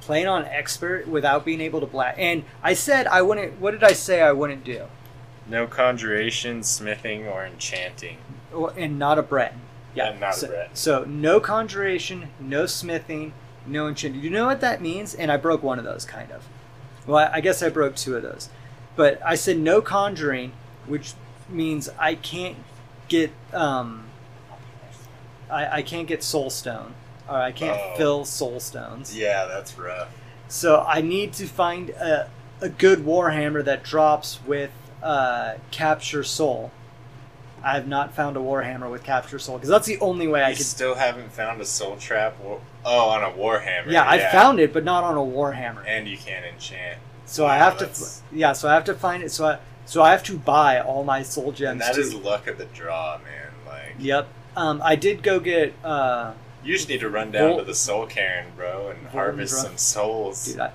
Speaker 2: playing on expert without being able to black and I said I wouldn't what did I say I wouldn't do?
Speaker 1: No conjuration, smithing, or enchanting.
Speaker 2: Or- And not a Breton.
Speaker 1: And not a
Speaker 2: so,
Speaker 1: Breton.
Speaker 2: So no conjuration, no smithing, no enchanting. You know what that means? And I broke one of those kind of. Well, I I guess I broke two of those. But I said no conjuring, which means I can't get um I, I can't get soul stone. Or I can't
Speaker 1: Oh.
Speaker 2: fill soul stones.
Speaker 1: Yeah, that's rough.
Speaker 2: So I need to find a, a good Warhammer that drops with uh, Capture Soul. I have not found a Warhammer with Capture Soul because that's the only way I
Speaker 1: I
Speaker 2: could.
Speaker 1: still haven't found a soul trap. Or, oh, on a warhammer.
Speaker 2: Yeah, I found it, but not on a Warhammer.
Speaker 1: And you can't enchant.
Speaker 2: So I have to.
Speaker 1: That's-
Speaker 2: Yeah, so I have to find it. So I so I have to buy all my soul gems.
Speaker 1: And that
Speaker 2: too.
Speaker 1: is luck of the draw, man. Like
Speaker 2: Yep. Um, I did go get. Uh,
Speaker 1: you just need to run down
Speaker 2: Vol-
Speaker 1: to the soul cairn, bro, and
Speaker 2: Vol-
Speaker 1: harvest
Speaker 2: draw-
Speaker 1: some souls.
Speaker 2: dude, I,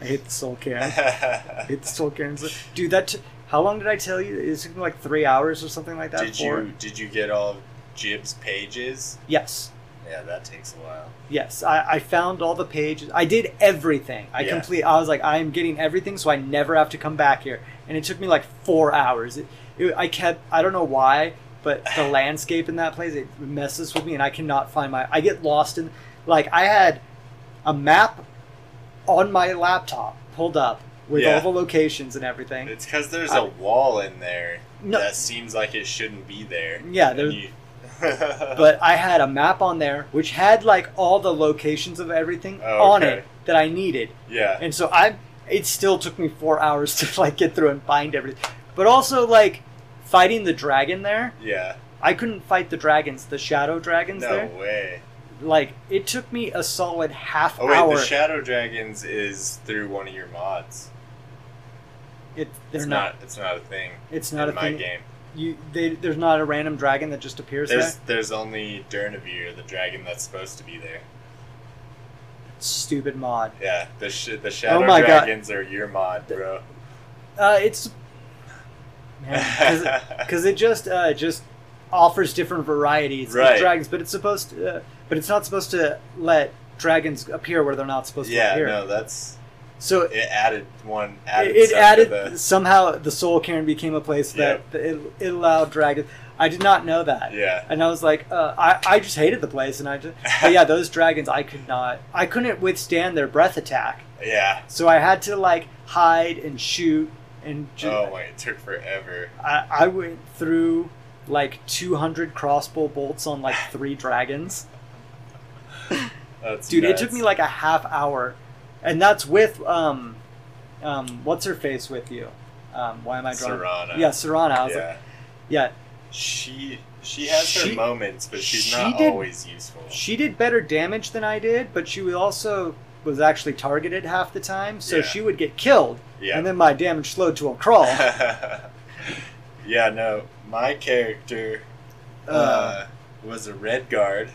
Speaker 2: I hate the soul Karen. I
Speaker 1: did
Speaker 2: hate the soul Karen. Dude, that. T- how long did I tell you? Is it like three hours or something like that? for it?
Speaker 1: you did you get all of Jib's pages?
Speaker 2: Yes.
Speaker 1: Yeah, that takes a while.
Speaker 2: Yes, I, I found all the pages. I did everything. I
Speaker 1: Yeah.
Speaker 2: complete. I was like, I am getting everything, so I never have to come back here. And it took me like four hours. It, it, I kept. I don't know why, but the landscape in that place it messes with me, and I cannot find my. I get lost in. Like I had a map on my laptop pulled up with
Speaker 1: Yeah.
Speaker 2: all the locations and everything.
Speaker 1: It's because there's
Speaker 2: I-
Speaker 1: a wall in there
Speaker 2: No.
Speaker 1: that seems like it shouldn't be there.
Speaker 2: Yeah,
Speaker 1: And
Speaker 2: there's-
Speaker 1: you-
Speaker 2: but I had a map on there which had like all the locations of everything
Speaker 1: Oh,
Speaker 2: on
Speaker 1: okay.
Speaker 2: it that I needed.
Speaker 1: yeah,
Speaker 2: and so I it still took me four hours to like get through and find everything. But also like fighting the dragon there,
Speaker 1: yeah,
Speaker 2: I couldn't fight the dragons, the shadow dragons
Speaker 1: no
Speaker 2: there.
Speaker 1: way.
Speaker 2: Like it took me a solid half
Speaker 1: Oh wait,
Speaker 2: hour.
Speaker 1: the Shadow Dragons is through one of your mods.
Speaker 2: it, they're
Speaker 1: it's
Speaker 2: not,
Speaker 1: not, It's not a thing
Speaker 2: It's not
Speaker 1: in
Speaker 2: a
Speaker 1: my
Speaker 2: thing.
Speaker 1: game.
Speaker 2: You they, there's not a random dragon that just appears
Speaker 1: There's
Speaker 2: there.
Speaker 1: there's only Durnavir, the dragon that's supposed to be there.
Speaker 2: Stupid mod.
Speaker 1: Yeah, the sh- the Shadow
Speaker 2: Oh my God.
Speaker 1: Dragons are your mod, bro.
Speaker 2: Uh, it's because it just uh, just offers different varieties
Speaker 1: Right.
Speaker 2: of dragons, but it's supposed to, uh, but it's not supposed to let dragons appear where they're not supposed to
Speaker 1: yeah,
Speaker 2: appear.
Speaker 1: no, that's
Speaker 2: So
Speaker 1: it. Added one. Added
Speaker 2: it, it
Speaker 1: some to
Speaker 2: added
Speaker 1: the-
Speaker 2: somehow the soul cairn became a place that it, it allowed dragons i did not know that
Speaker 1: yeah.
Speaker 2: and i was like uh, I, I just hated the place and i just but yeah those dragons i could not i couldn't withstand their breath attack
Speaker 1: Yeah.
Speaker 2: so i had to like hide and shoot and ju-
Speaker 1: Oh my! It took forever.
Speaker 2: I, I went through like 200 crossbow bolts on like three dragons
Speaker 1: That's
Speaker 2: dude
Speaker 1: nuts.
Speaker 2: it took me like a half hour and that's with um um what's her face with you um why am i drawing
Speaker 1: Serana.
Speaker 2: yeah serana i was like
Speaker 1: yeah.
Speaker 2: yeah
Speaker 1: she she has
Speaker 2: She-
Speaker 1: her moments, but she's
Speaker 2: she
Speaker 1: not
Speaker 2: did-
Speaker 1: always useful.
Speaker 2: She did better damage than I did, but she was also was actually targeted half the time, so
Speaker 1: Yeah.
Speaker 2: she would get killed,
Speaker 1: Yeah.
Speaker 2: and then my damage slowed to a crawl. uh,
Speaker 1: yeah, no. My character uh, was a red guard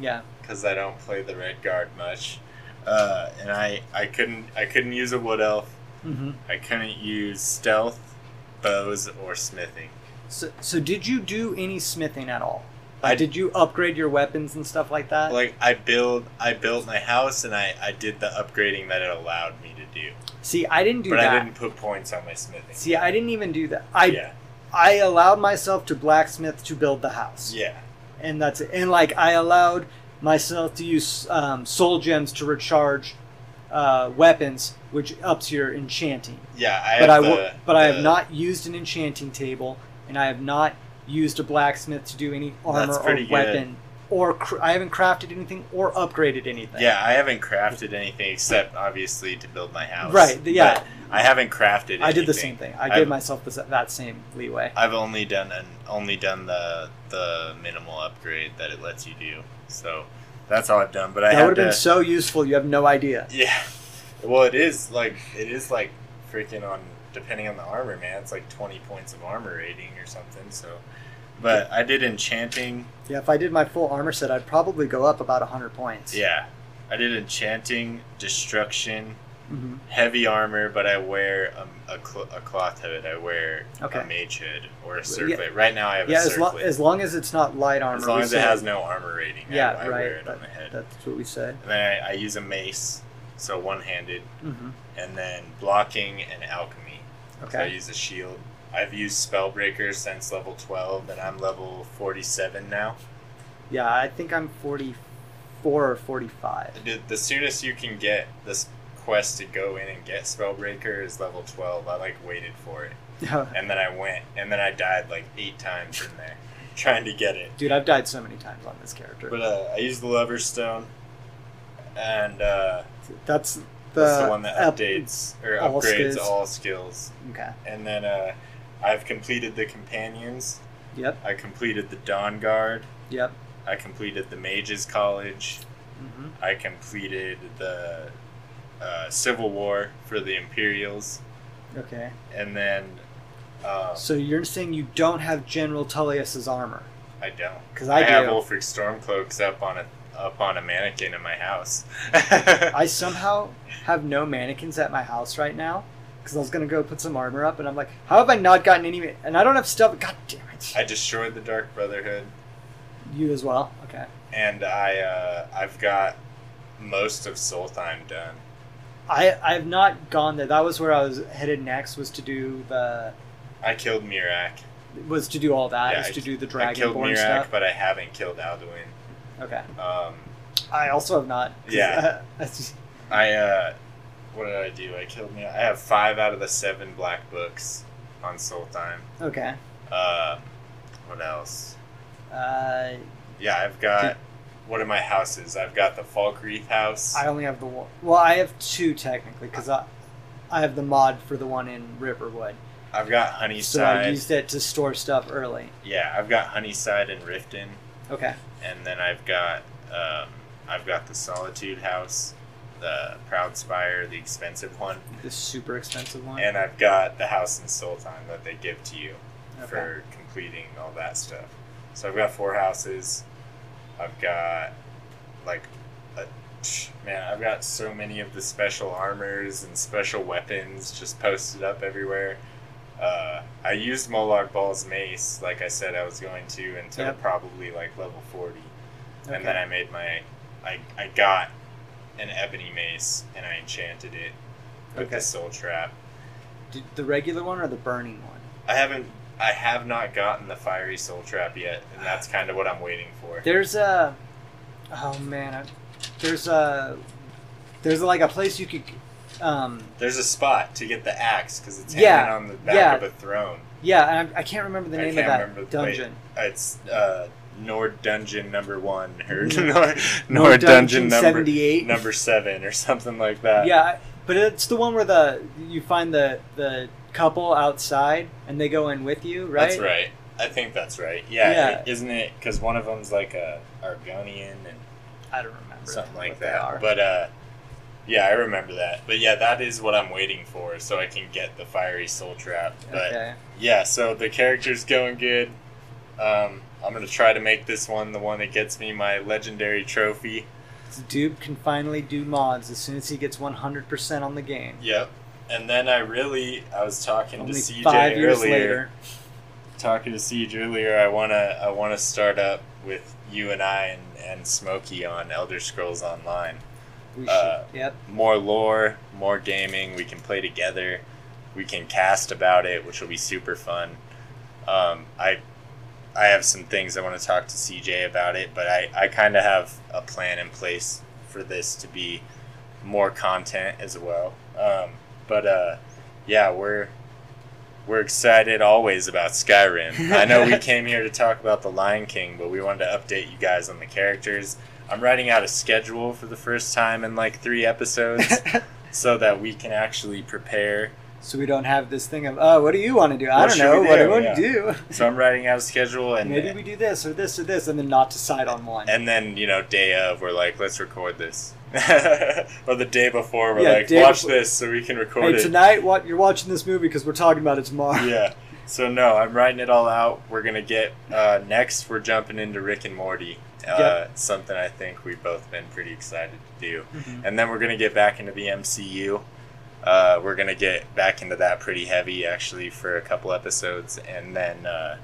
Speaker 2: yeah,
Speaker 1: because I don't play the red guard much, uh, and I, I couldn't I couldn't use a wood elf.
Speaker 2: hmm
Speaker 1: I couldn't use stealth, bows, or smithing.
Speaker 2: So, so did you do any smithing at all?
Speaker 1: I-
Speaker 2: Like, did you upgrade your weapons and stuff like that?
Speaker 1: Like I build I built my house and I, I did the upgrading that it allowed me to do,
Speaker 2: See, I didn't do
Speaker 1: but
Speaker 2: that.
Speaker 1: I didn't put points on my smithing.
Speaker 2: See, I didn't even do that. I
Speaker 1: yeah,
Speaker 2: I allowed myself to blacksmith to build the house,
Speaker 1: yeah,
Speaker 2: and that's it. And like I allowed myself to use um, soul gems to recharge uh, weapons, which ups your enchanting.
Speaker 1: yeah. I
Speaker 2: but I
Speaker 1: have
Speaker 2: wo-
Speaker 1: the-
Speaker 2: but I
Speaker 1: the-
Speaker 2: have not used an enchanting table, and I have not used a blacksmith to do any armor or
Speaker 1: pretty good.
Speaker 2: weapon, or cr- I haven't crafted anything or upgraded anything.
Speaker 1: Yeah, I haven't crafted anything except obviously to build my house.
Speaker 2: Right, th- yeah.
Speaker 1: But I haven't crafted. Anything.
Speaker 2: I did the same thing. I
Speaker 1: I-
Speaker 2: gave myself this, that same leeway.
Speaker 1: I've only done an only done the the minimal upgrade that it lets you do. So that's all I've done. But I
Speaker 2: that
Speaker 1: had
Speaker 2: would have
Speaker 1: to.
Speaker 2: been so useful. You have no idea.
Speaker 1: yeah. Well, it is like it is like freaking on depending on the armor, man. It's like twenty points of armor rating or something. So, but I did enchanting.
Speaker 2: Yeah, if I did my full armor set, I'd probably go up about hundred points.
Speaker 1: Yeah, I did enchanting destruction.
Speaker 2: hmm
Speaker 1: heavy armor, but I wear um, a, cl- a cloth hood. I wear a
Speaker 2: Okay.
Speaker 1: mage hood or a circlet. Right now, I have
Speaker 2: Yeah,
Speaker 1: a
Speaker 2: as, lo-
Speaker 1: circlet.
Speaker 2: as long as it's not light armor.
Speaker 1: As long
Speaker 2: we
Speaker 1: as it
Speaker 2: said-
Speaker 1: has no armor rating, I-
Speaker 2: Yeah,
Speaker 1: I,
Speaker 2: right,
Speaker 1: wear it on my
Speaker 2: but
Speaker 1: head.
Speaker 2: That's what we said.
Speaker 1: And then I, I use a mace, so one handed,
Speaker 2: hmm
Speaker 1: and then blocking and alchemy. So I
Speaker 2: Okay.
Speaker 1: use a shield. I've used Spellbreaker since level 12, and I'm level 47 now.
Speaker 2: Yeah, I think I'm forty-four or forty-five.
Speaker 1: The, the soonest you can get this quest to go in and get Spellbreaker is level 12. I like waited for it. and then I went, and then I died like eight times in there trying to get it.
Speaker 2: Dude, I've died so many times on this character.
Speaker 1: But uh, I used the lever stone, and uh,
Speaker 2: that's the,
Speaker 1: that's the one that
Speaker 2: up-
Speaker 1: updates or
Speaker 2: all
Speaker 1: upgrades
Speaker 2: skills.
Speaker 1: all skills.
Speaker 2: Okay.
Speaker 1: And then uh, I've completed the companions.
Speaker 2: Yep.
Speaker 1: I completed the Dawn Guard.
Speaker 2: Yep.
Speaker 1: I completed the Mages College.
Speaker 2: hmm
Speaker 1: I completed the uh, Civil War for the Imperials,
Speaker 2: Okay.
Speaker 1: and then um,
Speaker 2: So you're saying you don't have General Tullius's armor?
Speaker 1: I don't.
Speaker 2: Because
Speaker 1: I,
Speaker 2: I, do.
Speaker 1: have Ulfric Stormcloaks up on a up on a mannequin in my house.
Speaker 2: I somehow have no mannequins at my house right now because I was gonna go put some armor up, and I'm like, how have I not gotten any? ma- And I don't have stuff. God damn it!
Speaker 1: I destroyed the Dark Brotherhood,
Speaker 2: you as well. Okay.
Speaker 1: and I uh, I've got most of Solheim done.
Speaker 2: I I have not gone there. That was where I was headed next. Was to do the
Speaker 1: I killed Mirak.
Speaker 2: was to do all that.
Speaker 1: Yeah,
Speaker 2: was
Speaker 1: I-
Speaker 2: to do the
Speaker 1: I killed
Speaker 2: dragonborn
Speaker 1: Mirak,
Speaker 2: stuff.
Speaker 1: but I haven't killed Alduin.
Speaker 2: Okay.
Speaker 1: Um,
Speaker 2: I also have not. 'cause,
Speaker 1: Yeah.
Speaker 2: uh, that's just-
Speaker 1: I uh, what did I do? I killed Mirak. I have five out of the seven black books on Solheim.
Speaker 2: okay.
Speaker 1: Uh, what else?
Speaker 2: Uh,
Speaker 1: Yeah, I've got. What are my houses? I've got the Falkreath house.
Speaker 2: I only have the one. Well, I have two technically because I, I have the mod for the one in Riverwood,
Speaker 1: I've got
Speaker 2: so
Speaker 1: Honeyside.
Speaker 2: I used it to store stuff early.
Speaker 1: Yeah, I've got Honeyside and Riften,
Speaker 2: Okay.
Speaker 1: and then I've got um, I've got the Solitude House, the Proud Spire, the expensive one,
Speaker 2: The super expensive one.
Speaker 1: and I've got the house in Solheim that they give to you
Speaker 2: Okay.
Speaker 1: for completing all that stuff. So I've got four houses. I've got like a, man, I've got so many of the special armors and special weapons just posted up everywhere. Uh, I used Molag Ball's mace, like I said I was going to, until
Speaker 2: Yep.
Speaker 1: probably like level forty,
Speaker 2: Okay.
Speaker 1: and then I made my, I I got an ebony mace and I enchanted it with
Speaker 2: Okay.
Speaker 1: the soul trap.
Speaker 2: Did the regular one or the burning one?
Speaker 1: I haven't. I have not gotten the fiery soul trap yet, and that's kind of what I'm waiting for.
Speaker 2: There's a, oh man, I, there's a, there's like a place you could, um,
Speaker 1: There's a spot to get the axe because it's hanging
Speaker 2: Yeah,
Speaker 1: on the back
Speaker 2: yeah.
Speaker 1: of a throne.
Speaker 2: yeah, and I, I can't remember the
Speaker 1: I
Speaker 2: name of
Speaker 1: can't
Speaker 2: that
Speaker 1: remember the place.
Speaker 2: dungeon.
Speaker 1: It's uh, Nord Dungeon number one or
Speaker 2: Mhm.
Speaker 1: Nord, Nord, Dungeon, number
Speaker 2: seventy-eight.
Speaker 1: number seven or something like that.
Speaker 2: yeah, I- but it's the one where the you find the the couple outside and they go in with you, right?
Speaker 1: that's right. I think that's right. Yeah,
Speaker 2: Yeah.
Speaker 1: it- isn't it? Because one of them's like a Argonian and
Speaker 2: I don't remember
Speaker 1: something like
Speaker 2: what they
Speaker 1: that.
Speaker 2: are.
Speaker 1: But uh, Yeah, I remember that. But yeah, that is what I'm waiting for, so I can get the fiery soul trap. But
Speaker 2: Okay.
Speaker 1: yeah, so the character's going good. Um, I'm gonna try to make this one the one that gets me my legendary trophy.
Speaker 2: Dupe can finally do mods as soon as he gets 100% on the game.
Speaker 1: Yep. And then I really, I was talking
Speaker 2: Only
Speaker 1: to CJ
Speaker 2: five
Speaker 1: earlier.
Speaker 2: years later.
Speaker 1: Talking to Siege earlier, I wanna, I wanna start up with you and I and, and Smokey on Elder Scrolls Online.
Speaker 2: We
Speaker 1: Uh,
Speaker 2: should, yep.
Speaker 1: more lore, more gaming. We can play together. We can cast about it, which will be super fun. Um, I I have some things I want to talk to CJ about it, but I, I kind of have a plan in place for this to be more content as well. Um, but uh, yeah, we're we're excited always about Skyrim. I know we came here to talk about the Lion King, but we wanted to update you guys on the characters. I'm writing out a schedule for the first time in like three episodes so that we can actually prepare.
Speaker 2: so we don't have this thing of, oh, what do you want to do? I
Speaker 1: What
Speaker 2: don't
Speaker 1: should
Speaker 2: know.
Speaker 1: we
Speaker 2: What
Speaker 1: do?"
Speaker 2: do you want
Speaker 1: Yeah.
Speaker 2: to do?
Speaker 1: So I'm writing out a schedule and
Speaker 2: Maybe we do this or this or this, and then not decide on one.
Speaker 1: and then, you know, day of we're like, let's record this. or the day before we're
Speaker 2: Yeah,
Speaker 1: like,
Speaker 2: day
Speaker 1: watch
Speaker 2: befo-
Speaker 1: this so we can record
Speaker 2: Hey,
Speaker 1: it.
Speaker 2: tonight what you're watching this movie because we're talking about it tomorrow.
Speaker 1: yeah. So no, I'm writing it all out. We're gonna get uh, next. We're jumping into Rick and Morty. Uh, Something I think we've both been pretty excited to do.
Speaker 2: Mhm.
Speaker 1: And then we're gonna get back into the MCU. Uh, we're gonna get back into that pretty heavy actually for a couple episodes, and then uh,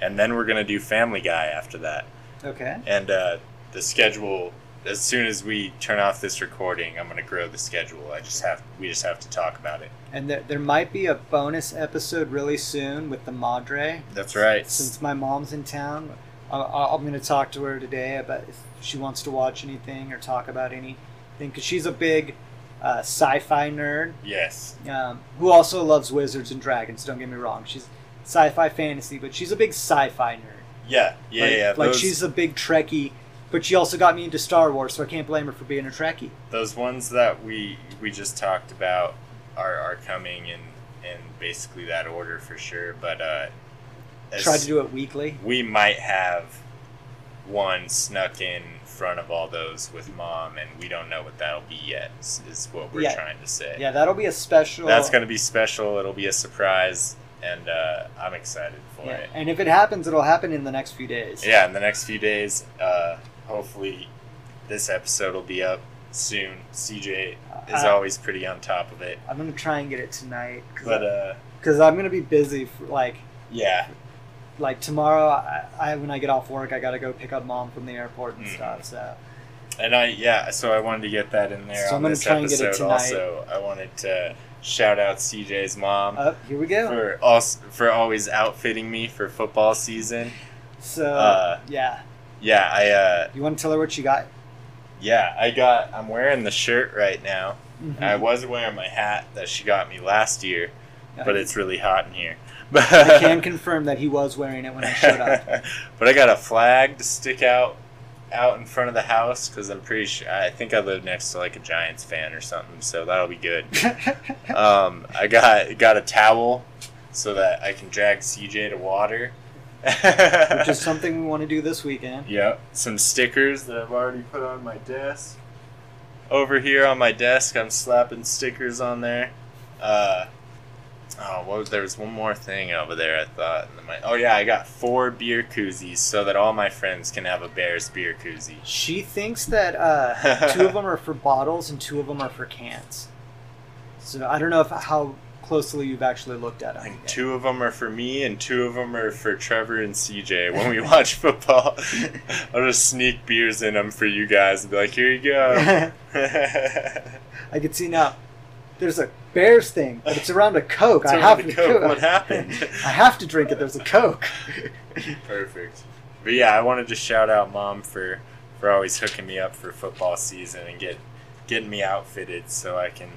Speaker 1: and then we're gonna do Family Guy after that.
Speaker 2: Okay.
Speaker 1: And uh, the schedule. As soon as we turn off this recording, I'm gonna grow the schedule. I just have we just have to talk about it.
Speaker 2: And there, there might be a bonus episode really soon with the Madre.
Speaker 1: That's right.
Speaker 2: Since my mom's in town, I, I, I'm going to talk to her today about if she wants to watch anything or talk about anything because she's a big uh, sci-fi nerd
Speaker 1: Yes.
Speaker 2: um, who also loves wizards and dragons. Don't get me wrong, she's sci-fi fantasy, but she's a big sci-fi nerd.
Speaker 1: Yeah. Yeah.
Speaker 2: like,
Speaker 1: yeah.
Speaker 2: like
Speaker 1: those-
Speaker 2: she's a big Trekkie, but she also got me into Star Wars, so I can't blame her for being a Trekkie.
Speaker 1: those ones that we we just talked about are, are coming in in basically that order for sure. But uh, as-
Speaker 2: Tried to do it weekly.
Speaker 1: we might have one snuck in front of all those with mom, and we don't know what that'll be yet. Is, is what we're
Speaker 2: Yeah.
Speaker 1: trying to say.
Speaker 2: Yeah, that'll be a special.
Speaker 1: That's gonna be special. It'll be a surprise, and uh, I'm excited for
Speaker 2: Yeah,
Speaker 1: it.
Speaker 2: and if it happens, it'll happen in the next few days.
Speaker 1: Yeah, in the next few days, uh, hopefully, this episode will be up soon. CJ is
Speaker 2: I-
Speaker 1: always pretty on top of it.
Speaker 2: I'm gonna try and get it tonight
Speaker 1: But uh,
Speaker 2: because I'm gonna be busy for like
Speaker 1: yeah,
Speaker 2: like tomorrow. I, I when I get off work, I gotta go pick up mom from the airport and
Speaker 1: Mhm.
Speaker 2: stuff. So
Speaker 1: and I yeah, so I wanted to get that in there
Speaker 2: So I'm
Speaker 1: on
Speaker 2: gonna
Speaker 1: this
Speaker 2: try and get it
Speaker 1: episode.
Speaker 2: tonight.
Speaker 1: Also, I wanted to shout out CJ's mom
Speaker 2: uh, here we go.
Speaker 1: for also, for always outfitting me for football season.
Speaker 2: So
Speaker 1: Uh,
Speaker 2: yeah,
Speaker 1: Yeah, I uh,
Speaker 2: you want to tell her what you got?
Speaker 1: yeah, I got. I'm wearing the shirt right now.
Speaker 2: Mhm.
Speaker 1: I was wearing my hat that she got me last year,
Speaker 2: Yeah.
Speaker 1: but it's really hot in here.
Speaker 2: I can confirm that he was wearing it when I showed up.
Speaker 1: but I got a flag to stick out out in front of the house because I'm pretty sure I think I live next to like a Giants fan or something, so that'll be good. um, I got got a towel so that I can drag CJ to water.
Speaker 2: Which is something we want to do this weekend.
Speaker 1: Yep. Some stickers that I've already put on my desk. Over here on my desk, I'm slapping stickers on there. Uh, oh, what was, there was one more thing over there. I thought. And then my- oh yeah, I got four beer koozies so that all my friends can have a Bears beer koozie.
Speaker 2: She thinks that uh, two of them are for bottles and two of them are for cans. So I don't know if how closely you've actually looked at
Speaker 1: I
Speaker 2: them.
Speaker 1: think two of them are for me, and two of them are for Trevor and CJ. When we watch football, I'll just sneak beers in them for you guys and be like, "Here you go."
Speaker 2: I can see now. There's a Bears thing, but it's around a Coke. I
Speaker 1: It's
Speaker 2: have
Speaker 1: around
Speaker 2: to
Speaker 1: a Coke.
Speaker 2: do it.
Speaker 1: What happened?
Speaker 2: I have to drink it. There's a Coke.
Speaker 1: Perfect. But yeah, I wanted to shout out mom for for always hooking me up for football season and get getting me outfitted so I can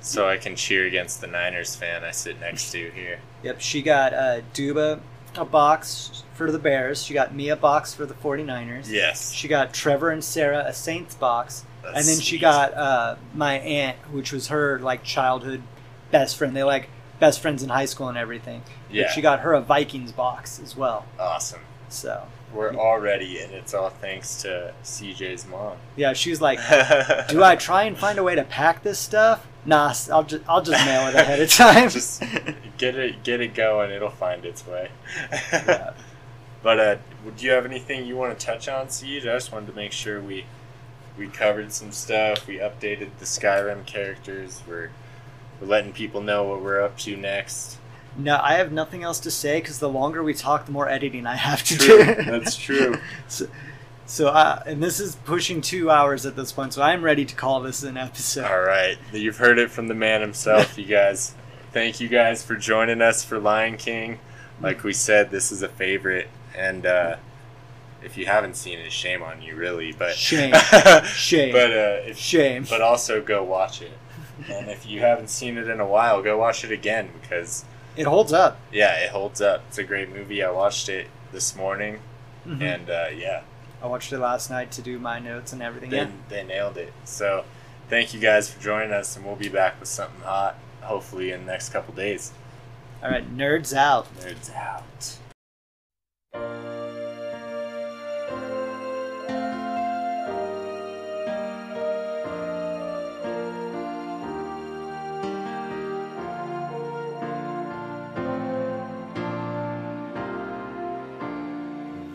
Speaker 1: so I can cheer against the Niners fan I sit next to here.
Speaker 2: Yep, she got uh, Duba a box for the Bears. She got me a box for the 49ers.
Speaker 1: Yes.
Speaker 2: She got Trevor and Sarah a Saints box.
Speaker 1: That's
Speaker 2: and then she
Speaker 1: sweet.
Speaker 2: got uh, my aunt, which was her like childhood best friend. They like best friends in high school and everything. But
Speaker 1: yeah.
Speaker 2: she got her a Vikings box as well.
Speaker 1: awesome.
Speaker 2: So
Speaker 1: We're already, and it's all thanks to CJ's mom.
Speaker 2: Yeah, she was like, "Do I try and find a way to pack this stuff? Nah, s- I'll just I'll just mail it ahead of time."
Speaker 1: Just get it, get it going. It'll find its way. But uh, do you have anything you want to touch on, Siege? I just wanted to make sure we we covered some stuff. We updated the Skyrim characters. We're, we're letting people know what we're up to next.
Speaker 2: no, I have nothing else to say because the longer we talk, the more editing I have to
Speaker 1: True,
Speaker 2: do.
Speaker 1: that's true.
Speaker 2: So, so uh, and this is pushing two hours at this point, so I'm ready to call this an episode.
Speaker 1: All right, you've heard it from the man himself, you guys. Thank you guys for joining us for Lion King. Like we said, this is a favorite, and uh, if you haven't seen it, shame on you, really. But
Speaker 2: Shame. Shame.
Speaker 1: But uh, if
Speaker 2: Shame.
Speaker 1: but also go watch it. And if you haven't seen it in a while, go watch it again because
Speaker 2: It holds up.
Speaker 1: yeah, it holds up. It's a great movie. I watched it this morning,
Speaker 2: Mhm.
Speaker 1: and uh, yeah,
Speaker 2: I watched it last night to do my notes and everything.
Speaker 1: they,
Speaker 2: Yeah.
Speaker 1: they nailed it. So thank you guys for joining us, and we'll be back with something hot hopefully in the next couple days.
Speaker 2: All right, nerds out.
Speaker 1: Nerds out.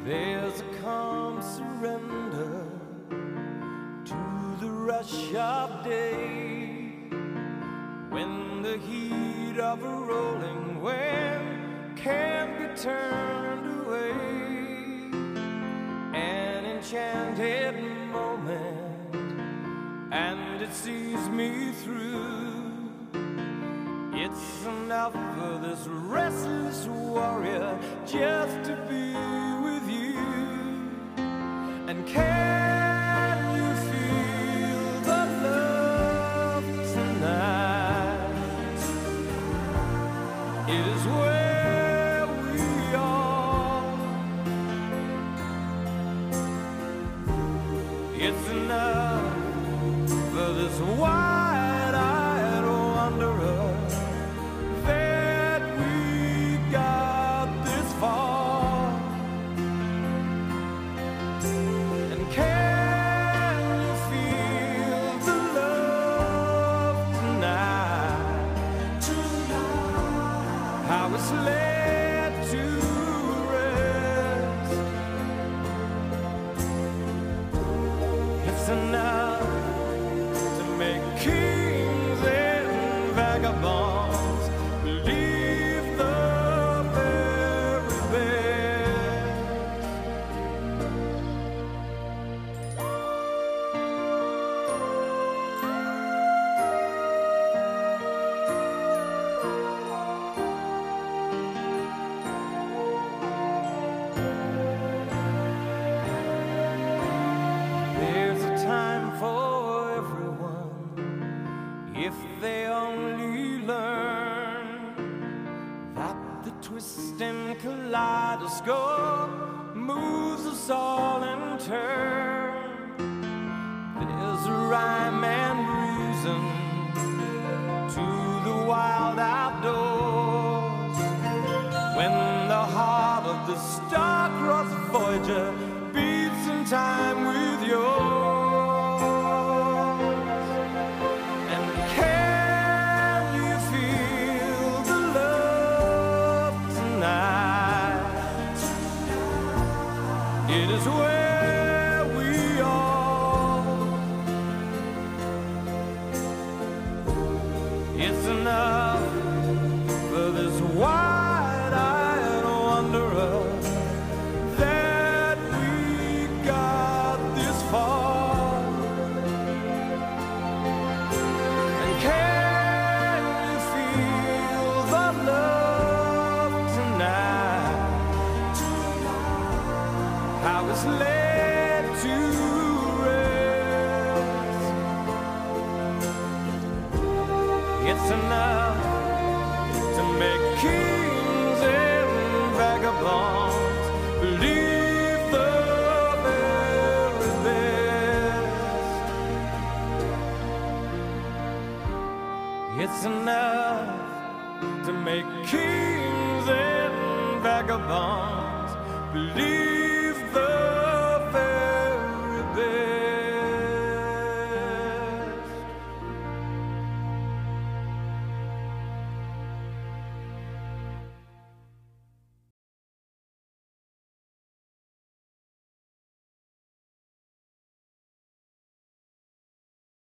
Speaker 3: There's a calm surrender to the rush of day when the heat of a rolling wind can be turned away. An enchanted moment, and it sees me through. It's enough for this restless warrior just to be with you. And can you feel the love tonight? It is where we are. It's enough for this wide-eyed oh, wanderer that we got this far. And can you feel the love tonight? How it's led to rest. It's enough to make kings and vagabonds believe the very best. There's a time for everyone if they only learn that the twist and kaleidoscope moves us all in turn. There's a rhyme and reason to the wild outdoors when the heart of the star-crossed voyager beats in time with yours. And can you feel the love tonight? It is where we are. It's enough for this wide-eyed wanderer that we got this far. And can you feel the love tonight? How it's led to rest. It's enough to make kings and vagabonds believe the very best. It's enough to make kings and vagabonds believe.